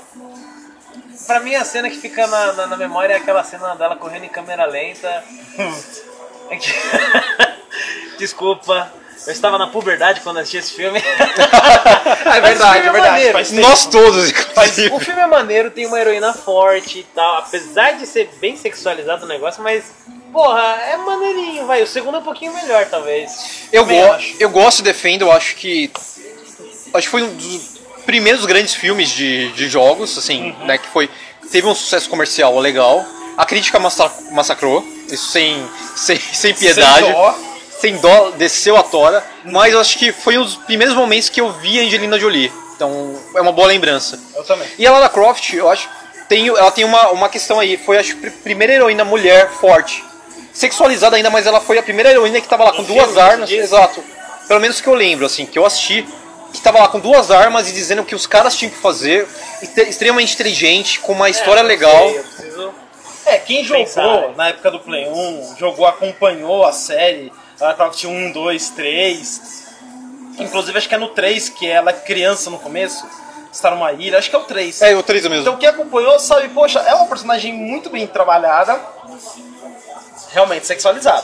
C: pra mim a cena que fica na, na- na memória é aquela cena dela correndo em
A: [laughs]
C: câmera lenta. É que- [laughs] Desculpa, eu estava na puberdade quando assisti esse filme.
A: [laughs] É
C: Esse filme é maneiro.
A: Faz tempo.
B: Nós todos,
C: Mas
B: inclusive.
C: o filme é maneiro, tem uma heroína forte e tal. Apesar de ser bem sexualizado o negócio, mas, porra, é maneirinho, vai. O segundo é um pouquinho melhor, talvez.
B: Eu,
A: também
B: go
A: acho.
B: eu gosto e defendo, eu acho que. Acho que foi um dos primeiros grandes filmes de, de jogos, assim,
A: Uhum.
B: né? Que foi. Teve um sucesso comercial legal. A crítica massa- massacrou, isso sem, [laughs] sem, sem piedade.
A: Sem dó.
B: Sem dó, desceu a tora. Mas eu acho que foi um dos primeiros momentos que eu vi a Angelina Jolie. Então, é uma boa lembrança.
A: Eu também.
B: E a Lara Croft, eu acho, tem, ela tem uma, uma questão aí. Foi acho, a primeira heroína mulher forte. Sexualizada ainda, mas ela foi a primeira heroína que tava lá com
C: Em
B: duas
C: filme, você
B: armas.
C: diz?
B: Exato. Pelo menos que eu lembro, assim, que eu assisti. que tava lá com duas armas e dizendo o que os caras tinham que fazer, e te- extremamente inteligente, com uma história
C: eu
B: legal.
C: É, sei, eu preciso-
A: É, quem jogou
C: Pensar, né?
A: na época do Play 1, jogou, acompanhou a série, ela tava tinha 1, 2, 3. Inclusive, acho que é no 3 que ela é criança no começo, está numa ilha, acho que é o 3.
B: É, o 3 mesmo.
A: Então, quem acompanhou sabe, poxa, é uma personagem muito bem trabalhada, realmente sexualizada.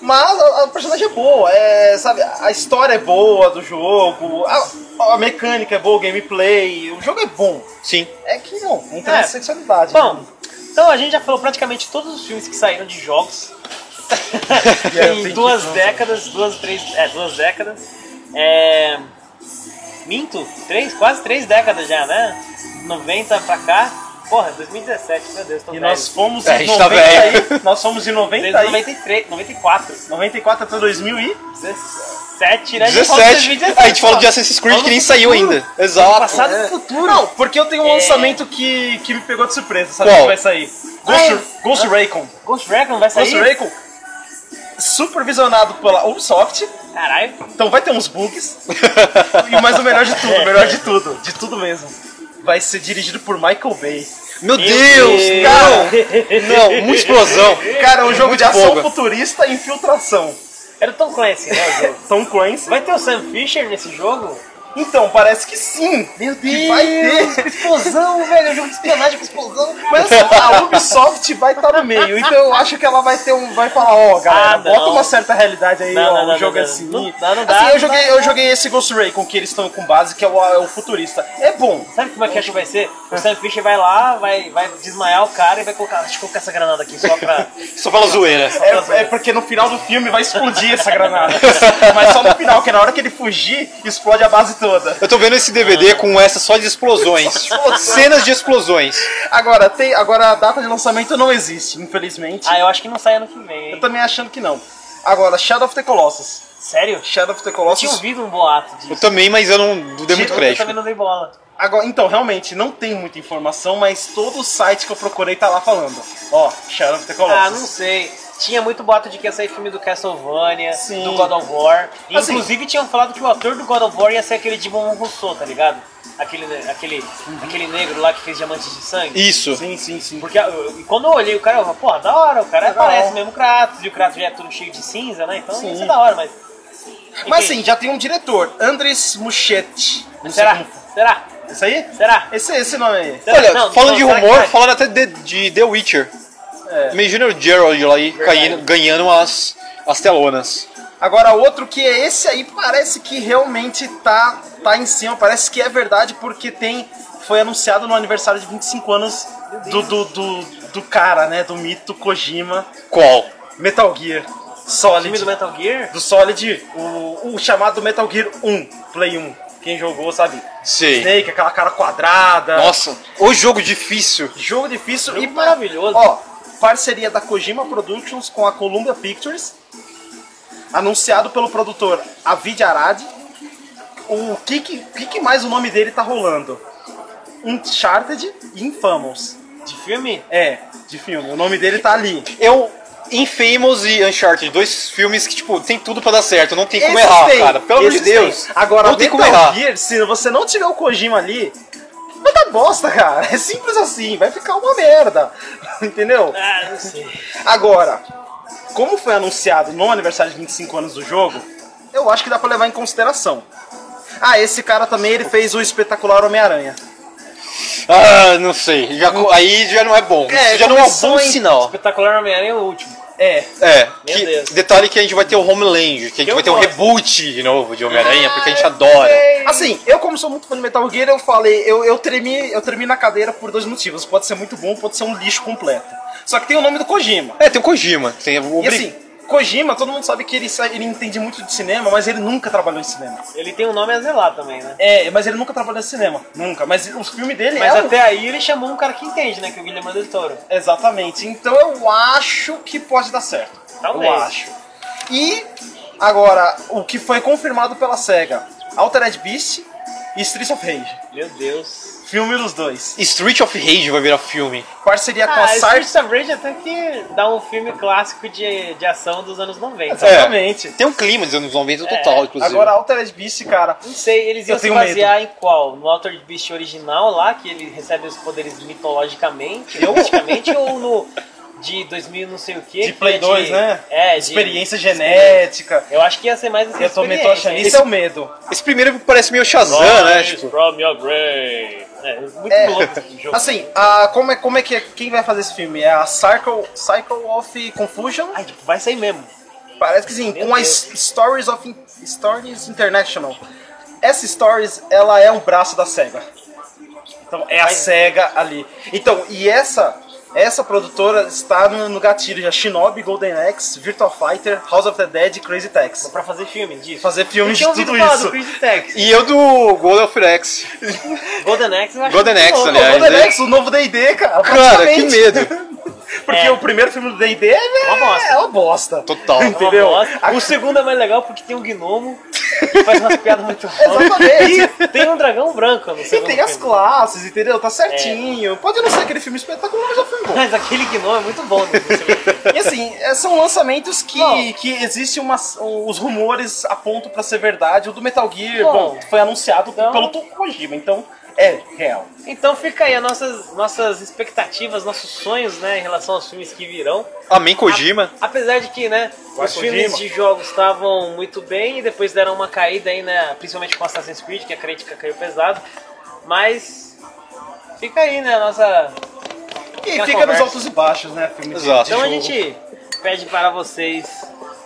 A: Mas a, a personagem é boa, é, sabe, a história é boa do jogo, a, a mecânica é boa, o gameplay, o jogo é bom.
B: Sim.
A: É que não, não tem
C: É.
A: sexualidade.
C: Bom, então a gente já falou praticamente todos os filmes que saíram de
B: [laughs]
C: jogos. em duas décadas,
B: né?
C: duas, três, é, duas décadas. É, Minto? Três, quase três décadas já, né? 90 pra cá. Porra, 2017, meu Deus, tô
A: E
C: velho.
A: nós fomos
B: É, a
A: em
B: gente tá
A: 90 aí,
B: velho.
A: nós fomos em 90
C: Desde
A: aí,
C: 93, 94,
A: 94 até 2000 e
C: 17, né? A gente falou de
B: 17. A gente falou de Assassin's Creed
C: Falou
B: que nem
C: do
B: saiu
C: futuro.
B: ainda. Exato.
C: Passado
A: É.
C: e futuro.
A: Não, porque eu tenho um
C: É.
A: lançamento que, que me pegou de surpresa, sabe
B: Qual?
A: que vai sair? Ghost,
C: Ah,
A: Ghost Recon.
C: Ghost Recon vai
A: Ghost
C: sair?
A: Recon supervisionado pela Ubisoft,
C: Caralho.
A: então vai ter uns
C: [laughs]
A: bugs, e mais o melhor de tudo, o melhor de tudo, de tudo mesmo. Vai ser dirigido por Michael Bay.
B: Meu Deus,
A: Deus.
B: não! Não, muita explosão.
A: Cara, é um jogo
B: Muito
A: de ação
B: folga.
A: futurista e infiltração.
C: Era o Tom Clancy, né? o jogo?
A: Tom Clancy.
C: Vai ter o Sam Fisher nesse jogo?
A: Então, parece que sim.
C: Meu
A: Que vai ter.
C: Explosão, velho. Um jogo de espionagem com explosão.
A: Mas assim, a Ubisoft vai estar no meio, então eu acho que ela vai ter um. Vai falar, ó, galera,
C: Ah, não.
A: bota uma certa realidade aí,
C: Não,
A: ó,
C: não,
A: um
C: não,
A: jogo
C: não,
A: assim.
C: não. Não, não dá,
A: Assim, eu,
C: não
A: joguei,
C: dá,
A: eu
C: não.
A: joguei esse Ghost Recon que eles estão com base, que é o, é o futurista. É bom.
C: Sabe como é que eu acho que vai ser? O Sam Fisher vai lá, vai, vai desmaiar o cara e vai colocar. Deixa eu colocar essa granada aqui só
B: [laughs]
C: pra.
B: Só fala zoeira.
A: É, é porque no final do filme vai explodir essa granada. [laughs] Mas só no final, porque na hora que ele fugir, explode a base toda.
B: Eu tô vendo esse
A: Ah.
B: DVD com essa só de
A: [laughs]
B: explosões. Cenas de explosões.
A: Agora, tem, agora a data de lançamento não existe, infelizmente.
C: Ah, eu acho que não sai ano que vem,
A: Eu
C: hein?
A: também achando que não. Agora, Shadow of the Colossus.
C: Sério?
A: Shadow of the
C: Eu tinha
A: Colossus.
C: ouvido um boato disso.
B: Eu também, mas eu não dei muito
C: Eu também
B: crédito.
C: não dei bola.
A: Agora, então, realmente, não tem muita informação, mas todo o site que eu procurei tá lá falando. Ó, Shadow of the Colossus.
C: Ah, não sei. Tinha muito boato de que ia sair filme do Castlevania,
A: Sim.
C: do God of War. E,
A: Assim-
C: Inclusive tinham falado que o ator do God of War ia ser aquele de Bon Rousseau, tá ligado? Aquele, aquele,
B: Uhum.
C: aquele negro lá que fez Diamantes de Sangue.
B: Isso.
A: Sim, sim, sim.
C: Porque ah, eu- eu- quando eu olhei o cara, eu falei, porra, da hora, o cara
A: Legal.
C: parece mesmo o Kratos, e o Kratos já é tudo cheio de cinza, né? Então
A: Sim.
C: isso é da hora, mas.
A: Mas
C: Enfim,
A: sim, já tem um diretor, Andres Muschietti. Não sei
C: Será?
A: como-
C: Será?
A: Esse aí?
C: Será?
A: Esse, esse nome aí.
C: Será?
B: Olha,
C: Não,
B: falando
C: não,
B: de
C: será que
B: rumor,
C: vai?
B: falando até de, de The Witcher.
A: É.
B: Imagina o Gerald lá aí
C: Verdade.
B: caindo- ganhando as, as telonas.
A: Agora, outro que é esse aí, parece que realmente tá, tá em cima, parece que é verdade, porque tem foi anunciado no aniversário de 25 anos do, do, do, do cara, né? Do mito Kojima.
B: Qual?
A: Metal Gear
C: O filme
A: Solid.
C: do Metal Gear?
A: do Solid, o, o chamado Metal Gear 1, Play 1. Quem jogou sabe.
B: Sei.
A: Snake, aquela cara quadrada.
B: Nossa, o jogo difícil.
A: Jogo difícil
C: Jogo
A: e pa-
C: maravilhoso.
A: Ó, parceria da Kojima Productions com a Columbia Pictures. Anunciado pelo produtor Avid Arad. O que, que, que que mais o nome dele tá rolando? Uncharted e Infamous.
C: De filme?
A: É, de filme. O nome dele tá ali.
B: Eu. É Infamous e Uncharted, dois filmes que, tipo, tem tudo pra dar certo, não tem como
A: Esses
B: errar,
A: tem,
B: cara. Pelo amor de
A: esses tem.
B: Deus.
A: Agora,
B: não tem
A: Metal
B: como errar.
A: Gear, se você não tiver o Kojima ali, vai dar bosta, cara. É simples assim, vai ficar uma merda. [laughs] Entendeu?
C: Ah, não sei.
A: Agora, como foi anunciado no aniversário de 25 anos do jogo, eu acho que dá pra levar em consideração. Ah, esse cara também ele fez o espetacular Homem-Aranha.
B: Ah, não sei. Já co- aí já não é bom.
A: É,
B: Isso já não é um
A: começou
B: bom
A: em-
B: sinal.
C: [laughs] Espetacular Homem-Aranha é o último.
A: É.
B: É,
C: Meu
B: que-
C: Deus.
B: detalhe que a gente vai ter o Homeland, que a gente
C: Eu
B: vai ter um
C: gosto.
B: reboot de novo de Homem-Aranha, porque a gente adora.
A: Assim, eu como sou muito fã de Metal Gear, eu falei, eu, eu, tremi, eu tremi na cadeira por dois motivos. Pode ser muito bom, pode ser um lixo completo. Só que tem o nome do Kojima.
B: É, tem o Kojima. Tem o
A: E
B: obri-
A: assim, Kojima, todo mundo sabe que ele, sa- ele entende muito de cinema, mas ele nunca trabalhou em cinema.
C: Ele tem um nome a zelar também, né?
A: É, mas ele nunca trabalhou em cinema. Nunca. Mas o filme dele
C: Mas
A: é. um-
C: até aí ele chamou um cara que entende, né? Que é o Guilherme Del Toro.
A: Exatamente. Então eu acho que pode dar certo.
C: Talvez.
A: Eu acho. E agora, o que foi confirmado pela SEGA: Altered Beast e Streets of Rage.
C: Meu Deus.
A: Filme dos dois.
B: Street of Rage vai virar filme.
A: Parceria Tá com
C: Ah,
A: a Sar...
C: Streets of Rage até que dá um filme clássico de, de ação dos anos 90.
B: É.
A: Exatamente.
B: Tem um clima dos anos 90
C: É,
B: total, inclusive.
A: Agora, Altered Beast, cara.
C: Não sei, eles
A: Eu
C: iam se
A: tenho medo.
C: basear em qual? No Altered Beast original lá, que ele recebe os poderes mitologicamente, mitologicamente ou no de 2000 não sei o quê, que?
A: De Play
C: é
A: 2, né?
C: É, de...
A: Experiência genética.
C: Eu acho que ia ser mais essa
A: Eu tô me tô achando.
C: experiência.
A: Isso é o medo.
B: Esse primeiro parece meio Shazam, né?
C: Rise
B: Tipo,
C: from your grave. É, muito
A: É.
C: louco esse jogo.
A: Assim, a, como, é, como é que é- quem vai fazer esse filme? É a Circle, Cycle of Confusion?
C: Ai, tipo, vai sair mesmo.
A: Parece que sim,
C: Meu
A: com a
C: Deus.
A: S- Stories of In- Stories International. Essa Stories, ela é um braço da SEGA. Então é a
C: Ai.
A: SEGA ali. Então, e essa essa produtora está no, no gatilho já Shinobi, Golden Axe, Virtua Fighter, House of the Dead e Crazy Taxi.
C: Pra fazer filme disso.
A: Fazer
C: Eu
A: filmes de
C: tinha ouvido
A: tudo
C: falar do
A: isso.
C: Crazy Taxi.
B: e eu do Golden of Rex.
C: Golden Axe eu acho
B: Golden
C: muito
B: Axe,
C: louco.
B: aliás.
A: o Golden
B: hein?
A: Axe, o novo D&D, cara.
B: Cara, que
A: praticamente.
B: medo.
A: Porque
C: É.
A: o primeiro filme do D&D é
C: Uma bosta.
A: É uma bosta.
B: Total.
C: É uma
A: Entendeu?
C: bosta. O segundo é mais legal porque tem um gnomo que faz umas piadas
A: [laughs]
C: muito boas.
A: Exatamente.
C: E tem um dragão branco no
A: E
C: segundo
A: tem as
C: filme.
A: classes, entendeu? Tá
C: É.
A: certinho. Pode não ser aquele filme espetacular, mas é um filme bom.
C: Mas aquele gnomo é muito bom no segundo filme.
A: E assim, é, são lançamentos que,
C: Bom.
A: que existe umas, os rumores apontam pra ser verdade. O do Metal Gear,
C: Bom,
A: bom, foi anunciado
C: então-
A: pelo Tom Kojima, então é real.
C: Então fica aí as nossas, nossas expectativas, nossos sonhos, né, em relação aos filmes que virão.
B: Amém, Kojima.
C: Apesar de que, né,
A: Vai,
C: os filmes
A: Kojima.
C: de jogos estavam muito bem e depois deram uma caída aí, né, principalmente com Assassin's Creed, que a crítica caiu pesado. Mas fica aí, né, a nossa
A: E
C: Aquela
A: fica nos
C: conversa.
A: altos e baixos, né? Filme de-
B: Exato.
A: de
C: Então a
A: jogo.
C: gente pede para vocês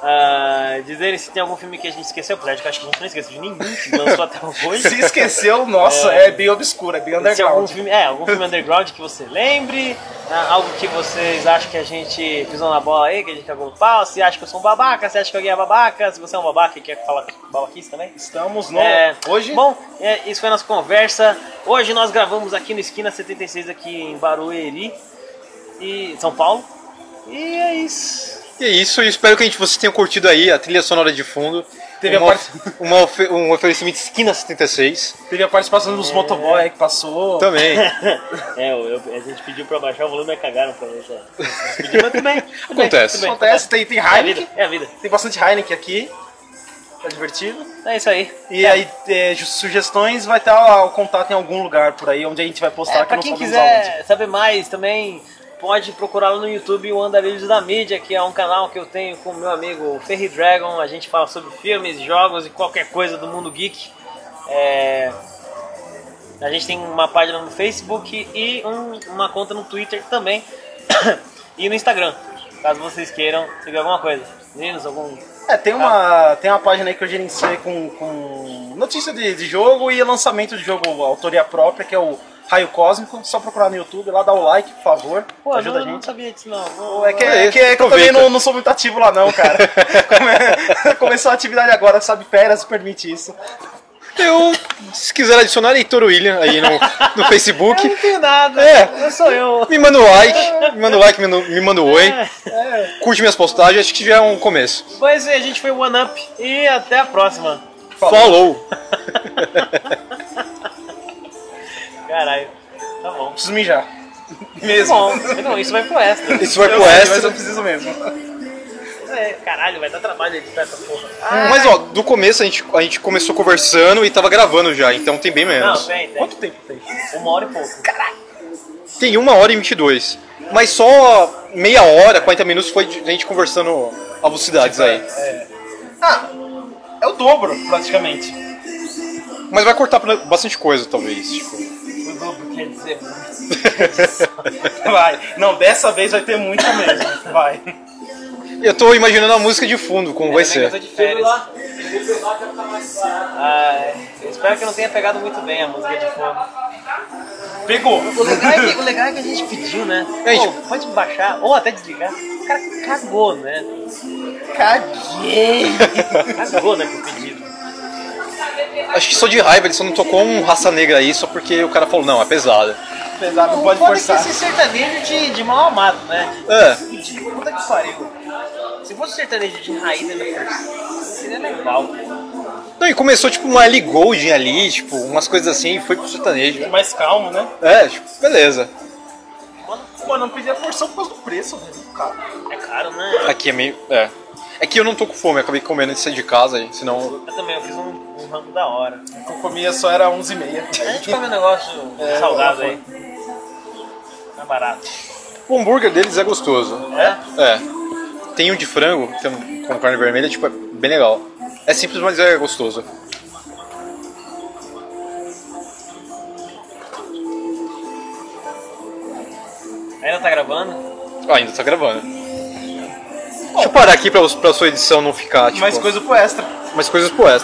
C: ah, dizerem se tem algum filme que a gente esqueceu, apesar de que eu acho que a gente não esqueceu de nenhum que
A: [laughs]
C: lançou até
A: Se
C: hoje.
A: esqueceu, nossa,
C: É.
A: é, bem obscuro, é bem
C: Se algum
A: underground.
C: filme, é, algum filme underground que você lembre, ah, algo que vocês acham que a gente pisou na bola aí, que a gente cagou no pau, se acha que eu sou um babaca, se acha que alguém é babaca, se você é um babaca e quer falar babaquice também.
A: Estamos no.
C: É,
A: Hoje.
C: Bom, é, isso foi a nossa conversa. Hoje nós gravamos aqui no Esquina 76, aqui em Barueri, e São Paulo. E é isso.
B: E é isso, eu espero que a gente, vocês tenham curtido aí a trilha sonora de fundo.
A: Teve a
B: uma,
A: parte-
B: uma ofe- um oferecimento de esquina 76
A: Teve a participação dos motoboy aí que passou.
B: também.
C: É, eu, eu- a gente pediu pra baixar o volume e cagaram pra é. nós. ó. Pediu, mas também.
B: Acontece.
A: Acontece, tem, tem
C: É a
A: Heineken.
C: vida, é a vida.
A: Tem bastante Heineken aqui. Tá divertido.
C: É isso aí.
A: E aí, é, ju- sugestões, vai estar o contato em algum lugar por aí, onde a gente vai postar.
C: É,
A: que
C: pra
A: não
C: quem
A: sabemos
C: quiser
A: aonde.
C: saber mais também, pode procurar lá no YouTube o Andarilhos da Mídia, que é um canal que eu tenho com o meu amigo Ferry Dragon. A gente fala sobre filmes, jogos e qualquer coisa do mundo geek. É, A gente tem uma página no Facebook e um- uma conta no Twitter também. [coughs] e no Instagram, caso vocês queiram seguir alguma coisa. Meninos, algum
A: É, tem uma, tem uma página aí que eu gerenciei com, com notícia de, de jogo e lançamento de jogo autoria própria, que é o Raio Cósmico. Só procurar no YouTube, lá dá o like, por favor.
C: Pô,
A: ajuda
C: não,
A: a
C: não
A: gente.
C: sabia disso não.
A: É que, é que- é que eu também
B: Aproveita.
A: não, não sou muito ativo lá não,
B: [laughs]
A: cara. Come- [laughs] Começou a atividade agora, sabe? Férias permite isso.
B: Eu, se quiser adicionar Heitor William aí no, no Facebook,
C: Eu não tenho nada,
B: É.
C: eu sou [laughs] eu.
B: me manda um like, me manda um like, me, manda- me manda um oi, curte minhas postagens, acho que já é um começo.
C: Pois é, a gente foi One Up e até a [laughs] próxima.
B: Falou!
C: Caralho, tá bom.
A: Preciso mijar.
C: Tá
A: Mesmo.
C: bom, não, [laughs] isso vai pro extra.
B: Isso vai
A: Eu
B: pro
A: sei, Mas eu
B: extra.
A: preciso mesmo.
C: É, Caralho, vai dar trabalho editar essa porra.
B: Mas ó, do começo a gente, a gente começou conversando e tava gravando já, então tem bem
C: Não,
B: menos.
C: tem, tem.
A: Quanto tempo tem?
C: Uma hora e pouco.
B: Tem uma hora e 22. Mas só meia hora, 40 minutos foi de- a gente conversando a velocidades aí.
A: Ah, é o dobro, praticamente. [laughs]
B: Mas vai cortar pra- bastante coisa, talvez. tipo. [laughs]
C: O dobro quer dizer.
A: Vai. Não, dessa vez vai ter muito mesmo. Vai.
B: Eu tô imaginando a música de fundo, como vai
C: Ainda bem É, né, que Eu tô
B: ser.
C: de férias. Ai, eu espero que não tenha pegado muito bem a música de fundo.
A: Pegou.
C: O legal é que, o legal é que a gente pediu, né?
B: É,
C: Pô,
B: tipo-
C: pode baixar ou até desligar. O cara cagou, né?
A: Caguei.
C: Cagou, né, com o pedido.
B: Acho que só de raiva, ele só não tocou um raça negra aí, só porque o cara falou, não, é pesada.
A: Pesado, não pode
C: foda é
A: forçar.
C: que esse sertanejo de, de mal amado, né?
B: É,
C: De, de puta que um pariu. Se fosse sertanejo de raiz ainda por cima, seria legal.
B: Não, e começou tipo uma Ellie Golding ali, tipo, umas coisas assim, e foi pro sertanejo.
A: Mais calmo, né?
B: É, tipo, beleza.
A: Mano, pô, não pedi a porção por causa do preço, velho. Cara.
C: É caro, né?
B: Aqui é meio. É. É que eu não tô com fome, eu acabei comendo antes de sair de casa, aí, senão.
C: Eu também, eu fiz um, um rango da hora.
A: O que eu comia só era 11h30. [laughs]
C: A gente come um negócio
A: É,
C: salgado
A: lá
C: aí. Não é barato.
B: O hambúrguer deles é gostoso.
C: É?
B: É. Tem um de frango, tem um com carne vermelha, tipo, é bem legal. É simples, mas é gostoso.
C: Ainda tá gravando?
B: Ah, ainda tá gravando. Deixa eu parar aqui pra, pra sua edição não ficar, tipo,
A: Mais coisa pro extra.
B: mais coisas pro extra.